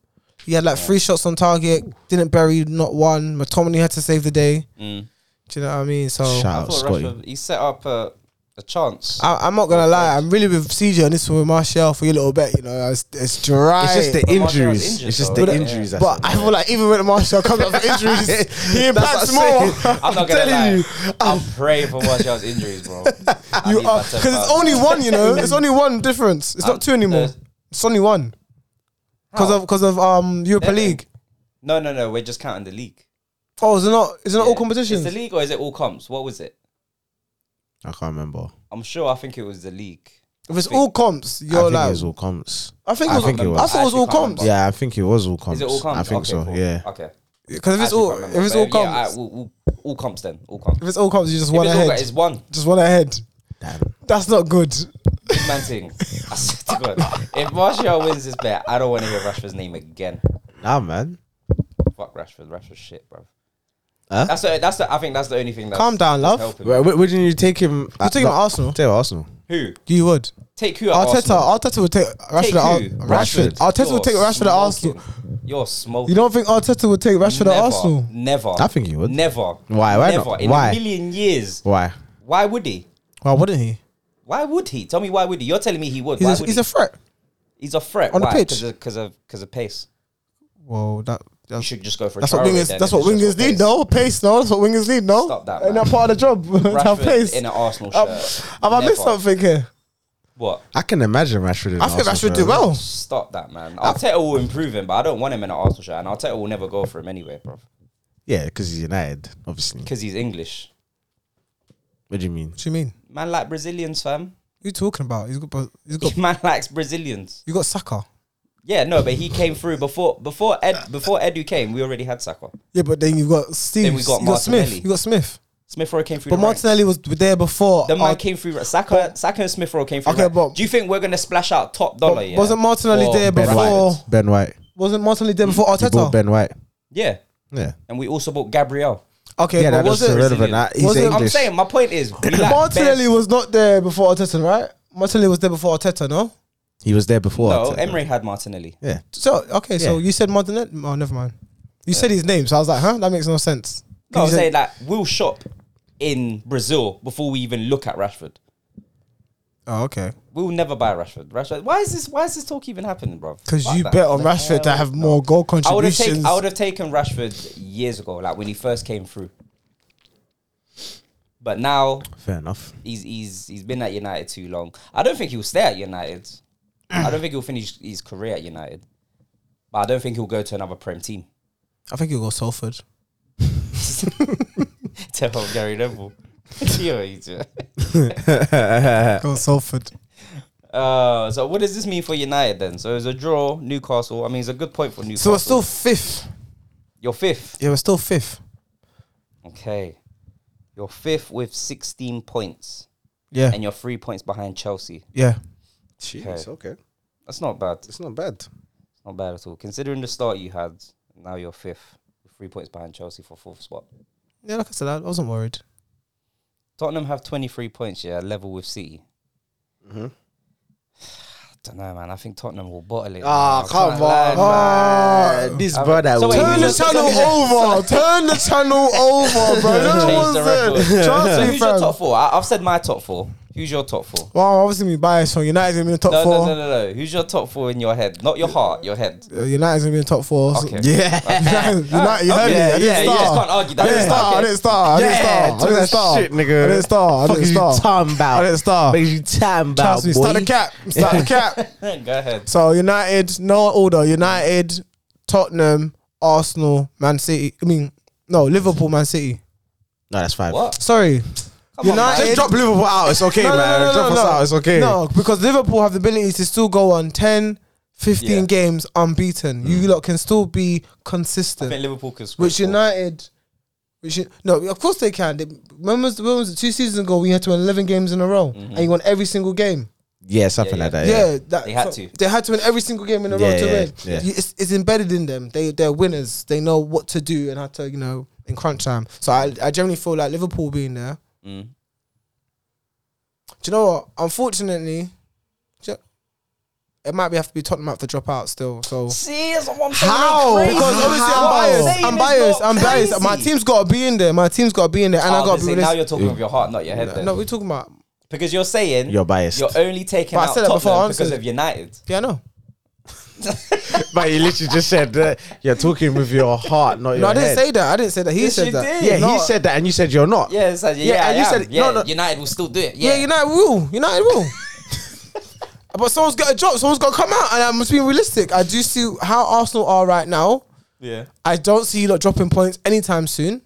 Speaker 4: He had like three shots on target, didn't bury not one. McTominay had to save the day.
Speaker 1: Mm.
Speaker 4: Do you know what I mean? So
Speaker 1: I
Speaker 3: Shout out,
Speaker 1: thought
Speaker 3: Scotty.
Speaker 1: Rashford, he set up a, a chance.
Speaker 4: I, I'm not gonna lie, I'm really with CJ on this one with Martial for your little bet. You know, it's, it's dry.
Speaker 3: It's just the
Speaker 1: But Martial's
Speaker 3: injuries.
Speaker 1: injured,
Speaker 3: It's just
Speaker 1: though.
Speaker 3: the
Speaker 1: Yeah.
Speaker 3: injuries. that's
Speaker 4: but
Speaker 3: it.
Speaker 4: I feel like even when Martial comes up for injuries, he impacts
Speaker 3: That's what I'm
Speaker 4: more.
Speaker 3: saying.
Speaker 1: I'm not gonna
Speaker 3: telling
Speaker 1: lie.
Speaker 3: you.
Speaker 1: I'm praying for Martial's injuries, bro. I
Speaker 4: You
Speaker 1: need
Speaker 4: are
Speaker 1: that to
Speaker 4: because it's
Speaker 1: pass.
Speaker 4: only one. You know, it's only one difference. It's
Speaker 1: Um,
Speaker 4: not two anymore.
Speaker 1: the-
Speaker 4: It's only one because
Speaker 1: How?
Speaker 4: of because of um Europa
Speaker 1: Everything.
Speaker 4: League.
Speaker 1: No, no, no. We're just counting the league.
Speaker 4: Oh, is it not? Is it not all
Speaker 1: Yeah.
Speaker 4: competitions?
Speaker 1: Is the league or is it all comps? What was it?
Speaker 3: I can't remember.
Speaker 1: I'm sure. I think it was the league.
Speaker 4: if it's all comps,
Speaker 3: I
Speaker 4: you're
Speaker 3: think it
Speaker 4: like.
Speaker 3: was all comps.
Speaker 4: I think it
Speaker 3: I
Speaker 4: was.
Speaker 3: think it was.
Speaker 4: I thought it was
Speaker 1: I actually
Speaker 4: all
Speaker 1: can't
Speaker 4: comps.
Speaker 1: remember.
Speaker 3: Yeah, I think it was all comps.
Speaker 1: Is it all comps?
Speaker 3: I think
Speaker 1: okay,
Speaker 3: so.
Speaker 1: cool.
Speaker 3: Yeah.
Speaker 1: Okay.
Speaker 4: Because if
Speaker 1: I
Speaker 4: it's
Speaker 1: actually
Speaker 4: all,
Speaker 1: can't
Speaker 4: if
Speaker 1: remember,
Speaker 4: it's
Speaker 1: but
Speaker 4: all
Speaker 1: yeah,
Speaker 4: comps,
Speaker 1: all, all, all comps then. All comps.
Speaker 4: if it's all comps, you just
Speaker 1: If
Speaker 4: one
Speaker 1: it's all,
Speaker 4: ahead.
Speaker 1: it's one.
Speaker 4: Just one ahead.
Speaker 3: Damn.
Speaker 4: That's not good.
Speaker 1: Big man thing. I swear to God. If Martial wins this bet, I don't want to hear Rashford's name again.
Speaker 3: Nah, man.
Speaker 1: Fuck Rashford. Rashford's shit, bro.
Speaker 3: Huh?
Speaker 1: That's the, that's the, I think that's the only thing that's
Speaker 4: Calm down, love.
Speaker 1: helping.
Speaker 3: Where, where, where did you take him?
Speaker 4: You take him at Arsenal.
Speaker 3: Take him at Arsenal.
Speaker 1: Who?
Speaker 4: You would.
Speaker 1: Take who at
Speaker 4: Arteta.
Speaker 1: Arsenal?
Speaker 4: Arteta would take Rashford.
Speaker 1: Take
Speaker 4: At Ar-
Speaker 1: who?
Speaker 3: Rashford.
Speaker 4: Rashford. Arteta would
Speaker 1: You're
Speaker 4: take Rashford at Arsenal.
Speaker 1: smoking. You're smoking.
Speaker 4: You don't think Arteta would take Rashford
Speaker 1: never,
Speaker 4: at Arsenal?
Speaker 1: Never.
Speaker 3: I think he would.
Speaker 1: Never.
Speaker 3: Why? Why
Speaker 1: never.
Speaker 3: not?
Speaker 1: In
Speaker 3: Why?
Speaker 1: a million years.
Speaker 3: Why?
Speaker 1: Why would he?
Speaker 4: Why wouldn't he?
Speaker 1: Why would he? Tell me why would he? You're telling me he would. why
Speaker 4: He's a,
Speaker 1: would
Speaker 4: he's
Speaker 1: he?
Speaker 4: a threat.
Speaker 1: he's a threat.
Speaker 4: on the
Speaker 1: why?
Speaker 4: pitch.
Speaker 1: Because of, 'cause of, 'cause of pace.
Speaker 4: Whoa, that
Speaker 1: You
Speaker 4: that's,
Speaker 1: should just go for a
Speaker 4: that's what
Speaker 1: Traore
Speaker 4: wingers.
Speaker 1: then
Speaker 4: That's
Speaker 1: if
Speaker 4: what
Speaker 1: it's just
Speaker 4: wingers
Speaker 1: for
Speaker 4: need.
Speaker 1: pace.
Speaker 4: No pace. No, that's what wingers need. No,
Speaker 1: Stop that,
Speaker 4: and
Speaker 1: man.
Speaker 4: that part of the job. to have
Speaker 1: Rashford
Speaker 4: pace.
Speaker 1: in an Arsenal
Speaker 4: Um,
Speaker 1: shirt.
Speaker 4: Have I missed
Speaker 1: Never.
Speaker 4: something here?
Speaker 1: What?
Speaker 3: I can imagine Rashford. In
Speaker 4: I think
Speaker 3: Arsenal,
Speaker 4: Rashford
Speaker 3: bro.
Speaker 4: did well.
Speaker 1: Stop that, man.
Speaker 4: Uh,
Speaker 1: Arteta will improve him, but I don't want him in an Arsenal shirt, and Arteta will never go for him anyway, bro.
Speaker 3: Yeah, because he's United, obviously.
Speaker 1: Because he's English.
Speaker 3: What do you mean?
Speaker 4: What do you mean?
Speaker 1: Man like Brazilians, fam.
Speaker 4: What are you talking about? He's got. He's got.
Speaker 1: Man likes Brazilians.
Speaker 4: You got Saka.
Speaker 1: Yeah, no, but he came through before before Ed before Edu came. We already had Saka.
Speaker 4: Yeah, but then you've got Steve.
Speaker 1: Then we got
Speaker 4: you got Smith.
Speaker 1: Martinelli.
Speaker 4: You got Smith.
Speaker 1: Smith Rowe came through.
Speaker 4: But
Speaker 1: the ranks.
Speaker 4: Martinelli was there before.
Speaker 1: The
Speaker 4: Ar-
Speaker 1: man came through. Saka, Saka and Smith Rowe came through.
Speaker 4: Okay,
Speaker 1: right?
Speaker 4: but-
Speaker 1: do you think we're gonna splash out top dollar? yeah?
Speaker 4: wasn't Martinelli
Speaker 1: For
Speaker 4: there
Speaker 1: Ben
Speaker 4: before-
Speaker 1: White?
Speaker 4: Oh.
Speaker 3: Ben White.
Speaker 4: Wasn't Martinelli there before
Speaker 3: You bought
Speaker 4: Arteta?
Speaker 3: Ben White.
Speaker 1: Yeah,
Speaker 3: Yeah.
Speaker 1: and we also bought Gabriel.
Speaker 4: okay,
Speaker 3: Yeah,
Speaker 4: but
Speaker 3: that
Speaker 4: was
Speaker 3: was
Speaker 4: it?
Speaker 3: irrelevant. Nah, He's
Speaker 4: Was it- I'm
Speaker 3: English.
Speaker 1: I'm saying my point is we like
Speaker 4: Martinelli
Speaker 1: Ben-
Speaker 4: was not there before Arteta, right? Martinelli was there before Arteta, no?
Speaker 3: he was there before.
Speaker 1: No,
Speaker 3: Arteta.
Speaker 1: Emery had Martinelli.
Speaker 3: Yeah.
Speaker 4: So okay, so
Speaker 3: Yeah.
Speaker 4: you said Martinelli. Oh, never mind. You said his name, so I was like, huh? That makes no sense.
Speaker 1: No, I'm
Speaker 4: You said-
Speaker 1: saying like we'll shop in Brazil before we even look at Rashford.
Speaker 4: Oh, okay.
Speaker 1: We'll never buy Rashford. Rashford. Why is this? Why is this talk even happening, bro?
Speaker 4: Because
Speaker 1: Fuck
Speaker 4: you
Speaker 1: that.
Speaker 4: bet on
Speaker 1: Like,
Speaker 4: Rashford to
Speaker 1: hell
Speaker 4: have
Speaker 1: no.
Speaker 4: more goal
Speaker 1: I would have taken.
Speaker 4: contributions.
Speaker 1: I would have taken Rashford years ago, like when he first came through. But now
Speaker 3: Fair enough.
Speaker 1: he's he's he's been at United too long. I don't think he'll stay at United. I don't think he'll finish his career at United. But I don't think he'll go to another Prem team
Speaker 4: I think he'll go Salford.
Speaker 1: to help Gary Neville. You know what he's doing.
Speaker 4: Go Salford.
Speaker 1: uh, so what does this mean for United then? So it's a draw, Newcastle. I mean, it's a good point for
Speaker 4: So
Speaker 1: Newcastle.
Speaker 4: we're still fifth.
Speaker 1: you're fifth.
Speaker 4: Yeah, we're still fifth.
Speaker 1: Okay, you're fifth with sixteen points,
Speaker 4: Yeah,
Speaker 1: and you're three points behind Chelsea.
Speaker 4: yeah.
Speaker 1: Jeez,
Speaker 3: okay.
Speaker 1: That's not bad.
Speaker 3: It's not bad.
Speaker 1: Not bad at all. Considering the start you had, now you're fifth, with three points behind Chelsea for fourth spot.
Speaker 4: Yeah, like I said, I wasn't worried.
Speaker 1: Tottenham have 23 points, yeah, level with City.
Speaker 3: Mhm.
Speaker 1: I don't know, man. I think Tottenham will bottle it.
Speaker 3: Ah,
Speaker 1: man. I
Speaker 3: come
Speaker 1: can't lie,
Speaker 3: on, man.
Speaker 4: man.
Speaker 3: Uh, This
Speaker 1: Um,
Speaker 3: brother.
Speaker 1: so wait,
Speaker 3: will-
Speaker 4: Turn the
Speaker 1: who's-
Speaker 4: channel over. Turn the channel over, bro. Oh, No
Speaker 1: Change
Speaker 4: one's
Speaker 1: the
Speaker 4: there.
Speaker 1: record.
Speaker 4: Trust
Speaker 1: So
Speaker 4: me,
Speaker 1: who's your
Speaker 4: fam.
Speaker 1: top four? I, I've said my top four. Who's your top four?
Speaker 4: Well, I'm obviously gonna be biased. So United's gonna be in the top
Speaker 1: No,
Speaker 4: four.
Speaker 1: no, no, no, no. Who's your top four in your head? Not your heart, your head.
Speaker 4: Uh, United's gonna be in the top four. so-
Speaker 1: Okay.
Speaker 3: Yeah.
Speaker 4: United, United, you heard me.
Speaker 1: Yeah,
Speaker 4: I didn't
Speaker 1: yeah, you
Speaker 4: start. Ah,
Speaker 1: just can't argue that.
Speaker 4: I didn't
Speaker 1: Yeah.
Speaker 4: start. I
Speaker 1: Okay.
Speaker 4: didn't start. I didn't
Speaker 3: Yeah,
Speaker 4: start. I
Speaker 3: talk that
Speaker 4: didn't start.
Speaker 3: shit, nigga.
Speaker 4: I didn't start. I
Speaker 3: Fuck
Speaker 4: didn't
Speaker 3: is you
Speaker 4: start.
Speaker 3: talking about?
Speaker 4: I didn't start.
Speaker 3: What is you talking about,
Speaker 4: Trust me. Start
Speaker 3: boy?
Speaker 4: the cap. Start the cap.
Speaker 1: Go ahead.
Speaker 4: So United, no order. United, Tottenham, Arsenal, Man City. I mean, no, Liverpool, Man City.
Speaker 3: No, that's five.
Speaker 1: What?
Speaker 4: Sorry.
Speaker 1: Come on,
Speaker 4: United-
Speaker 1: man.
Speaker 3: Just drop Liverpool out. It's okay,
Speaker 4: No, no,
Speaker 3: man.
Speaker 4: no, no,
Speaker 3: drop
Speaker 4: no,
Speaker 3: us
Speaker 4: no.
Speaker 3: out. It's okay.
Speaker 4: No, because Liverpool have the ability to still go on 10, 15
Speaker 1: Yeah.
Speaker 4: games unbeaten.
Speaker 3: Mm.
Speaker 4: You lot can still be
Speaker 1: I think
Speaker 4: consistent.
Speaker 1: Liverpool can score.
Speaker 4: Which United, which you- no, of course they can. They, when was when was it? two seasons ago? We had to win eleven games in a row, and you won every single game.
Speaker 3: Yeah, something
Speaker 1: Yeah,
Speaker 3: like that.
Speaker 4: Yeah,
Speaker 3: Yeah.
Speaker 4: that,
Speaker 1: They had to.
Speaker 4: They had to win every single game in a row
Speaker 3: Yeah,
Speaker 4: to
Speaker 3: yeah,
Speaker 4: win.
Speaker 3: yeah.
Speaker 4: You- It's, it's embedded in them. They they're winners. They know what to do and how to you know in crunch time. So I I generally feel like Liverpool being there.
Speaker 1: Mm.
Speaker 4: Do you know what? Unfortunately, do you- it might be have to be Tottenham have to drop out still. So
Speaker 1: See, that's what I'm saying.
Speaker 3: How?
Speaker 1: Crazy.
Speaker 4: because obviously
Speaker 3: How?
Speaker 4: I'm
Speaker 1: Saying
Speaker 4: biased. I'm
Speaker 1: is
Speaker 4: biased.
Speaker 1: not
Speaker 4: I'm biased. My
Speaker 1: crazy.
Speaker 4: team's got to be in there. My team's got to be in there, and
Speaker 1: Oh,
Speaker 4: I got
Speaker 1: was
Speaker 4: to be
Speaker 1: gonna say,
Speaker 4: with
Speaker 1: now you're talking with your heart, not your head. Then.
Speaker 4: No, we're talking about.
Speaker 1: because you're saying
Speaker 3: You're biased.
Speaker 1: You're only taking
Speaker 4: But I
Speaker 1: out
Speaker 4: said that
Speaker 1: Tottenham
Speaker 4: before I
Speaker 1: because
Speaker 4: answered.
Speaker 1: of United.
Speaker 4: Yeah, I know.
Speaker 3: but you literally just said that you're talking with your heart, not your
Speaker 4: No, I didn't
Speaker 3: head.
Speaker 4: say that. I didn't say that. He
Speaker 1: Yes,
Speaker 4: said
Speaker 1: you
Speaker 4: that.
Speaker 1: did.
Speaker 3: Yeah,
Speaker 4: No,
Speaker 3: he said that, and you said you're not.
Speaker 1: Yeah, it's like, yeah,
Speaker 3: Yeah,
Speaker 1: I
Speaker 3: and you
Speaker 1: am.
Speaker 3: said-
Speaker 1: yeah,
Speaker 3: no, no.
Speaker 1: United will still do it. Yeah,
Speaker 4: Yeah, United will. United will. but someone's got a job. Someone's got to come out, and I must be realistic. I do see how Arsenal are right now.
Speaker 1: Yeah.
Speaker 4: I don't see you lot dropping points anytime soon.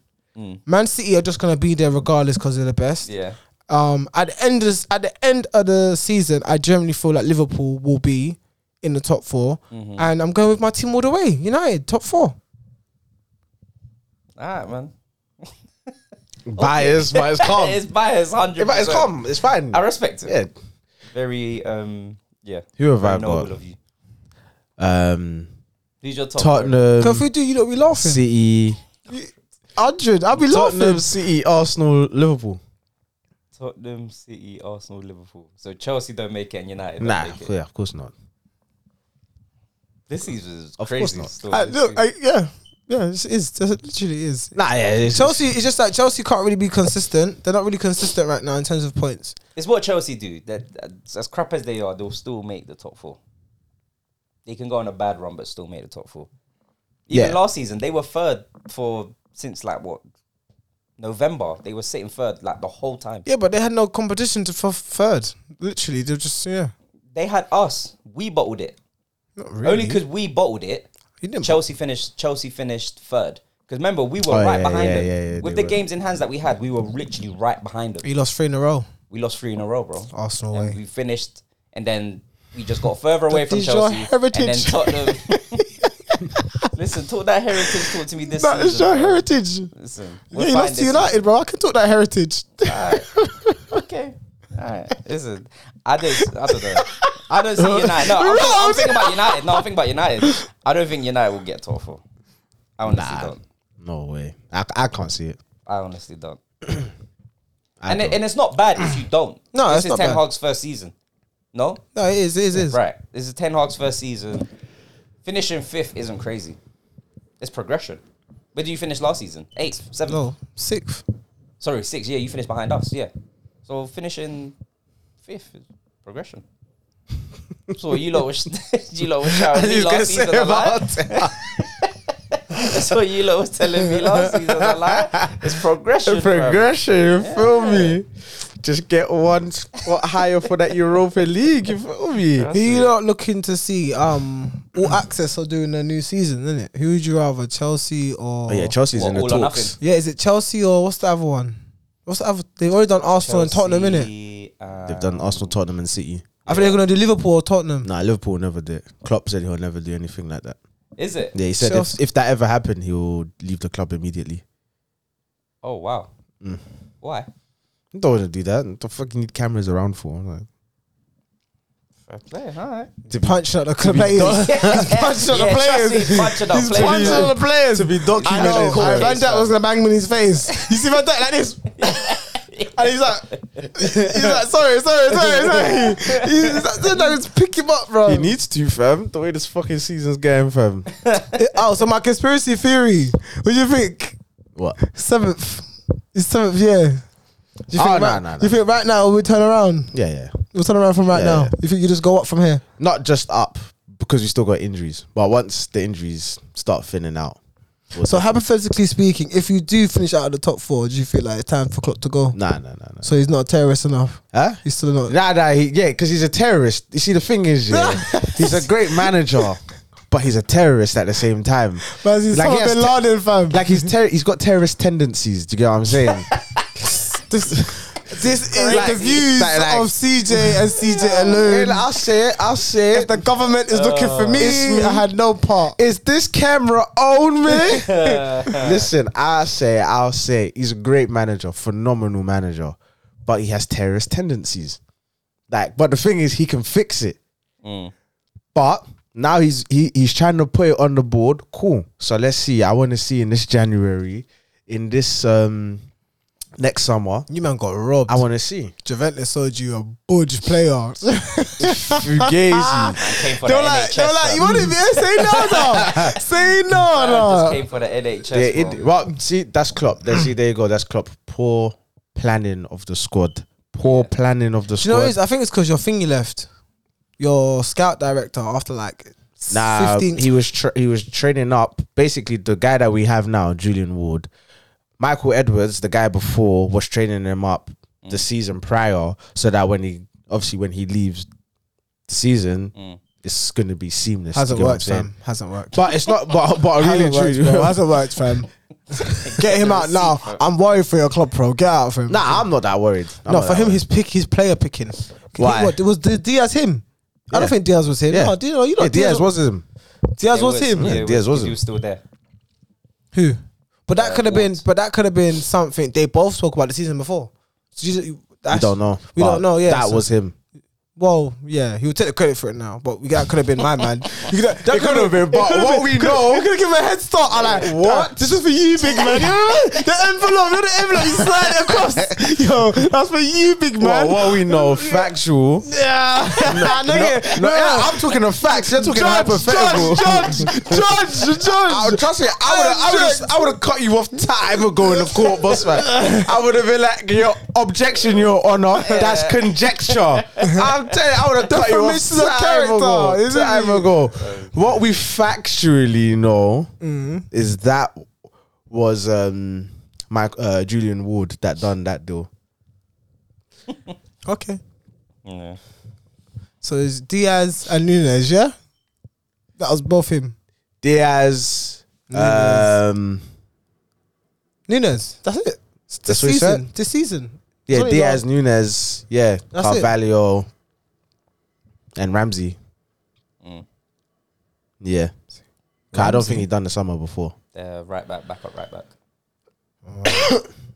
Speaker 4: Man City are just gonna be there regardless because they're the best.
Speaker 1: Yeah.
Speaker 4: Um, at the end of this, at the end of the season, I generally feel like Liverpool will be in the top 4 and I'm going with my team all the way. United top four.
Speaker 1: All right, man.
Speaker 3: Bias, but it's calm.
Speaker 1: It's biased, hundred.
Speaker 3: But it's calm. It's fine.
Speaker 1: I respect it.
Speaker 3: Yeah.
Speaker 1: Very um. Yeah.
Speaker 3: Who have
Speaker 1: Very
Speaker 3: I
Speaker 1: noble
Speaker 3: got?
Speaker 1: of you.
Speaker 3: Um,
Speaker 1: Who's your top?
Speaker 4: Because if
Speaker 3: Tottenham,
Speaker 4: we do, you lot be laughing.
Speaker 3: City,
Speaker 4: Hundred, I'll be
Speaker 3: Tottenham,
Speaker 4: laughing.
Speaker 3: City, Arsenal, Liverpool.
Speaker 1: Tottenham, City, Arsenal, Liverpool. So Chelsea don't make it, and United don't
Speaker 3: Nah,
Speaker 1: make it.
Speaker 3: yeah, of course not.
Speaker 1: This season is
Speaker 3: Of course
Speaker 1: crazy.
Speaker 3: not.
Speaker 1: still.
Speaker 4: Uh, look, I, yeah, yeah, it is. That's it literally is.
Speaker 3: Nah, yeah, it's
Speaker 4: Chelsea, it's just like Chelsea can't really be consistent. They're not really consistent right now in terms of points.
Speaker 1: It's what Chelsea do. That that- as crap as they are, they'll still make the top four. They can go on a bad run, but still make the top four. Even
Speaker 3: Yeah.
Speaker 1: last season, they were third for since like what November. They were sitting third like the whole time.
Speaker 4: Yeah, but they had no competition to for third. Literally, they're just yeah.
Speaker 1: They had us. We bottled it
Speaker 4: Not
Speaker 1: Only 'cause only
Speaker 4: really.
Speaker 1: because we bottled it.
Speaker 4: You didn't-
Speaker 1: Chelsea finished. Chelsea finished third. Because remember, we were
Speaker 3: Oh,
Speaker 1: right
Speaker 3: yeah,
Speaker 1: behind
Speaker 3: yeah,
Speaker 1: them
Speaker 3: yeah, yeah,
Speaker 1: with
Speaker 3: they
Speaker 1: the
Speaker 3: were.
Speaker 1: games in hands that we had. We were literally right behind them.
Speaker 4: You lost three in a row.
Speaker 1: We lost three in a row, bro.
Speaker 4: Arsenal
Speaker 1: and
Speaker 4: way.
Speaker 1: we finished, and then we just got further away from
Speaker 4: is your
Speaker 1: Chelsea. And then
Speaker 4: heritage.
Speaker 1: Tottenham. Listen, talk that heritage talk to me this
Speaker 4: That is
Speaker 1: season.
Speaker 4: your
Speaker 1: bro.
Speaker 4: heritage.
Speaker 1: Listen,
Speaker 4: yeah, you lost to United, bro. I can talk that heritage.
Speaker 1: Okay. Alright, listen. I don't. I don't know. I don't see United. No, I'm, think- I'm thinking about United. No, I'm thinking about United. I don't think United will get top four. I honestly don't.
Speaker 3: no way. I, I can't see it.
Speaker 1: I honestly don't.
Speaker 3: I
Speaker 1: And it,
Speaker 3: don't.
Speaker 1: and it's not bad if you don't.
Speaker 4: No,
Speaker 1: this
Speaker 4: it's
Speaker 1: is
Speaker 4: not
Speaker 1: Ten
Speaker 4: bad.
Speaker 1: Hag's first season. No,
Speaker 4: no, it is, it is, it is.
Speaker 1: right. This is Ten Hag's first season. Finishing fifth isn't crazy. It's progression. Where did you finish last season? Eighth, seventh.
Speaker 4: No, sixth.
Speaker 1: Sorry, sixth. Yeah, you finished behind us. Yeah. So finishing fifth is progression. so you lot was you lot was shouting me
Speaker 3: You can
Speaker 1: last
Speaker 3: say
Speaker 1: season a lie.
Speaker 3: about
Speaker 1: So you lot was telling me last season a lie. It's progression.
Speaker 3: the
Speaker 1: fam.
Speaker 3: progression, you feel me? Just get one spot higher for that Europa League, you feel me?
Speaker 4: Who you not looking to see? Um, all access are doing a new season, isn't it? Who would you rather, Chelsea or?
Speaker 3: Oh yeah, Chelsea's
Speaker 1: What,
Speaker 3: in the
Speaker 1: all or
Speaker 3: talks.
Speaker 4: Yeah, is it Chelsea or what's the other one? What's the other? They've already done Arsenal and Tottenham, innit?
Speaker 1: Chelsea, uh,
Speaker 3: They've done Arsenal, Tottenham, and City.
Speaker 4: I think they're gonna do Liverpool or Tottenham.
Speaker 3: Nah, Liverpool never did. Klopp said he'll never do anything like that.
Speaker 1: Is it?
Speaker 3: Yeah, he said if,
Speaker 4: Chelsea-
Speaker 3: if that ever happened, he'll leave the club immediately.
Speaker 1: Oh wow.
Speaker 3: Mm.
Speaker 1: Why?
Speaker 3: You Don't want to do that. What the fuck you need cameras around for? Like,
Speaker 1: Fair play. All right.
Speaker 4: Punching at the players. punching at the players.
Speaker 1: Trust me, punching up
Speaker 4: He's punching
Speaker 1: players.
Speaker 4: at the players.
Speaker 3: be
Speaker 4: I know.
Speaker 1: Cool.
Speaker 4: I- Van Dijk was gonna bang him in his face. You see Van Dijk like this, and he's like, he's like, sorry, sorry, sorry, sorry. He's like, Van Dijk just pick him up, bro.
Speaker 3: He needs to, fam. The way this fucking season's going, fam.
Speaker 4: oh, so my conspiracy theory. What do you think?
Speaker 3: what?
Speaker 4: Seventh. It's seventh year. Do you
Speaker 3: Oh,
Speaker 4: think
Speaker 3: no,
Speaker 4: right,
Speaker 3: no, no.
Speaker 4: You think right now we turn around?
Speaker 3: Yeah, yeah.
Speaker 4: We'll turn around from right
Speaker 3: Yeah,
Speaker 4: now.
Speaker 3: yeah.
Speaker 4: You think you just go up from here?
Speaker 3: Not just up because we still got injuries, but once the injuries start thinning out, we'll
Speaker 4: So hypothetically speaking, if you do finish out of the top four, do you feel like it's time for Klopp to go?
Speaker 3: nah, nah, nah, nah.
Speaker 4: So he's not a terrorist enough.
Speaker 3: Huh?
Speaker 4: He's still not.
Speaker 3: Nah, nah, he, yeah, because he's a terrorist. You see, the thing is, yeah, he's a great manager, but he's a terrorist at the same time.
Speaker 4: Man, he's
Speaker 3: Like,
Speaker 4: like
Speaker 3: he has
Speaker 4: Bin Laden, fam.
Speaker 3: Like he's ter- he's got terrorist tendencies. Do you get what I'm saying?
Speaker 4: this, this is
Speaker 3: Like,
Speaker 4: the views
Speaker 3: like, like-
Speaker 4: of CJ and CJ
Speaker 3: Yeah,
Speaker 4: alone.
Speaker 3: like, I'll say it. I'll say
Speaker 4: if
Speaker 3: it.
Speaker 4: the government is looking for me,
Speaker 3: It's me.
Speaker 4: I had no part.
Speaker 3: Is this camera on me? Listen, I say, it, I'll say, it. he's a great manager, phenomenal manager, but he has terrorist tendencies. Like, but the thing is, he can fix it. But now he's he, he's trying to put it on the board. Cool. So let's see. I want to see in this January, in this um next summer.
Speaker 4: You man got robbed.
Speaker 3: I want to see
Speaker 4: Juventus sold you a budge player.
Speaker 3: Fugazi.
Speaker 1: Came for
Speaker 4: They're
Speaker 1: the
Speaker 4: like,
Speaker 1: NHS,
Speaker 4: they're like,
Speaker 1: fam.
Speaker 3: "Hmm."
Speaker 4: you want to be say no, no, say no,
Speaker 1: Man, just
Speaker 4: no.
Speaker 1: came for the NHS.
Speaker 3: yeah,
Speaker 1: bro.
Speaker 3: it, well, see, that's Klopp. There, see, there you go. That's Klopp. Poor planning of the squad. Poor planning of the
Speaker 4: Do you know what it
Speaker 3: squad.
Speaker 4: is? I think it's because your thingy left. Your scout director after like
Speaker 3: Nah,
Speaker 4: 15.
Speaker 3: he was tra- he was training up. Basically, the guy that we have now, Julian Ward, Michael Edwards, the guy before, was training him up
Speaker 4: Mm. Mm.
Speaker 3: the season prior, so that when he obviously when he leaves the season, it's gonna be seamless.
Speaker 4: Hasn't
Speaker 3: do you know what
Speaker 4: worked,
Speaker 3: I'm saying?
Speaker 4: fam. Hasn't worked.
Speaker 3: But it's not. But but I really
Speaker 4: Hasn't worked,
Speaker 3: true.
Speaker 4: bro. Hasn't worked, fam. Get him out now. I'm worried for your club, bro. Get out of him.
Speaker 3: Nah, I'm not that worried. I'm
Speaker 4: no,
Speaker 3: not
Speaker 4: for
Speaker 3: that
Speaker 4: him,
Speaker 3: worried.
Speaker 4: his pick, his player picking.
Speaker 3: Why?
Speaker 4: What, was Di- Diaz him? I
Speaker 3: Yeah.
Speaker 4: don't think Diaz was him.
Speaker 3: yeah.
Speaker 4: No, Diaz, you know,
Speaker 3: yeah, Diaz was him.
Speaker 4: Diaz
Speaker 1: It
Speaker 4: was, him.
Speaker 1: yeah, it
Speaker 3: Diaz was
Speaker 1: He
Speaker 3: him.
Speaker 1: was still there.
Speaker 4: Who? But that
Speaker 1: Uh,
Speaker 4: could have been.
Speaker 1: Walt.
Speaker 4: But that could have been something they both spoke about the season before. So you-
Speaker 3: We
Speaker 4: that's-
Speaker 3: don't know.
Speaker 4: We
Speaker 3: but
Speaker 4: don't know. Yeah,
Speaker 3: that
Speaker 4: so-
Speaker 3: was him.
Speaker 4: Well, yeah, he would take the credit for it now, but we, that could have been my man. You could,
Speaker 3: That could have been, but what we know-
Speaker 4: you could have given a head start. I like what? This is for you, big man. You know the envelope, you know the envelope, you slide it across. Yo, that's for you, big man.
Speaker 3: Well, what we know, factual.
Speaker 4: Yeah, I know it.
Speaker 3: No,
Speaker 4: No,
Speaker 3: yeah, I'm talking of facts. You're talking
Speaker 4: Judge,
Speaker 3: hypothetical.
Speaker 4: judge, judge, judge,
Speaker 3: I,
Speaker 4: judge.
Speaker 3: trust me, I would have, I would have cut you off time ago in the court, boss man. I would have been like, your objection, your honor, that's conjecture. I'm telling you, I would have cut you off
Speaker 4: Defamation of
Speaker 3: time
Speaker 4: character,
Speaker 3: ago.
Speaker 4: isn't
Speaker 3: Time
Speaker 4: it?
Speaker 3: ago. What we factually know
Speaker 4: Mm-hmm.
Speaker 3: is that was um, Mike uh, Julian Ward that done that deal.
Speaker 4: Okay,
Speaker 1: Yeah.
Speaker 4: so it's Diaz and Nunes. Yeah, that was both him.
Speaker 3: Diaz,
Speaker 4: Nunes.
Speaker 3: um,
Speaker 4: Nunes. That's it. This
Speaker 3: what he
Speaker 4: season.
Speaker 3: said?
Speaker 4: This season. It's
Speaker 3: yeah,
Speaker 4: only
Speaker 3: Diaz, Nunes, yeah,
Speaker 4: That's it.
Speaker 3: Carvalho, and Ramsey.
Speaker 1: Mm.
Speaker 3: Yeah, 'Cause I don't think he done the summer before.
Speaker 1: Uh, right back, back up, right back.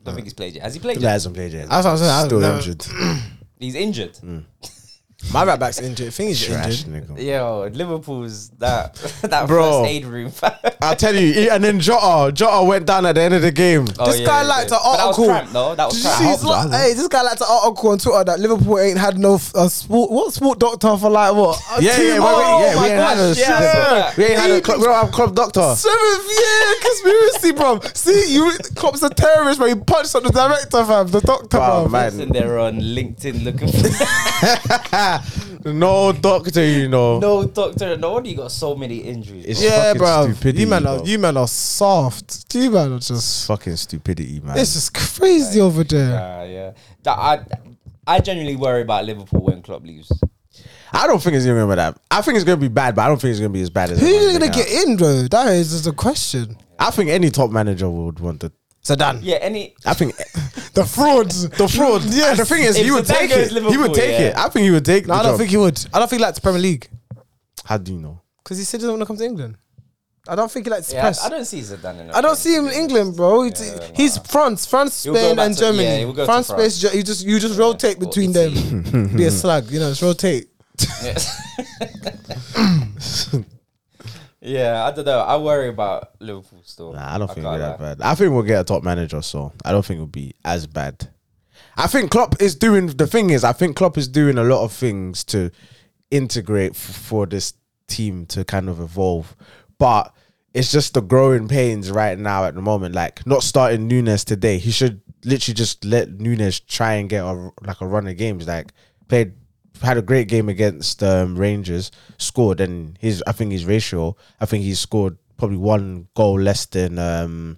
Speaker 1: don't think he's played yet. Has he played
Speaker 3: He
Speaker 1: yet?
Speaker 3: hasn't played yet.
Speaker 4: That's what I'm saying. I
Speaker 3: Still
Speaker 4: don't know.
Speaker 3: injured.
Speaker 1: He's injured.
Speaker 3: Mm.
Speaker 4: My right back's injured. Thing is
Speaker 3: Trash
Speaker 4: injured.
Speaker 3: nigga.
Speaker 1: Yo, Liverpool's that that
Speaker 3: Bro.
Speaker 1: first aid room.
Speaker 3: I'll tell you. he- And then Jota, Jota went down at the end of the game.
Speaker 1: Oh,
Speaker 4: This
Speaker 1: yeah,
Speaker 4: guy
Speaker 1: he
Speaker 4: liked
Speaker 1: did.
Speaker 4: an
Speaker 1: But that was
Speaker 4: article.
Speaker 1: cramped, though. That was
Speaker 4: Did you
Speaker 1: cramped.
Speaker 4: see? His
Speaker 3: I hope
Speaker 4: li- hey, this guy liked an article on Twitter that Liverpool ain't had no f- a sport. What sport doctor for like what? A
Speaker 3: Yeah,
Speaker 4: two-
Speaker 3: yeah, wait, wait,
Speaker 4: oh
Speaker 3: yeah,
Speaker 4: my
Speaker 3: we ain't had
Speaker 4: gosh,
Speaker 3: a
Speaker 1: yeah,
Speaker 3: yeah.
Speaker 1: yeah.
Speaker 3: we ain't had a club. We don't have club doctor.
Speaker 4: Seventh year conspiracy, bro. See, you Klopp's a terrorist, bro. He punched up the director, fam, the doctor,
Speaker 3: Bro,
Speaker 4: bro.
Speaker 3: man.
Speaker 1: Sitting there on LinkedIn looking for
Speaker 3: no doctor, you know.
Speaker 1: no doctor. No wonder you got so many injuries.
Speaker 3: It's
Speaker 1: bro.
Speaker 4: Yeah,
Speaker 3: fucking
Speaker 4: bro.
Speaker 3: stupidity,
Speaker 4: You man are
Speaker 3: bro.
Speaker 4: you man are soft. You man are
Speaker 3: It's
Speaker 4: just
Speaker 3: fucking stupidity, man.
Speaker 4: it's just crazy over there.
Speaker 1: Ah, yeah. That I I genuinely worry about Liverpool when Klopp leaves.
Speaker 3: I don't think it's gonna be that. I think it's gonna be bad, but I don't think it's gonna be as bad as.
Speaker 4: Who
Speaker 3: everyone's
Speaker 4: you gonna
Speaker 3: making out.
Speaker 4: get in, bro? That is just a question.
Speaker 3: I think any top manager would want to.
Speaker 4: Zidane.
Speaker 1: Yeah, any
Speaker 3: I think
Speaker 4: The frauds.
Speaker 3: the fraud. Yeah, the thing is,
Speaker 1: If
Speaker 3: he would
Speaker 1: Zidane
Speaker 3: take
Speaker 1: goes
Speaker 3: it. He would
Speaker 1: Liverpool,
Speaker 3: take
Speaker 1: yeah.
Speaker 3: it. I think he would take.
Speaker 4: No,
Speaker 3: the
Speaker 4: I don't
Speaker 3: job.
Speaker 4: think he would. I don't think he likes the Premier League
Speaker 3: How do you know?
Speaker 4: because he said he doesn't want to come to England. I don't think he likes the
Speaker 1: yeah,
Speaker 4: press.
Speaker 1: I, I don't see Zidane. In a
Speaker 4: I
Speaker 1: Premier
Speaker 4: don't see him in
Speaker 1: League.
Speaker 4: England, bro. It's-
Speaker 1: Yeah, nah.
Speaker 4: he's France, France,
Speaker 1: He'll go
Speaker 4: Spain,
Speaker 1: back
Speaker 4: and
Speaker 1: to-
Speaker 4: Germany.
Speaker 1: yeah, he will go to
Speaker 4: France,
Speaker 1: France.
Speaker 4: Space. Ge- You just you just rotate
Speaker 1: Or
Speaker 4: between
Speaker 1: Italy.
Speaker 4: them. Be a slag, you know. Just rotate.
Speaker 1: yeah, I don't know. I worry about Liverpool still.
Speaker 3: Nah, I don't think
Speaker 1: can't
Speaker 3: it'll be that
Speaker 1: lie.
Speaker 3: bad. I think we'll get a top manager, so I don't think it'll be as bad. I think Klopp is doing the thing is I think Klopp is doing a lot of things to integrate f- for this team to kind of evolve, but it's just the growing pains right now at the moment. Like not starting Nunes today, he should literally just let Nunes try and get a like a run of games. Like played had a great game against um, Rangers, scored, and his I think his ratio, I think he's scored probably one goal less than um,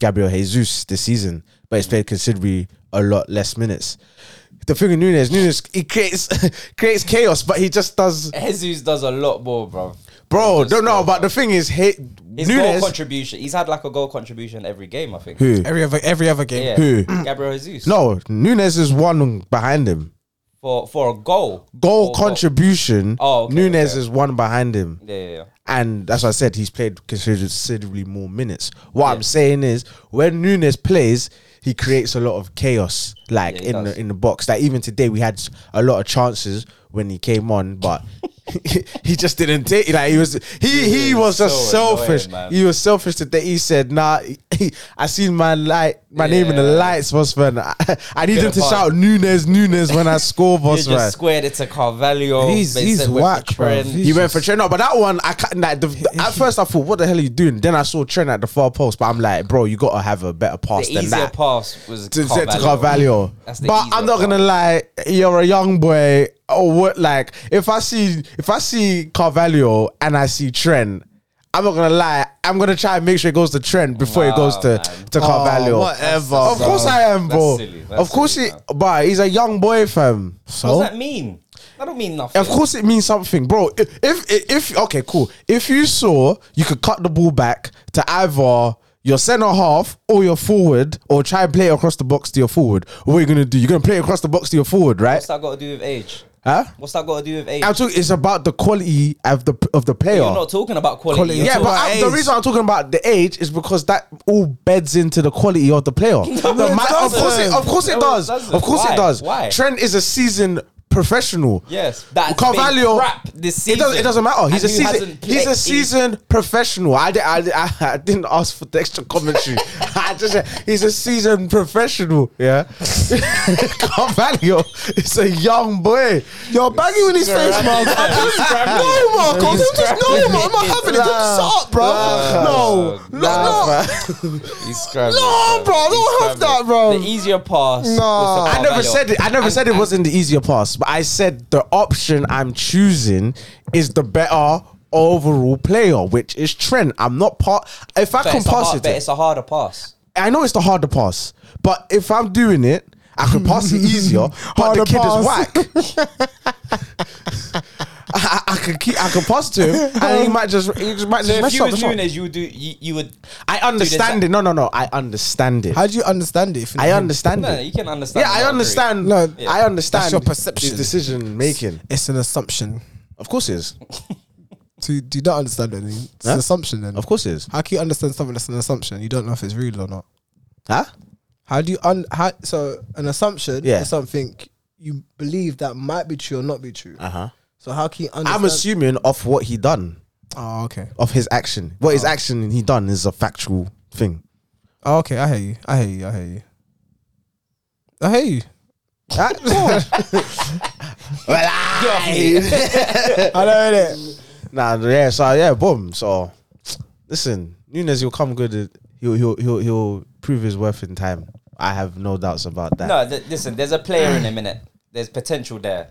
Speaker 3: Gabriel Jesus this season, but he's played considerably a lot less minutes. The thing with Nunes, Nunes he creates creates chaos, but he just does,
Speaker 1: Jesus does a lot more, bro.
Speaker 3: bro.
Speaker 1: He does
Speaker 3: Don't know,
Speaker 1: more.
Speaker 3: but the thing is, he,
Speaker 1: His goal
Speaker 3: Nunes.
Speaker 1: contribution. He's had like a goal contribution every game, I think.
Speaker 3: Who?
Speaker 4: Every other every other game.
Speaker 1: Yeah.
Speaker 3: Who?
Speaker 1: Gabriel Jesus.
Speaker 3: No, Nunes is one behind him.
Speaker 1: For for a Oh, goal.
Speaker 3: Goal
Speaker 1: For a
Speaker 3: contribution.
Speaker 1: Oh, okay,
Speaker 3: Nunes
Speaker 1: okay.
Speaker 3: is one behind him.
Speaker 1: Yeah, yeah, yeah.
Speaker 3: And that's what I said. He's played consider- considerably more minutes. What I'm saying is, when Nunes plays, he creates a lot of chaos, like
Speaker 1: Yeah, he
Speaker 3: in
Speaker 1: does.
Speaker 3: the in the box. Like even today, we had s- a lot of chances when he came on, but he just didn't take. it. Like he was, he he
Speaker 1: is
Speaker 3: was just
Speaker 1: so annoying,
Speaker 3: selfish.
Speaker 1: man.
Speaker 3: he was selfish today. He said, "Nah, I seen my light, my name in the
Speaker 1: Yeah.
Speaker 3: lights, boss man. I, I need
Speaker 1: Bit
Speaker 3: him
Speaker 1: of
Speaker 3: to
Speaker 1: fun.
Speaker 3: shout Nunes, Nunes when I score,
Speaker 1: You
Speaker 3: boss
Speaker 1: just
Speaker 3: man."
Speaker 1: squared it to Carvalho.
Speaker 4: He's-
Speaker 1: Vincent
Speaker 4: he's
Speaker 1: went for
Speaker 4: whack, bro.
Speaker 1: Trent.
Speaker 4: He's-
Speaker 3: He went for Trent. No, but that one, I can't. Like, the, the- at first, I thought, "What the hell are you doing?" Then I saw Trent at the far post, but I'm like, "Bro, you gotta have a better pass
Speaker 1: the
Speaker 3: than
Speaker 1: easier
Speaker 3: that."
Speaker 1: pass was
Speaker 3: to
Speaker 1: Carvalho.
Speaker 3: Carvalho. to Carvalho.
Speaker 1: That's the
Speaker 3: But
Speaker 1: easier
Speaker 3: I'm not gonna lie, you're a young boy. Or what? Like, if I see if I see Carvalho and I see Trent. I'm not gonna lie. I'm gonna try and make sure it goes to Trent before it
Speaker 1: Wow,
Speaker 3: goes to
Speaker 1: man. Oh,
Speaker 3: to Carvalho.
Speaker 4: whatever,
Speaker 3: Of
Speaker 1: bro.
Speaker 3: course I am,
Speaker 1: That's
Speaker 3: bro.
Speaker 1: silly. That's
Speaker 3: of course,
Speaker 1: silly,
Speaker 3: he, but he's a young boy, fam.
Speaker 1: What
Speaker 4: So
Speaker 1: does that mean? I don't mean nothing.
Speaker 3: Of course, it means something, bro. If, if if okay, cool. If you saw, you could cut the ball back to either your centre half or your forward, or try and play it across the box to your forward. What are you gonna do? You're gonna play it across the box to your forward, right?
Speaker 1: What's that got to do with age?
Speaker 3: Huh?
Speaker 1: What's that got to do with age?
Speaker 3: I'm talking. It's about the quality of the of the player.
Speaker 1: You're not talking about quality.
Speaker 4: Quality,
Speaker 1: You're
Speaker 3: yeah,
Speaker 1: talking-
Speaker 3: but
Speaker 4: about
Speaker 3: I- the
Speaker 4: age.
Speaker 3: reason I'm talking about the age is because that all beds into the quality of the player. The
Speaker 1: it
Speaker 3: ma- of
Speaker 1: doesn't.
Speaker 3: course, it, of course
Speaker 1: No,
Speaker 3: it
Speaker 1: it
Speaker 3: does.
Speaker 1: doesn't.
Speaker 3: Of course
Speaker 1: Why?
Speaker 3: it does.
Speaker 1: Why?
Speaker 3: Trent is a seasoned professional.
Speaker 1: yes, that's been
Speaker 3: Carvalho.
Speaker 1: crap this
Speaker 3: It
Speaker 1: season.
Speaker 3: doesn't, it doesn't matter.
Speaker 1: And
Speaker 3: He's
Speaker 1: who
Speaker 3: a seasoned.
Speaker 1: hasn't
Speaker 3: He's a
Speaker 1: played-
Speaker 3: seasoned professional. I, di- I, di- I, I didn't ask for the extra commentary. I just said, he's a seasoned professional. Yeah, Carvalho is a young boy.
Speaker 4: You're banging with his face, man. No, Marco, don't just no, man. I'm not having it. Don't
Speaker 3: Nah.
Speaker 4: shut up, bro.
Speaker 3: Nah.
Speaker 4: No, no,
Speaker 1: Nah,
Speaker 4: no.
Speaker 1: He's scrubbing.
Speaker 4: No, bro, I don't have that, bro.
Speaker 1: The E- easier pass.
Speaker 4: Nah.
Speaker 1: was to
Speaker 3: I
Speaker 1: Carvalho.
Speaker 3: never said it. I never
Speaker 1: And-
Speaker 3: said it
Speaker 1: and-
Speaker 3: wasn't the easier pass, but I said the option I'm choosing is the better overall player, which is Trent. I'm not part. If I
Speaker 1: but
Speaker 3: can
Speaker 1: it's a
Speaker 3: pass
Speaker 1: hard-
Speaker 3: it,
Speaker 1: but it's a harder pass.
Speaker 3: I know it's the harder pass, but if I'm doing it, I can pass it easier. but the
Speaker 4: Harder
Speaker 3: kid
Speaker 4: pass.
Speaker 3: is whack. I, I, I could keep. I could pass to him, and he might just. He just might
Speaker 1: So
Speaker 3: just
Speaker 1: if
Speaker 3: mess
Speaker 1: you
Speaker 3: up.
Speaker 1: was
Speaker 3: mess up.
Speaker 1: Nunes, you would do. You, you would.
Speaker 3: I understand it. No, no, no. I understand it.
Speaker 4: How do you understand it? if you're
Speaker 3: I
Speaker 4: not him?
Speaker 3: understand
Speaker 1: No,
Speaker 3: it.
Speaker 1: you can understand.
Speaker 3: Yeah,
Speaker 1: the
Speaker 3: I
Speaker 1: boundary.
Speaker 3: understand.
Speaker 4: No,
Speaker 3: I understand.
Speaker 4: that's your perception.
Speaker 3: the decision making.
Speaker 4: It's an assumption.
Speaker 3: Of course, it is.
Speaker 4: To do you not understand it? It's
Speaker 3: Huh?
Speaker 4: an assumption then.
Speaker 3: Of course, it is.
Speaker 4: How can you understand something that's an assumption? You don't know if it's real or not.
Speaker 3: Huh?
Speaker 4: How do you un how so an assumption
Speaker 3: Yeah.
Speaker 4: is something you believe that might be true or not be true.
Speaker 3: Uh huh.
Speaker 4: So how can you understand?
Speaker 3: I'm assuming of what he done,
Speaker 4: Oh, okay.
Speaker 3: of his action. What his action he done is a factual thing.
Speaker 4: Oh, okay, I hear you. I hear you. I hear you. I hear you.
Speaker 3: Huh? well, I-
Speaker 4: I know it.
Speaker 3: nah, yeah. So yeah, boom. So listen, Nunes, he'll come good. at- He'll he'll he'll he'll prove his worth in time. I have no doubts about that.
Speaker 1: No, th- listen. There's a player in a minute. There's potential there,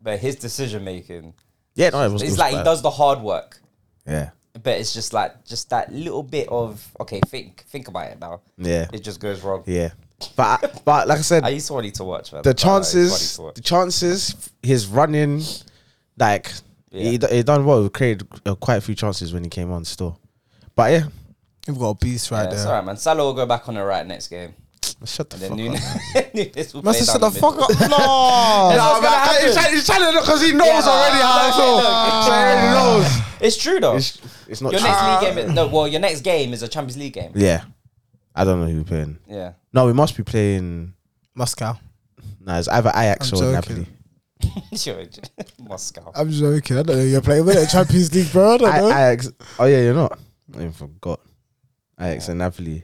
Speaker 1: but his decision making.
Speaker 3: yeah, no, it was. it
Speaker 1: It's
Speaker 3: was
Speaker 1: like he
Speaker 3: bad.
Speaker 1: does the hard work,
Speaker 3: Yeah,
Speaker 1: but it's just like just that little bit of okay. Think think about it now.
Speaker 3: yeah,
Speaker 1: It just goes wrong.
Speaker 3: yeah. But I- but like I said,
Speaker 1: I used to Ah, to watch. Man.
Speaker 3: the
Speaker 1: Like, I used to
Speaker 3: chances,
Speaker 1: want
Speaker 3: the
Speaker 1: you to watch.
Speaker 3: chances, his running, like he, d- he done well. He created uh, quite a few chances when he came on still. But yeah,
Speaker 4: You've got a beast right
Speaker 1: Yeah, it's
Speaker 4: there.
Speaker 1: alright, man. Salah will go back on the right next game.
Speaker 3: shut the
Speaker 1: And then
Speaker 3: fuck
Speaker 1: Nunes,
Speaker 3: up.
Speaker 1: Nunes will play
Speaker 4: Must have
Speaker 1: down
Speaker 4: shut the
Speaker 1: middle.
Speaker 4: fuck up. No.
Speaker 1: That's what's gonna
Speaker 3: man,
Speaker 1: happen.
Speaker 3: he's trying- he's trying to because he knows
Speaker 1: Yeah.
Speaker 3: already how I
Speaker 1: Look,
Speaker 3: feel.
Speaker 1: look,
Speaker 3: So he
Speaker 1: it's-
Speaker 3: knows.
Speaker 1: It's true though.
Speaker 3: It's, it's not.
Speaker 1: your
Speaker 3: true.
Speaker 1: next league game, is, no, well, your next game is a Champions League game.
Speaker 3: yeah, I don't know who we're playing.
Speaker 1: Yeah,
Speaker 3: No, we must be playing.
Speaker 4: Moscow.
Speaker 3: No, it's either Ajax
Speaker 4: I'm
Speaker 3: or
Speaker 4: joking.
Speaker 3: Napoli.
Speaker 1: sure, Moscow.
Speaker 3: Uh,
Speaker 4: I'm joking. I don't know. You're playing with the Champions League, bro. I don't
Speaker 3: I,
Speaker 4: know.
Speaker 3: Ajax. Oh yeah, you're not. I even forgot. Ajax and Napoli.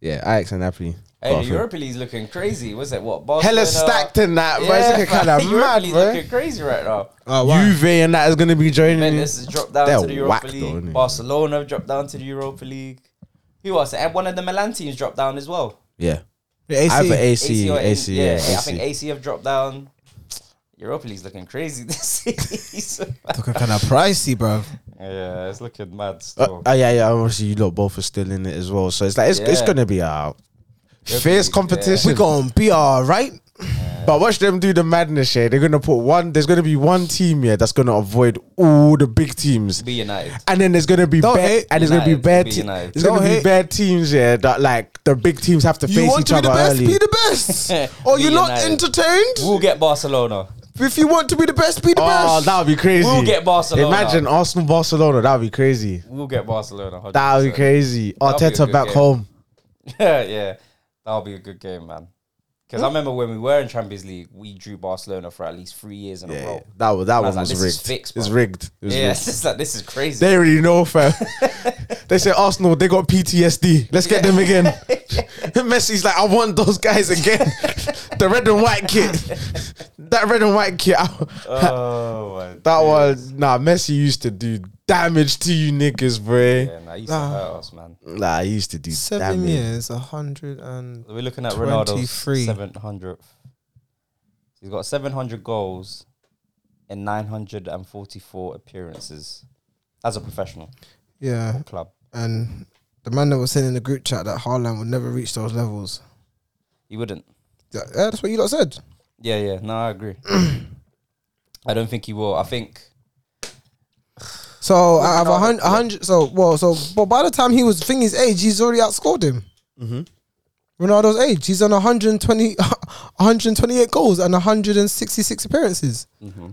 Speaker 3: Yeah, Ajax and Napoli.
Speaker 1: Hey,
Speaker 3: Got
Speaker 1: the
Speaker 3: a
Speaker 1: Europa League's looking crazy. Was it what? Barcelona?
Speaker 3: hella stacked in that, bro. It's looking
Speaker 1: fam,
Speaker 3: kind of
Speaker 1: Europa
Speaker 3: mad,
Speaker 1: League's
Speaker 3: bro.
Speaker 1: looking crazy right now.
Speaker 4: oh,
Speaker 3: Juve and that is going to be joining.
Speaker 1: Juventus has dropped down
Speaker 3: They're
Speaker 1: to the Europa
Speaker 3: whack though,
Speaker 1: League.
Speaker 3: innit?
Speaker 1: Barcelona have dropped down to the Europa League. Who else? And one of the Milan teams dropped down as well.
Speaker 3: Yeah,
Speaker 4: The AC.
Speaker 3: either AC, AC,
Speaker 1: or
Speaker 3: yeah, AC.
Speaker 1: I think AC have dropped down. Europa League's looking crazy this season.
Speaker 4: Looking kind of pricey, bro.
Speaker 1: yeah, it's looking mad
Speaker 3: Uh,
Speaker 1: still.
Speaker 3: oh yeah, yeah. Obviously, you lot both are still in it as well, so it's like it's, it's
Speaker 1: Yeah.
Speaker 3: going to be a fierce
Speaker 1: yeah.
Speaker 3: competition.
Speaker 4: We gonna be all right.
Speaker 3: But watch them do the madness here. They're going to put one. There's going to be one team here that's going to avoid all the big teams.
Speaker 1: Be United.
Speaker 3: And then there's gonna be
Speaker 4: Don't
Speaker 3: bad,
Speaker 4: hate
Speaker 3: and there's gonna be
Speaker 1: United,
Speaker 3: bad.
Speaker 1: be
Speaker 3: Te-
Speaker 1: United.
Speaker 3: there's gonna
Speaker 4: Don't
Speaker 3: be
Speaker 4: hate.
Speaker 3: bad teams, yeah. That like the big teams have to
Speaker 4: You
Speaker 3: face
Speaker 4: want
Speaker 3: each
Speaker 4: to be
Speaker 3: other
Speaker 4: the best?
Speaker 3: early.
Speaker 4: Be the best. Or
Speaker 1: Be
Speaker 4: you're not
Speaker 1: United.
Speaker 4: entertained?
Speaker 1: We'll get Barcelona.
Speaker 4: If you want to be the best, be the
Speaker 3: oh,
Speaker 4: best.
Speaker 3: that would be crazy.
Speaker 1: We'll get Barcelona.
Speaker 3: Imagine Arsenal, Barcelona. That would be crazy.
Speaker 1: We'll get Barcelona. 100%.
Speaker 3: That would be crazy.
Speaker 1: That'll be a
Speaker 3: Arteta
Speaker 1: good
Speaker 3: back
Speaker 1: game.
Speaker 3: home.
Speaker 1: yeah, yeah. That'll be a good game, man. Because I remember when we were in Champions League, we drew Barcelona for at least three years in a
Speaker 3: Yeah,
Speaker 1: row.
Speaker 3: that was that
Speaker 1: I
Speaker 3: one
Speaker 1: was like,
Speaker 3: was
Speaker 1: this
Speaker 3: rigged.
Speaker 1: is fixed,
Speaker 3: it's
Speaker 1: bro.
Speaker 3: rigged. It was
Speaker 1: Yeah,
Speaker 3: rigged.
Speaker 1: it's just like this is crazy.
Speaker 3: They already know, fam. they say Arsenal, they got PTSD. Let's get them again. Messi's like, I want those guys again. the red and white kit. that red and white kit. I-
Speaker 1: oh my days.
Speaker 3: that was nah. Messi used to do damage to you niggas, bro.
Speaker 1: Yeah, nah, he used to hurt us, man.
Speaker 3: Nah, he used to do
Speaker 4: Seven
Speaker 3: damage.
Speaker 4: years, a hundred and
Speaker 1: We're looking at
Speaker 4: 23.
Speaker 1: Ronaldo's seven hundredth. He's got seven hundred goals in nine hundred and forty-four appearances as a professional
Speaker 4: yeah.
Speaker 1: club.
Speaker 4: And the man that was saying in the group chat that Haaland would never reach those levels.
Speaker 1: He wouldn't.
Speaker 4: Yeah, yeah, that's what you lot said.
Speaker 1: Yeah, yeah. No, I agree. I don't think he will. I think
Speaker 4: So out
Speaker 1: no,
Speaker 4: of a hundred, so well, so but by the time he was Thingy's age, he's already outscored him.
Speaker 1: Mm-hmm.
Speaker 4: Ronaldo's age, he's on 120, 128 goals and 166 appearances.
Speaker 1: Mm-hmm.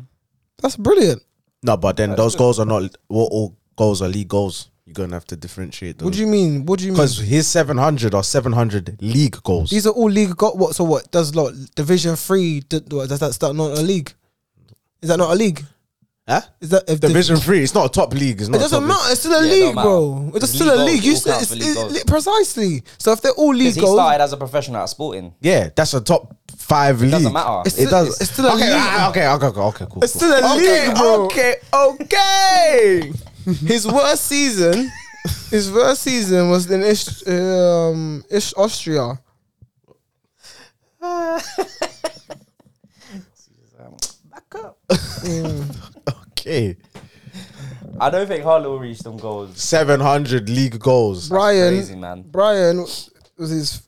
Speaker 4: That's brilliant.
Speaker 3: No, but then those goals are not well, all goals are league goals. You're gonna have to differentiate
Speaker 4: What
Speaker 3: those
Speaker 1: Mm.
Speaker 4: do you mean? What do you mean?
Speaker 3: because his 700 or 700 league goals.
Speaker 4: These are all league got what? So what does like Division Three? d- what, Does that start not a league? Is that not a league?
Speaker 3: huh?
Speaker 4: Is that if
Speaker 3: Division three. It's not a top league. It's not.
Speaker 4: It
Speaker 3: a
Speaker 4: doesn't
Speaker 3: top
Speaker 4: matter. It's still
Speaker 1: Yeah,
Speaker 4: a
Speaker 1: it don't
Speaker 4: league,
Speaker 1: matter.
Speaker 4: bro. It's
Speaker 1: It's
Speaker 4: still
Speaker 1: league
Speaker 4: a
Speaker 1: goals.
Speaker 4: league.
Speaker 1: It
Speaker 4: You
Speaker 1: all
Speaker 4: still,
Speaker 1: counts
Speaker 4: it's,
Speaker 1: for league
Speaker 4: it-
Speaker 1: goals.
Speaker 4: precisely. So if they're all league
Speaker 1: because he
Speaker 4: goals,
Speaker 1: started as a professional at Sporting.
Speaker 3: Yeah, that's a top five league.
Speaker 1: doesn't matter.
Speaker 4: It's
Speaker 3: it
Speaker 4: still-
Speaker 3: does.
Speaker 4: it's still a
Speaker 3: okay,
Speaker 4: league.
Speaker 3: ah, Okay, okay, okay, okay, cool.
Speaker 4: It's
Speaker 3: cool.
Speaker 4: still a
Speaker 3: okay,
Speaker 4: league, bro.
Speaker 3: Okay, okay.
Speaker 4: his worst season, his worst season was in Ish, um, Ish Austria. Mm.
Speaker 3: okay,
Speaker 1: I don't think Harlow will reach them goals.
Speaker 3: seven hundred league goals.
Speaker 4: Brian,
Speaker 1: Crazy man.
Speaker 4: Brian was his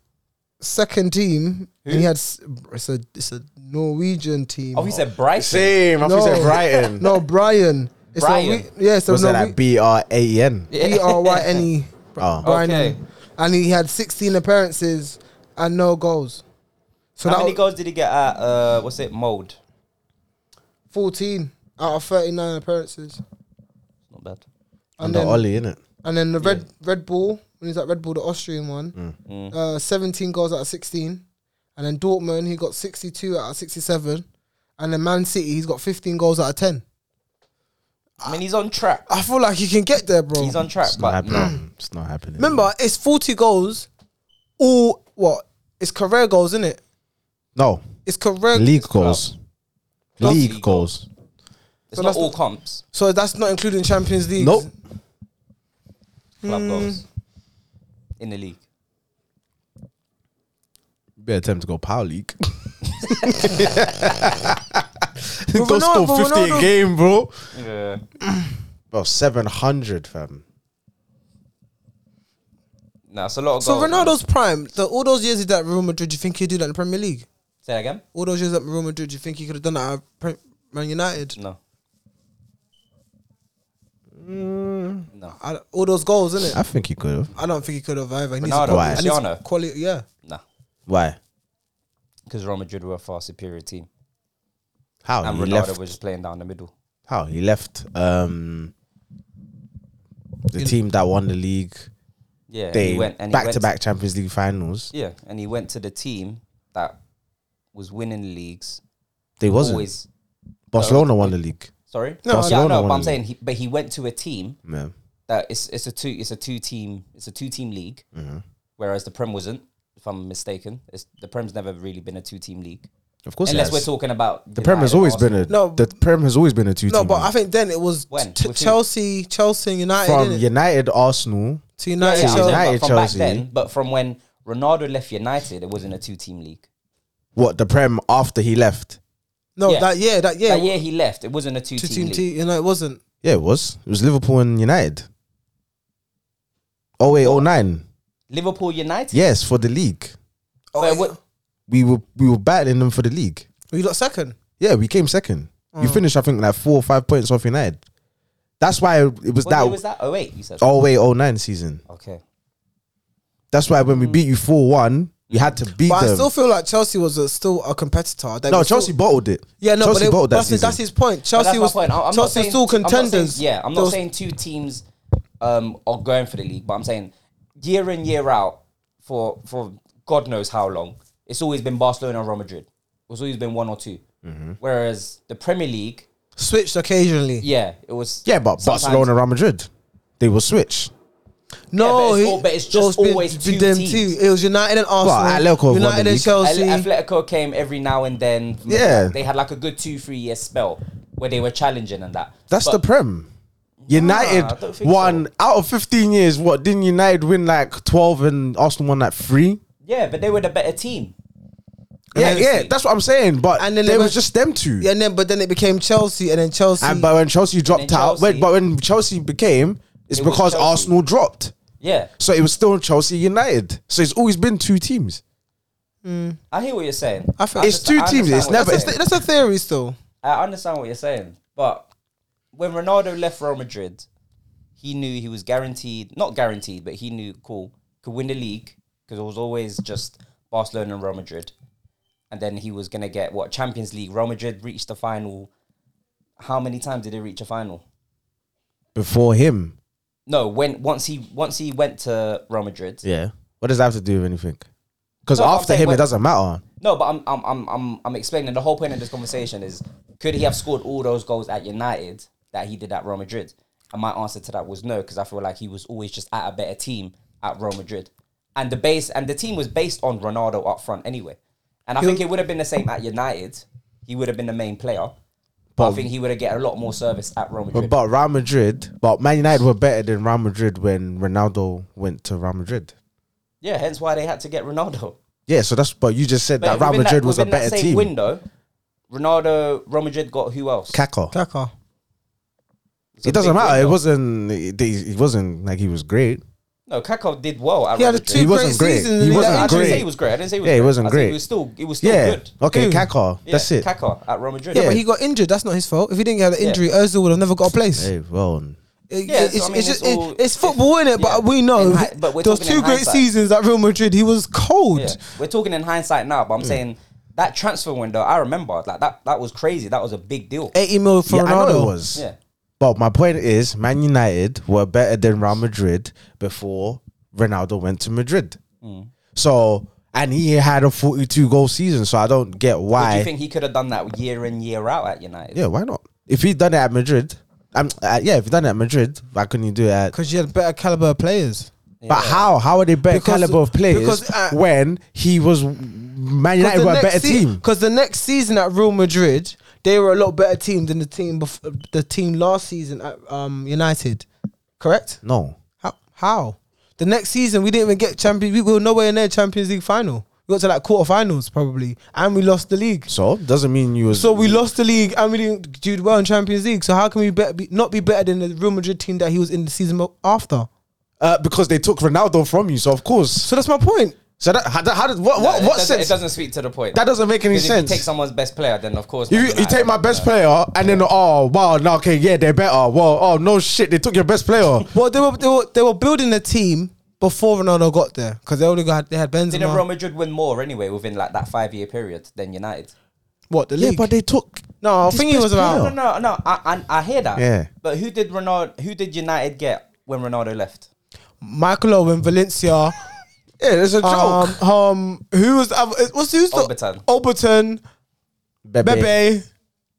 Speaker 4: second team. And he had s- it's a it's a Norwegian team.
Speaker 1: Oh, he said Bryson.
Speaker 3: Same. I thought you said
Speaker 4: No.
Speaker 3: Brighton.
Speaker 4: no, Brian. It's
Speaker 1: Brian.
Speaker 4: Norwe- yeah, so
Speaker 3: Was it like B R A N?
Speaker 4: B R Y N E.
Speaker 3: Oh,
Speaker 4: Brian,
Speaker 1: Okay.
Speaker 4: and he had 16 appearances and no goals. So
Speaker 1: How
Speaker 4: that
Speaker 1: many
Speaker 4: was
Speaker 1: goals did he get at uh what's it? Mold.
Speaker 4: 14 out of 39 appearances.
Speaker 1: Not bad.
Speaker 3: and the Ollie in it.
Speaker 4: And then the Red Red Bull, when he's at Red Bull, the Austrian one, Uh, 17 goals out of 16. And then Dortmund, he got 62 out of 67. And then Man City, he's got 15 goals out of 10.
Speaker 1: I mean he's on track.
Speaker 4: I feel like he can get there, bro.
Speaker 1: He's on track,
Speaker 3: It's not
Speaker 1: but
Speaker 3: happening. It's not happening.
Speaker 4: Mm. Remember, it's 40 goals, all what? It's career goals, isn't it?
Speaker 3: No
Speaker 4: It's career.
Speaker 3: league goals. League goals.
Speaker 1: it's
Speaker 4: So
Speaker 1: not
Speaker 4: that's
Speaker 1: all
Speaker 4: the-
Speaker 1: comps.
Speaker 4: So that's not including Champions League.
Speaker 3: Nope. Mm.
Speaker 1: Club goals in the league.
Speaker 3: Better attempt to go power league.
Speaker 4: But
Speaker 3: Don't
Speaker 4: Ronaldo-
Speaker 3: score
Speaker 4: but
Speaker 3: 50
Speaker 4: Ronaldo-
Speaker 3: a game, bro.
Speaker 1: Yeah.
Speaker 3: Well, 700, fam.
Speaker 1: Nah, it's a lot of
Speaker 4: So
Speaker 1: goals. man.
Speaker 4: Ronaldo's prime, the, all those years he's at Real Madrid, you think he'd do that in the Premier League?
Speaker 1: Say that again?
Speaker 4: All those years at Real Madrid, you think he could have done that at Pre- Man United?
Speaker 1: No. No.
Speaker 4: I, all those goals, isn't
Speaker 3: I
Speaker 4: it?
Speaker 3: think he could have.
Speaker 4: I don't think he could have either. He needs
Speaker 1: Ronaldo,
Speaker 3: why?
Speaker 4: and he's
Speaker 1: Cristiano.
Speaker 4: quality, yeah.
Speaker 1: Nah.
Speaker 3: Why?
Speaker 1: Because Real Madrid were a far superior team.
Speaker 3: How?
Speaker 1: And
Speaker 3: Oh, he
Speaker 1: Ronaldo
Speaker 3: left.
Speaker 1: was just playing down the middle.
Speaker 3: How? He left um, the team that won the league.
Speaker 1: Yeah. and
Speaker 3: They
Speaker 1: he went and he
Speaker 3: back
Speaker 1: went
Speaker 3: to back Champions League finals.
Speaker 1: Yeah, and he went to the team that was winning the leagues.
Speaker 3: They wasn't.
Speaker 1: Always.
Speaker 3: Barcelona won the league.
Speaker 1: Sorry. yeah,
Speaker 4: No,
Speaker 3: Barcelona
Speaker 1: no, but
Speaker 3: won
Speaker 1: I'm
Speaker 3: the
Speaker 1: saying, he, but he went to a team
Speaker 3: Yeah.
Speaker 1: that it's it's a two it's a two team it's a two team league, whereas the Prem wasn't. If I'm mistaken, it's, the Prem's never really been a two team league,
Speaker 3: Of course,
Speaker 1: unless
Speaker 3: it
Speaker 1: we're
Speaker 3: has.
Speaker 1: talking about
Speaker 3: the Prem has always been a
Speaker 4: No,
Speaker 3: the Prem has always been a two
Speaker 4: No,
Speaker 3: team.
Speaker 4: but I think then it was
Speaker 1: When?
Speaker 4: t-
Speaker 1: With who?
Speaker 4: Chelsea, Chelsea, and United,
Speaker 3: from
Speaker 4: innit?
Speaker 3: United, Arsenal,
Speaker 4: to United,
Speaker 1: yeah, I'm
Speaker 4: Chelsea.
Speaker 1: saying,
Speaker 3: United,
Speaker 1: but from
Speaker 3: Chelsea.
Speaker 1: back then, but from when Ronaldo left United, it wasn't a two team league.
Speaker 3: what the Prem after he left?
Speaker 4: No,
Speaker 1: Yeah.
Speaker 4: that year, that year,
Speaker 1: that year he left, it wasn't a two
Speaker 4: to
Speaker 1: team
Speaker 4: Team
Speaker 1: league.
Speaker 4: T, you know, it wasn't.
Speaker 3: Yeah, it was. It was Liverpool and United. Oh wait, oh nine.
Speaker 1: Liverpool United.
Speaker 3: Yes, for the league.
Speaker 1: But it wa-
Speaker 3: We were we were battling them for the league.
Speaker 4: You got second.
Speaker 3: Yeah, we came second.
Speaker 4: Oh.
Speaker 3: You finished, I think, like four or five points off United. That's why it was
Speaker 1: what
Speaker 3: that,
Speaker 1: year was that? Oh wait, you said.
Speaker 3: all way 09 season.
Speaker 1: Okay.
Speaker 3: That's why when we beat you 4 1, we had to beat
Speaker 4: But I
Speaker 3: them.
Speaker 4: still feel like Chelsea was a, still a competitor. They
Speaker 3: no,
Speaker 4: were still-
Speaker 3: Chelsea bottled it.
Speaker 4: Yeah, no, but
Speaker 3: Chelsea
Speaker 4: they,
Speaker 3: bottled that
Speaker 4: that's, his,
Speaker 3: season.
Speaker 4: that's his point.
Speaker 1: But
Speaker 4: Chelsea was
Speaker 1: that's my point. I- I'm not
Speaker 4: Chelsea
Speaker 1: saying-
Speaker 4: still
Speaker 1: I'm not saying-
Speaker 4: contenders.
Speaker 1: yeah, I'm
Speaker 4: There
Speaker 1: not
Speaker 4: was-
Speaker 1: saying two teams um, are going for the league, but I'm saying year in year out for for God knows how long, it's always been Barcelona and Real Madrid. It's always been one or 2
Speaker 4: Mm-hmm.
Speaker 1: Whereas the Premier League,
Speaker 4: switched occasionally.
Speaker 1: yeah, it was
Speaker 3: yeah, but
Speaker 1: sometimes-
Speaker 3: Barcelona, Real Madrid, they were switched.
Speaker 4: No,
Speaker 1: but it's
Speaker 4: he-
Speaker 1: all- but it's
Speaker 4: it
Speaker 1: just
Speaker 4: was been-
Speaker 1: always
Speaker 4: been
Speaker 1: two
Speaker 4: them
Speaker 1: teams.
Speaker 4: It was United and Arsenal,
Speaker 3: Atletico won the
Speaker 4: United and
Speaker 3: league.
Speaker 4: Chelsea.
Speaker 1: Al- Atletico came every now and then.
Speaker 3: Yeah.
Speaker 1: they had like a good two three year spell where they were challenging and that.
Speaker 3: That's
Speaker 1: But
Speaker 3: the Prem.
Speaker 1: Nah, I
Speaker 3: United
Speaker 1: don't think
Speaker 3: won
Speaker 1: so.
Speaker 3: out of 15 years. What didn't United win like 12 and Arsenal won like three?
Speaker 1: yeah, but they were the better team.
Speaker 3: Yeah,
Speaker 1: Honestly.
Speaker 3: yeah, that's what I'm saying. But
Speaker 4: And
Speaker 3: and
Speaker 4: then
Speaker 3: then
Speaker 4: they
Speaker 3: there was
Speaker 4: went-
Speaker 3: just them two.
Speaker 4: yeah, and then but then it became Chelsea, and then Chelsea.
Speaker 3: And but when Chelsea dropped
Speaker 1: then
Speaker 3: out,
Speaker 1: Chelsea-
Speaker 3: wait, but when Chelsea became, it's
Speaker 1: It was
Speaker 3: because
Speaker 1: Chelsea.
Speaker 3: Arsenal dropped.
Speaker 1: Yeah,
Speaker 3: So it was still Chelsea United. So it's always been two teams.
Speaker 1: I hear what you're saying.
Speaker 4: I feel-
Speaker 1: I
Speaker 3: It's two
Speaker 1: understand- I understand
Speaker 3: teams. It's
Speaker 1: what you're
Speaker 3: never-
Speaker 1: saying.
Speaker 4: that's, a, th- that's a theory still.
Speaker 1: I understand what you're saying, but when Ronaldo left Real Madrid, he knew he was guaranteed, not guaranteed, but he knew cool could win the league because it was always just Barcelona and Real Madrid, and then he was gonna get what Champions League. Real Madrid reached the final. How many times did they reach a final?
Speaker 3: Before him,
Speaker 1: No, when once he once he went to Real Madrid.
Speaker 3: yeah. What does that have to do with anything? Because
Speaker 1: No, I'm
Speaker 3: after
Speaker 1: saying
Speaker 3: him,
Speaker 1: when-
Speaker 3: it doesn't matter.
Speaker 1: No, but I'm I'm I'm I'm I'm explaining the whole point of this conversation is could he have scored all those goals at United that he did at Real Madrid? And my answer to that was no, because I feel like he was always just at a better team at Real Madrid. And the base and the team was based on Ronaldo up front anyway. And I think it would have been the same at United. He would have been the main player. But I
Speaker 3: But-
Speaker 1: think he would have get a lot more service at Real Madrid.
Speaker 3: But Real Madrid, but Man United were better than Real Madrid when Ronaldo went to Real Madrid.
Speaker 1: yeah, hence why they had to get Ronaldo.
Speaker 3: Yeah, so that's but you just said
Speaker 1: But
Speaker 3: that Real
Speaker 1: within
Speaker 3: Madrid was a
Speaker 1: within that
Speaker 3: better
Speaker 1: same
Speaker 3: team.
Speaker 1: Window, Ronaldo, Real Madrid got who else?
Speaker 3: Kaká.
Speaker 4: Kaka.
Speaker 1: It's a
Speaker 3: It doesn't
Speaker 1: big
Speaker 3: matter. It
Speaker 1: window.
Speaker 3: wasn't. It, it wasn't like he was great.
Speaker 1: No, Kakov did well. At
Speaker 4: He had
Speaker 1: Real
Speaker 4: a
Speaker 1: Madrid.
Speaker 4: two
Speaker 3: He
Speaker 4: great
Speaker 3: wasn't great.
Speaker 4: seasons.
Speaker 3: He
Speaker 4: and
Speaker 3: wasn't
Speaker 1: I
Speaker 4: actually-
Speaker 1: didn't say
Speaker 3: great.
Speaker 1: he was great. I didn't say he was
Speaker 3: Yeah, he
Speaker 1: great.
Speaker 3: wasn't
Speaker 1: I said
Speaker 3: great.
Speaker 1: He was still, he was still
Speaker 3: Yeah.
Speaker 1: good.
Speaker 3: Okay,
Speaker 4: Who?
Speaker 3: Kaká.
Speaker 1: Yeah,
Speaker 3: That's it.
Speaker 1: Kaká at Real Madrid.
Speaker 4: Yeah, but he got injured. That's not his fault. If he didn't get
Speaker 1: Yeah.
Speaker 4: injury, Ozil would have never got a place.
Speaker 3: Hey, well,
Speaker 4: It-
Speaker 1: Yeah,
Speaker 4: it's,
Speaker 1: so, I mean,
Speaker 4: it's
Speaker 1: it's
Speaker 4: just it-
Speaker 1: all-
Speaker 4: it's football, is it?
Speaker 1: yeah.
Speaker 4: But we know
Speaker 1: In hi- but we're
Speaker 4: those
Speaker 1: talking in
Speaker 4: two great
Speaker 1: hindsight.
Speaker 4: seasons at Real Madrid, he was cold.
Speaker 1: Yeah. We're talking in hindsight now,
Speaker 3: Mm.
Speaker 1: but I'm saying that transfer window. I remember like that. That was crazy. That was a big deal.
Speaker 4: Eighty mil for
Speaker 3: yeah, I know
Speaker 4: Ronaldo
Speaker 3: it was.
Speaker 1: Yeah.
Speaker 3: But my point is, Man United were better than Real Madrid before Ronaldo went to Madrid.
Speaker 1: Mm.
Speaker 3: So, and he had a 42 goal season. So I don't get
Speaker 1: Do you
Speaker 3: why.
Speaker 1: think he could have done that year in year out at United?
Speaker 3: Yeah, why not? If he'd done it at Madrid, um, uh, yeah, if he'd done it at Madrid, why couldn't he do it at?
Speaker 4: because you had better caliber of players.
Speaker 3: But how? How are they better
Speaker 4: Because-
Speaker 3: caliber of players
Speaker 4: because, uh,
Speaker 3: when he was Man United were a better team?
Speaker 4: Because the next season at Real Madrid, they were a lot better team than the team before, the team last season at um, United. Correct?
Speaker 3: No,
Speaker 4: How? How? The next season we didn't even get Champions. We were nowhere near Champions League final. We got to like quarterfinals probably, and we lost the league.
Speaker 3: so doesn't mean you was
Speaker 4: So we lost the league and we didn't do well in Champions League. So how can we bet be, not be better than the Real Madrid team that he was in the season mo- after?
Speaker 3: uh, because they took Ronaldo from you. So of course,
Speaker 4: So that's my point.
Speaker 3: so that how, how did what
Speaker 1: No,
Speaker 3: what,
Speaker 1: it
Speaker 3: what
Speaker 1: doesn't-
Speaker 3: sense?
Speaker 1: It doesn't speak to the point.
Speaker 3: That doesn't make any
Speaker 1: 'Cause
Speaker 3: sense.
Speaker 1: If you take someone's best player, then of course
Speaker 3: You,
Speaker 1: Man
Speaker 3: you
Speaker 1: United-
Speaker 3: take my best player and then oh wow no, okay yeah they're better well oh no shit they took your best player
Speaker 4: Well, they were they were, they were building a team before Ronaldo got there because they already got they had
Speaker 1: Didn't Real
Speaker 4: Benzema.
Speaker 1: Madrid win more anyway within like that five year period than United?
Speaker 4: What the
Speaker 3: yeah
Speaker 4: league?
Speaker 3: but they took
Speaker 4: no, I
Speaker 3: this
Speaker 4: think it
Speaker 3: best
Speaker 4: was about.
Speaker 1: No, no, no. I, I, I hear that.
Speaker 3: Yeah.
Speaker 1: But who did Ronaldo? Who did United get when Ronaldo left?
Speaker 4: Michael Owen, Valencia.
Speaker 3: yeah there's a joke
Speaker 4: um, um, who was the other, what's who's
Speaker 1: Overton.
Speaker 4: the Oberton,
Speaker 3: Bebe,
Speaker 4: Bebe,
Speaker 1: Was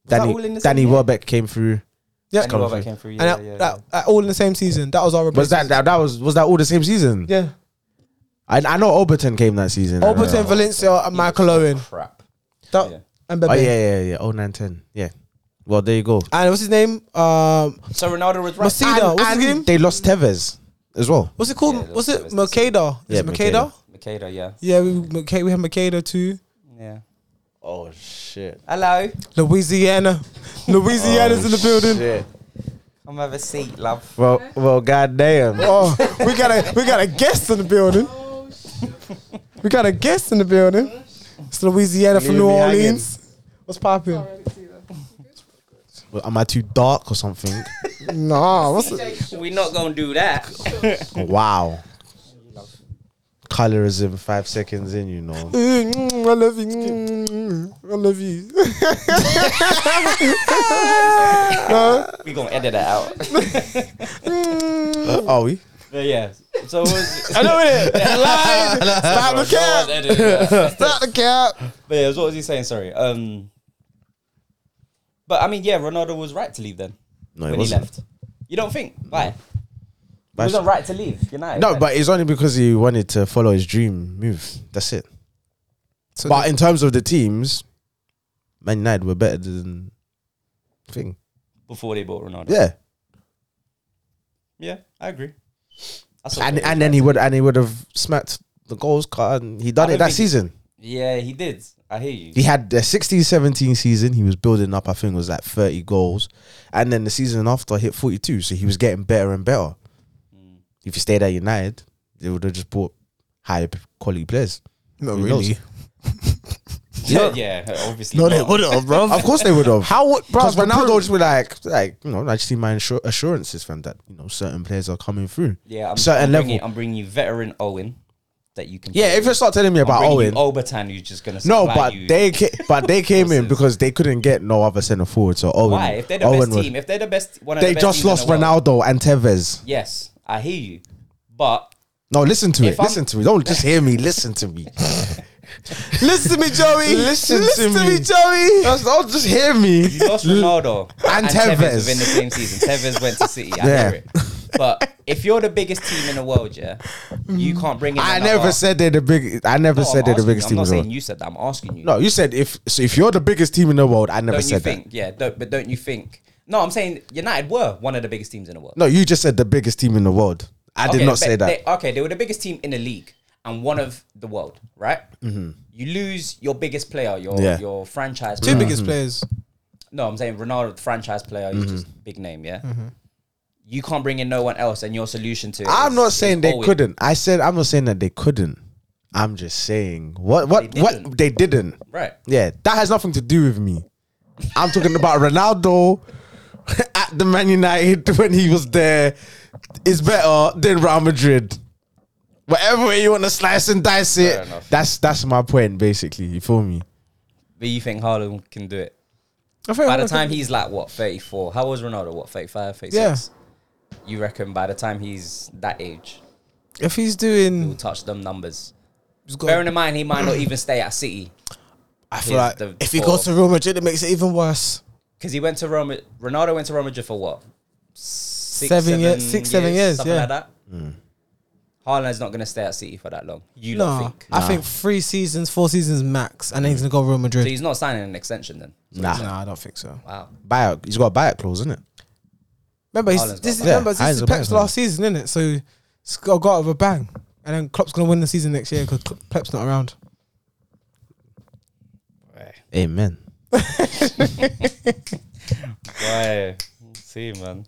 Speaker 1: that all in
Speaker 3: Danny
Speaker 1: the same
Speaker 3: Danny
Speaker 1: year?
Speaker 3: Welbeck came through
Speaker 4: yeah,
Speaker 1: Danny Welbeck came through.
Speaker 4: and
Speaker 1: Yeah,
Speaker 4: that,
Speaker 1: yeah,
Speaker 4: that- that all in the same season. That was our
Speaker 3: was that, that that was was that all the same season
Speaker 4: yeah.
Speaker 3: I, I know Oberton came that season I don't
Speaker 4: Oberton,
Speaker 3: know.
Speaker 4: Valencia, and Michael Owen.
Speaker 1: Crap.
Speaker 4: That,
Speaker 1: Yeah.
Speaker 4: And Bebe.
Speaker 3: oh yeah yeah yeah oh nine ten yeah well there you go
Speaker 4: And what's his name? Um,
Speaker 1: So Ronaldo was right.
Speaker 4: Masida. what's his name?
Speaker 3: they lost Tevez as well
Speaker 4: What's it called?
Speaker 1: Yeah,
Speaker 4: what's
Speaker 1: that's-
Speaker 4: it?
Speaker 1: that's-
Speaker 4: Makeda. Is
Speaker 3: Yeah,
Speaker 4: it Makeda?
Speaker 3: Makeda.
Speaker 1: Makeda, yeah.
Speaker 4: Yeah, we Makeda, we have Makeda too.
Speaker 1: Yeah.
Speaker 3: oh shit
Speaker 1: Hello.
Speaker 4: Louisiana.
Speaker 1: Oh,
Speaker 4: Louisiana's in the building.
Speaker 1: Come have a seat, love.
Speaker 3: well well goddamn
Speaker 4: Oh, we got a we got a guest in the building. We got a guest in the building. It's Louisiana from
Speaker 3: Leave
Speaker 4: New
Speaker 3: me hanging.
Speaker 4: Orleans. What's popping?
Speaker 3: Well, am I too dark or something
Speaker 4: Nah, what's it?
Speaker 1: We're not gonna do that.
Speaker 3: Wow. Colorism five seconds in, you know.
Speaker 4: Mm, I love you. Mm, I love you. No?
Speaker 1: We're gonna edit that out.
Speaker 4: Mm.
Speaker 3: Uh, Are we?
Speaker 1: but yeah. So what was
Speaker 4: I know it. Lies. Stop the cap. Stop the cap.
Speaker 1: But yeah, what was he saying? Sorry. Um But I mean, yeah, Ronaldo was right to leave then.
Speaker 3: No, it
Speaker 1: when
Speaker 3: wasn't.
Speaker 1: he left. You don't think? Why?
Speaker 3: But-
Speaker 1: he wasn't right to leave United.
Speaker 3: no,
Speaker 1: right?
Speaker 3: but it's only because he wanted to follow his dream move. That's it.
Speaker 4: So
Speaker 3: but in terms of the teams, Man United were better than thing.
Speaker 1: before they bought Ronaldo.
Speaker 3: Yeah,
Speaker 1: Yeah, I agree. That's
Speaker 3: and
Speaker 1: okay.
Speaker 3: and then he would and he would have smacked the goals card. And he
Speaker 1: I
Speaker 3: done
Speaker 1: don't
Speaker 3: it that
Speaker 1: think-
Speaker 3: season.
Speaker 1: Yeah, he did. I hear you.
Speaker 3: He had the 16-17 season. He was building up. I think it was like thirty goals, and then the season after hit forty two. So he was getting better and better. If he stayed at United, Oh, they would have just bought higher p- quality players.
Speaker 4: Not
Speaker 3: Who knows?
Speaker 1: yeah, obviously.
Speaker 2: No,
Speaker 1: No,
Speaker 2: they would have, bro.
Speaker 3: Of course they would have.
Speaker 2: How would, bro?
Speaker 3: Because Ronaldo just be like, like you know, I just need my insur- assurances from that you know certain players are coming through.
Speaker 1: Yeah, I'm,
Speaker 3: certain
Speaker 1: I'm
Speaker 3: level.
Speaker 1: Bringing, I'm bringing you veteran Owen that you can.
Speaker 3: yeah, if you start telling me about Owen,
Speaker 1: Obertan, who's just gonna
Speaker 3: no,
Speaker 1: supply
Speaker 3: but
Speaker 1: you-
Speaker 3: they ca- but they came in
Speaker 1: Versus-
Speaker 3: because they couldn't get no other centre forward. So Owen,
Speaker 1: why if they're the
Speaker 3: Owen
Speaker 1: best
Speaker 3: was-
Speaker 1: team, if they're the best one, of
Speaker 3: they
Speaker 1: the best
Speaker 3: just
Speaker 1: teams in
Speaker 3: lost
Speaker 1: the world-
Speaker 3: Ronaldo and Tevez.
Speaker 1: Yes, I hear you, but
Speaker 3: No, listen to
Speaker 1: If
Speaker 3: it.
Speaker 1: I'm-
Speaker 3: listen to me. Don't just hear me. Listen to me.
Speaker 4: Listen to me, Joey.
Speaker 3: Listen to me.
Speaker 4: Joey.
Speaker 3: Just- don't just hear me.
Speaker 1: you lost Ronaldo
Speaker 3: And Tevez.
Speaker 1: within the same season. Tevez went to City. I
Speaker 3: Yeah.
Speaker 1: hear it. But if you're the biggest team in the world, yeah, you can't bring in.
Speaker 3: I
Speaker 1: another-
Speaker 3: never said they're the big. I never
Speaker 1: No, I'm
Speaker 3: said they're the
Speaker 1: asking
Speaker 3: biggest
Speaker 1: you.
Speaker 3: team
Speaker 1: I'm
Speaker 3: in
Speaker 1: not
Speaker 3: the
Speaker 1: saying
Speaker 3: world.
Speaker 1: you said that. I'm asking you.
Speaker 3: No, you said if so if you're the biggest team in the world, I never
Speaker 1: don't you
Speaker 3: said that.
Speaker 1: think? Yeah, don't, but don't you think? No, I'm saying United were one of the biggest teams in the world.
Speaker 3: No, you just said the biggest team in the world. I did
Speaker 1: Okay,
Speaker 3: not
Speaker 1: but
Speaker 3: say that.
Speaker 1: They, okay, they were the biggest team in the league and one of the world, right? Mm-hmm. You lose your biggest player, your
Speaker 3: Yeah.
Speaker 1: your franchise.
Speaker 4: 2
Speaker 1: player.
Speaker 4: biggest players.
Speaker 1: No, I'm saying Ronaldo, the franchise player, he's
Speaker 3: Mm-hmm.
Speaker 1: just big name, yeah. You can't bring in no one else, and your solution to it
Speaker 3: I'm
Speaker 1: is-
Speaker 3: not
Speaker 1: is
Speaker 3: saying they
Speaker 1: Owen.
Speaker 3: couldn't. I said I'm not saying that they couldn't. I'm just saying what what
Speaker 1: They
Speaker 3: what
Speaker 1: didn't.
Speaker 3: they didn't.
Speaker 1: Right.
Speaker 3: Yeah, that has nothing to do with me. I'm talking about Ronaldo at the Man United when he was there is better than Real Madrid. Whatever way you want to slice and dice
Speaker 1: Fair
Speaker 3: it,
Speaker 1: enough.
Speaker 3: that's that's my point basically. You feel me?
Speaker 1: But you think Haaland can do it?
Speaker 4: I think
Speaker 1: By the time he's like, what, 34? How old was Ronaldo? What, 35, 36? You reckon by the time he's that age,
Speaker 4: if he's
Speaker 1: he'll
Speaker 4: doing,
Speaker 1: touch them numbers?
Speaker 4: he's
Speaker 1: Bearing
Speaker 4: got,
Speaker 1: in mind, he might not even stay at City
Speaker 4: I
Speaker 1: his-
Speaker 4: feel like
Speaker 1: the
Speaker 4: if he
Speaker 1: four.
Speaker 4: goes to Real Madrid, it makes it even worse.
Speaker 1: because he went to Roma. Ronaldo went to Roma just for what? Six,
Speaker 4: Seven years- six, seven years,
Speaker 1: something
Speaker 4: yeah. Hmm.
Speaker 1: like that. Haaland's not going to stay at City for that long. You
Speaker 4: No,
Speaker 1: lot think?
Speaker 4: I think three seasons, four seasons max, and then he's gonna go Real Madrid.
Speaker 1: So he's not signing an extension then.
Speaker 3: Nah.
Speaker 4: No, I don't think so.
Speaker 1: Wow.
Speaker 3: Buyout. He's got a buyout clause, isn't it?
Speaker 4: Remember, he's,
Speaker 1: Haaland's
Speaker 4: this is
Speaker 3: got a
Speaker 4: remember
Speaker 3: bang.
Speaker 4: this is
Speaker 3: Haaland's got a
Speaker 4: Pep's
Speaker 3: bang.
Speaker 4: last season, isn't it? So it's got, got out of a bang, and then Klopp's gonna win the season next year because Pep's not around.
Speaker 3: Amen.
Speaker 1: Why? See, man.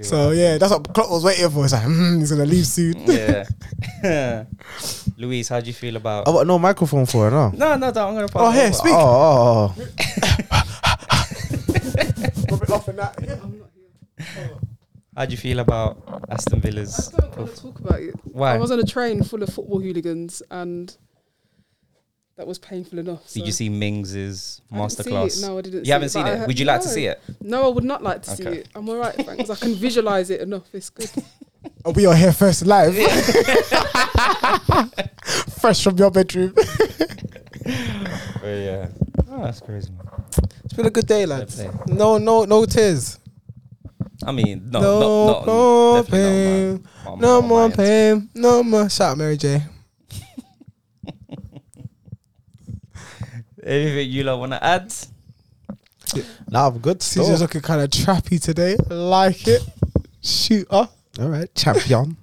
Speaker 4: So yeah, that's what Klopp was waiting for. He's like, hmm, he's gonna leave soon.
Speaker 1: Yeah. Luis, how do you feel about?
Speaker 3: I got Oh, no microphone for her now.
Speaker 1: No, no, no. I'm gonna.
Speaker 4: Oh, here,
Speaker 3: Oh,
Speaker 4: speak.
Speaker 3: oh, oh.
Speaker 1: How do you feel about Aston Villa's?
Speaker 5: I don't want to talk about it.
Speaker 1: Why?
Speaker 5: I was on a train full of football hooligans, and that was painful enough. So.
Speaker 1: Did you see Mings's
Speaker 5: I didn't see it.
Speaker 1: masterclass?
Speaker 5: No, I didn't. see
Speaker 1: You haven't
Speaker 5: it,
Speaker 1: seen
Speaker 5: but I
Speaker 1: it.
Speaker 5: heard-
Speaker 1: Would you like to
Speaker 5: No.
Speaker 1: see it?
Speaker 5: No, I would not like to see
Speaker 1: Okay.
Speaker 5: it. I'm all right, thanks. I can visualize it enough. It's good.
Speaker 4: And we are here first live, fresh from your bedroom.
Speaker 1: Oh yeah. Oh, that's crazy. Man.
Speaker 4: It's been a good day, lads.
Speaker 1: Fair
Speaker 4: No, no, no tears.
Speaker 1: I mean, no,
Speaker 4: No,
Speaker 1: no, no,
Speaker 4: no
Speaker 1: definitely
Speaker 4: pain.
Speaker 1: not mine.
Speaker 4: No
Speaker 1: Mine-
Speaker 4: more
Speaker 1: mine.
Speaker 4: pain. No more. Shout out Mary J.
Speaker 1: Anything you lot want to add?
Speaker 3: Nah, I'm good.
Speaker 4: CJ's
Speaker 3: Still.
Speaker 4: looking kind of trappy today. Like it. Shooter.
Speaker 3: All right, champion.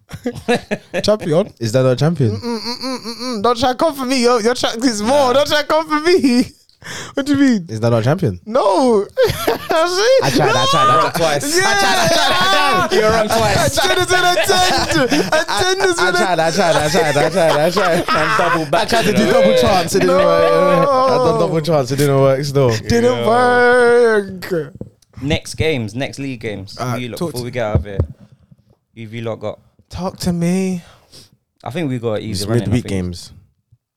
Speaker 4: Champion.
Speaker 3: Is that our champion?
Speaker 4: Mm, Mm-mm-mm-mm-mm. Don't try to come for me. Your, your track is more. Don't try to come for me. What do you mean?
Speaker 3: Is that our champion?
Speaker 4: No. I
Speaker 3: I tried. I tried. I
Speaker 1: Wrong
Speaker 3: tried.
Speaker 1: twice.
Speaker 4: Yeah. I
Speaker 1: You're wrong
Speaker 4: tried.
Speaker 1: twice.
Speaker 3: I tried, I tried, I tried, I tried, I tried.
Speaker 1: And double back.
Speaker 3: I tried to
Speaker 1: you
Speaker 3: do
Speaker 1: know?
Speaker 3: double chance, it didn't
Speaker 4: No.
Speaker 3: work. I done double chance, it didn't work still.
Speaker 4: Didn't work.
Speaker 1: Next games, next league games.
Speaker 4: Uh,
Speaker 1: Who you lot,
Speaker 4: talk
Speaker 1: before
Speaker 4: to-
Speaker 1: we get out of here, who have you lot got?
Speaker 4: Talk to me.
Speaker 1: I think we got
Speaker 3: It's
Speaker 1: easy running. I
Speaker 3: midweek
Speaker 1: think.
Speaker 3: games.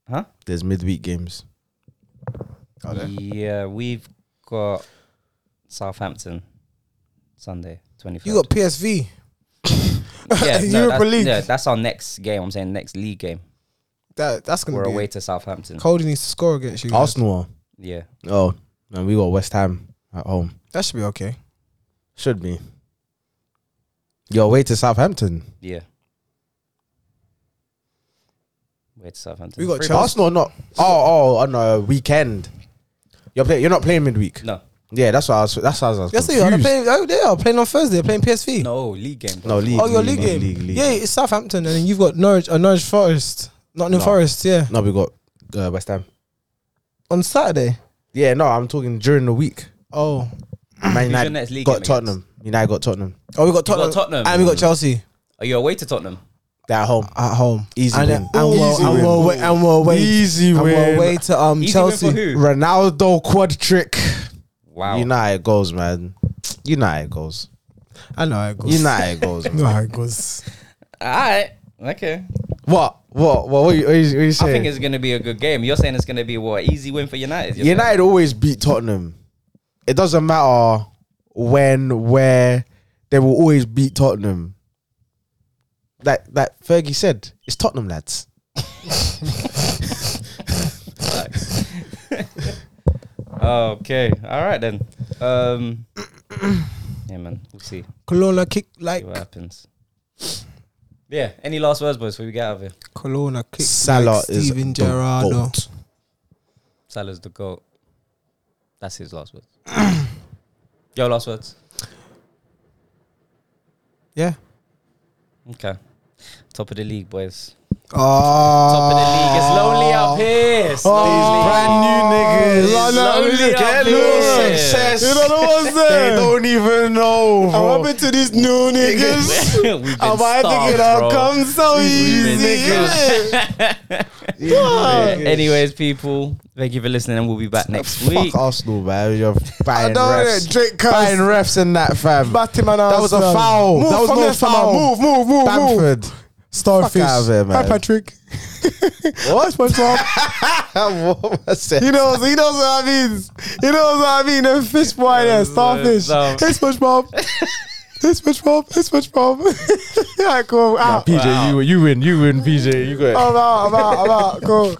Speaker 1: Huh?
Speaker 3: There's midweek games.
Speaker 1: Yeah, we've got Southampton Sunday, twenty
Speaker 4: You
Speaker 1: fifth.
Speaker 4: got PSV.
Speaker 1: yeah,
Speaker 4: Europa
Speaker 1: that's,
Speaker 4: League.
Speaker 1: Yeah, that's our next game. I'm saying next league game.
Speaker 4: That, that's going
Speaker 1: We're
Speaker 4: to be.
Speaker 1: away to Southampton.
Speaker 4: Cody needs to score against you. guys.
Speaker 3: Arsenal.
Speaker 1: Yeah,
Speaker 3: Oh, and we got West Ham at home.
Speaker 4: That should be okay.
Speaker 3: Should be. You're away to Southampton.
Speaker 1: yeah. We're to Southampton.
Speaker 4: We got
Speaker 1: Three
Speaker 4: Chelsea.
Speaker 3: Arsenal are not. Oh, oh, on a weekend. You're play, You're not playing midweek.
Speaker 1: No,
Speaker 3: Yeah, that's what I was. That's what I was.
Speaker 4: Yes,
Speaker 3: Confused.
Speaker 4: they are. They're playing, oh, they are playing on Thursday. They're playing PSV.
Speaker 1: no league game.
Speaker 3: No league.
Speaker 4: oh, your league, game. Yeah, it's Southampton, and then you've got Norwich, uh, Norwich Forest, Nottingham
Speaker 3: No.
Speaker 4: Forest. Yeah,
Speaker 3: No, we got uh, West Ham.
Speaker 4: on Saturday.
Speaker 3: Yeah, no, I'm talking during the week.
Speaker 4: Oh,
Speaker 3: Man
Speaker 1: Who's your
Speaker 3: United
Speaker 1: next league game
Speaker 3: got
Speaker 1: against?
Speaker 3: Tottenham. United got Tottenham.
Speaker 4: oh, we got Tottenham,
Speaker 1: Tottenham.
Speaker 4: and we got Chelsea.
Speaker 1: Are you away to Tottenham?
Speaker 3: They're at home.
Speaker 4: at home.
Speaker 3: Easy
Speaker 4: and,
Speaker 3: win.
Speaker 4: And we're,
Speaker 3: Easy
Speaker 4: and
Speaker 3: win.
Speaker 4: we're away. And we're away.
Speaker 3: Easy
Speaker 4: and
Speaker 3: win.
Speaker 4: we're away to um
Speaker 1: Easy win for
Speaker 4: Chelsea.
Speaker 1: who?
Speaker 3: Ronaldo quad trick.
Speaker 1: Wow.
Speaker 3: United goals, man. United goals.
Speaker 4: I know how it goes.
Speaker 3: United goals.
Speaker 4: I know how it goes.
Speaker 1: All right. Okay.
Speaker 3: What? What? What? What are you, what you, what you
Speaker 1: I think
Speaker 3: saying?
Speaker 1: it's going to be a good game. You're saying it's going to be what easy win for United. you're saying?
Speaker 3: United always beat Tottenham. It doesn't matter when, where, they will always beat Tottenham. That that Fergie said, it's Tottenham lads.
Speaker 1: Okay. All right then. Um. yeah, man. We'll see.
Speaker 4: Corona kick like
Speaker 1: see what happens. Yeah. Any last words, boys? Before we get out of here,
Speaker 4: Corona kick.
Speaker 3: Salah
Speaker 4: like
Speaker 3: is
Speaker 4: Steven
Speaker 3: the
Speaker 4: Gerrard. no.
Speaker 3: goat.
Speaker 1: Salah's the goat. That's his last words. Your last words.
Speaker 4: Yeah.
Speaker 1: Okay. Top of the league, boys.
Speaker 4: Oh, top
Speaker 1: Top of the league. It's lonely
Speaker 3: Ah.
Speaker 1: up here. It's
Speaker 3: Oh. These brand new niggas.
Speaker 1: Lonely
Speaker 3: Look
Speaker 1: up
Speaker 3: at
Speaker 1: here.
Speaker 3: little success.
Speaker 1: You
Speaker 3: know what's there? They don't even know.
Speaker 2: I'm
Speaker 3: Bro.
Speaker 2: up into these new niggas.
Speaker 1: lonely. We've been
Speaker 2: Am I
Speaker 1: starved,
Speaker 2: thinking it'll
Speaker 1: bro.
Speaker 2: come so
Speaker 1: We've been
Speaker 2: easy?
Speaker 1: niggas.
Speaker 3: These niggas.
Speaker 1: Anyways, people, thank you for listening, and we'll be back next
Speaker 3: Fuck
Speaker 1: week.
Speaker 3: Arsenal, man. You're buying
Speaker 2: don't know,
Speaker 3: refs.
Speaker 2: Drake
Speaker 3: Buying
Speaker 2: Curse.
Speaker 3: refs in that, fam.
Speaker 2: Bat him and
Speaker 3: That was a foul.
Speaker 2: Move
Speaker 3: That was
Speaker 2: from
Speaker 3: no
Speaker 2: left, man.
Speaker 3: foul.
Speaker 2: Move, move, move, move.
Speaker 3: Bamford.
Speaker 2: Starfish.
Speaker 3: Fuck out of here, man.
Speaker 2: Hi, Patrick.
Speaker 3: What?
Speaker 2: SpongeBob.
Speaker 3: what was that?
Speaker 2: He knows. He knows what I means. He knows what I mean. A fish boy, yeah, starfish.
Speaker 1: No.
Speaker 2: Hey, SpongeBob. hey, SpongeBob. Hey, SpongeBob. yeah, cool. Out.
Speaker 3: PJ, you, you win. You win, PJ. You got it.
Speaker 2: I'm out. I'm out. I'm out. Cool.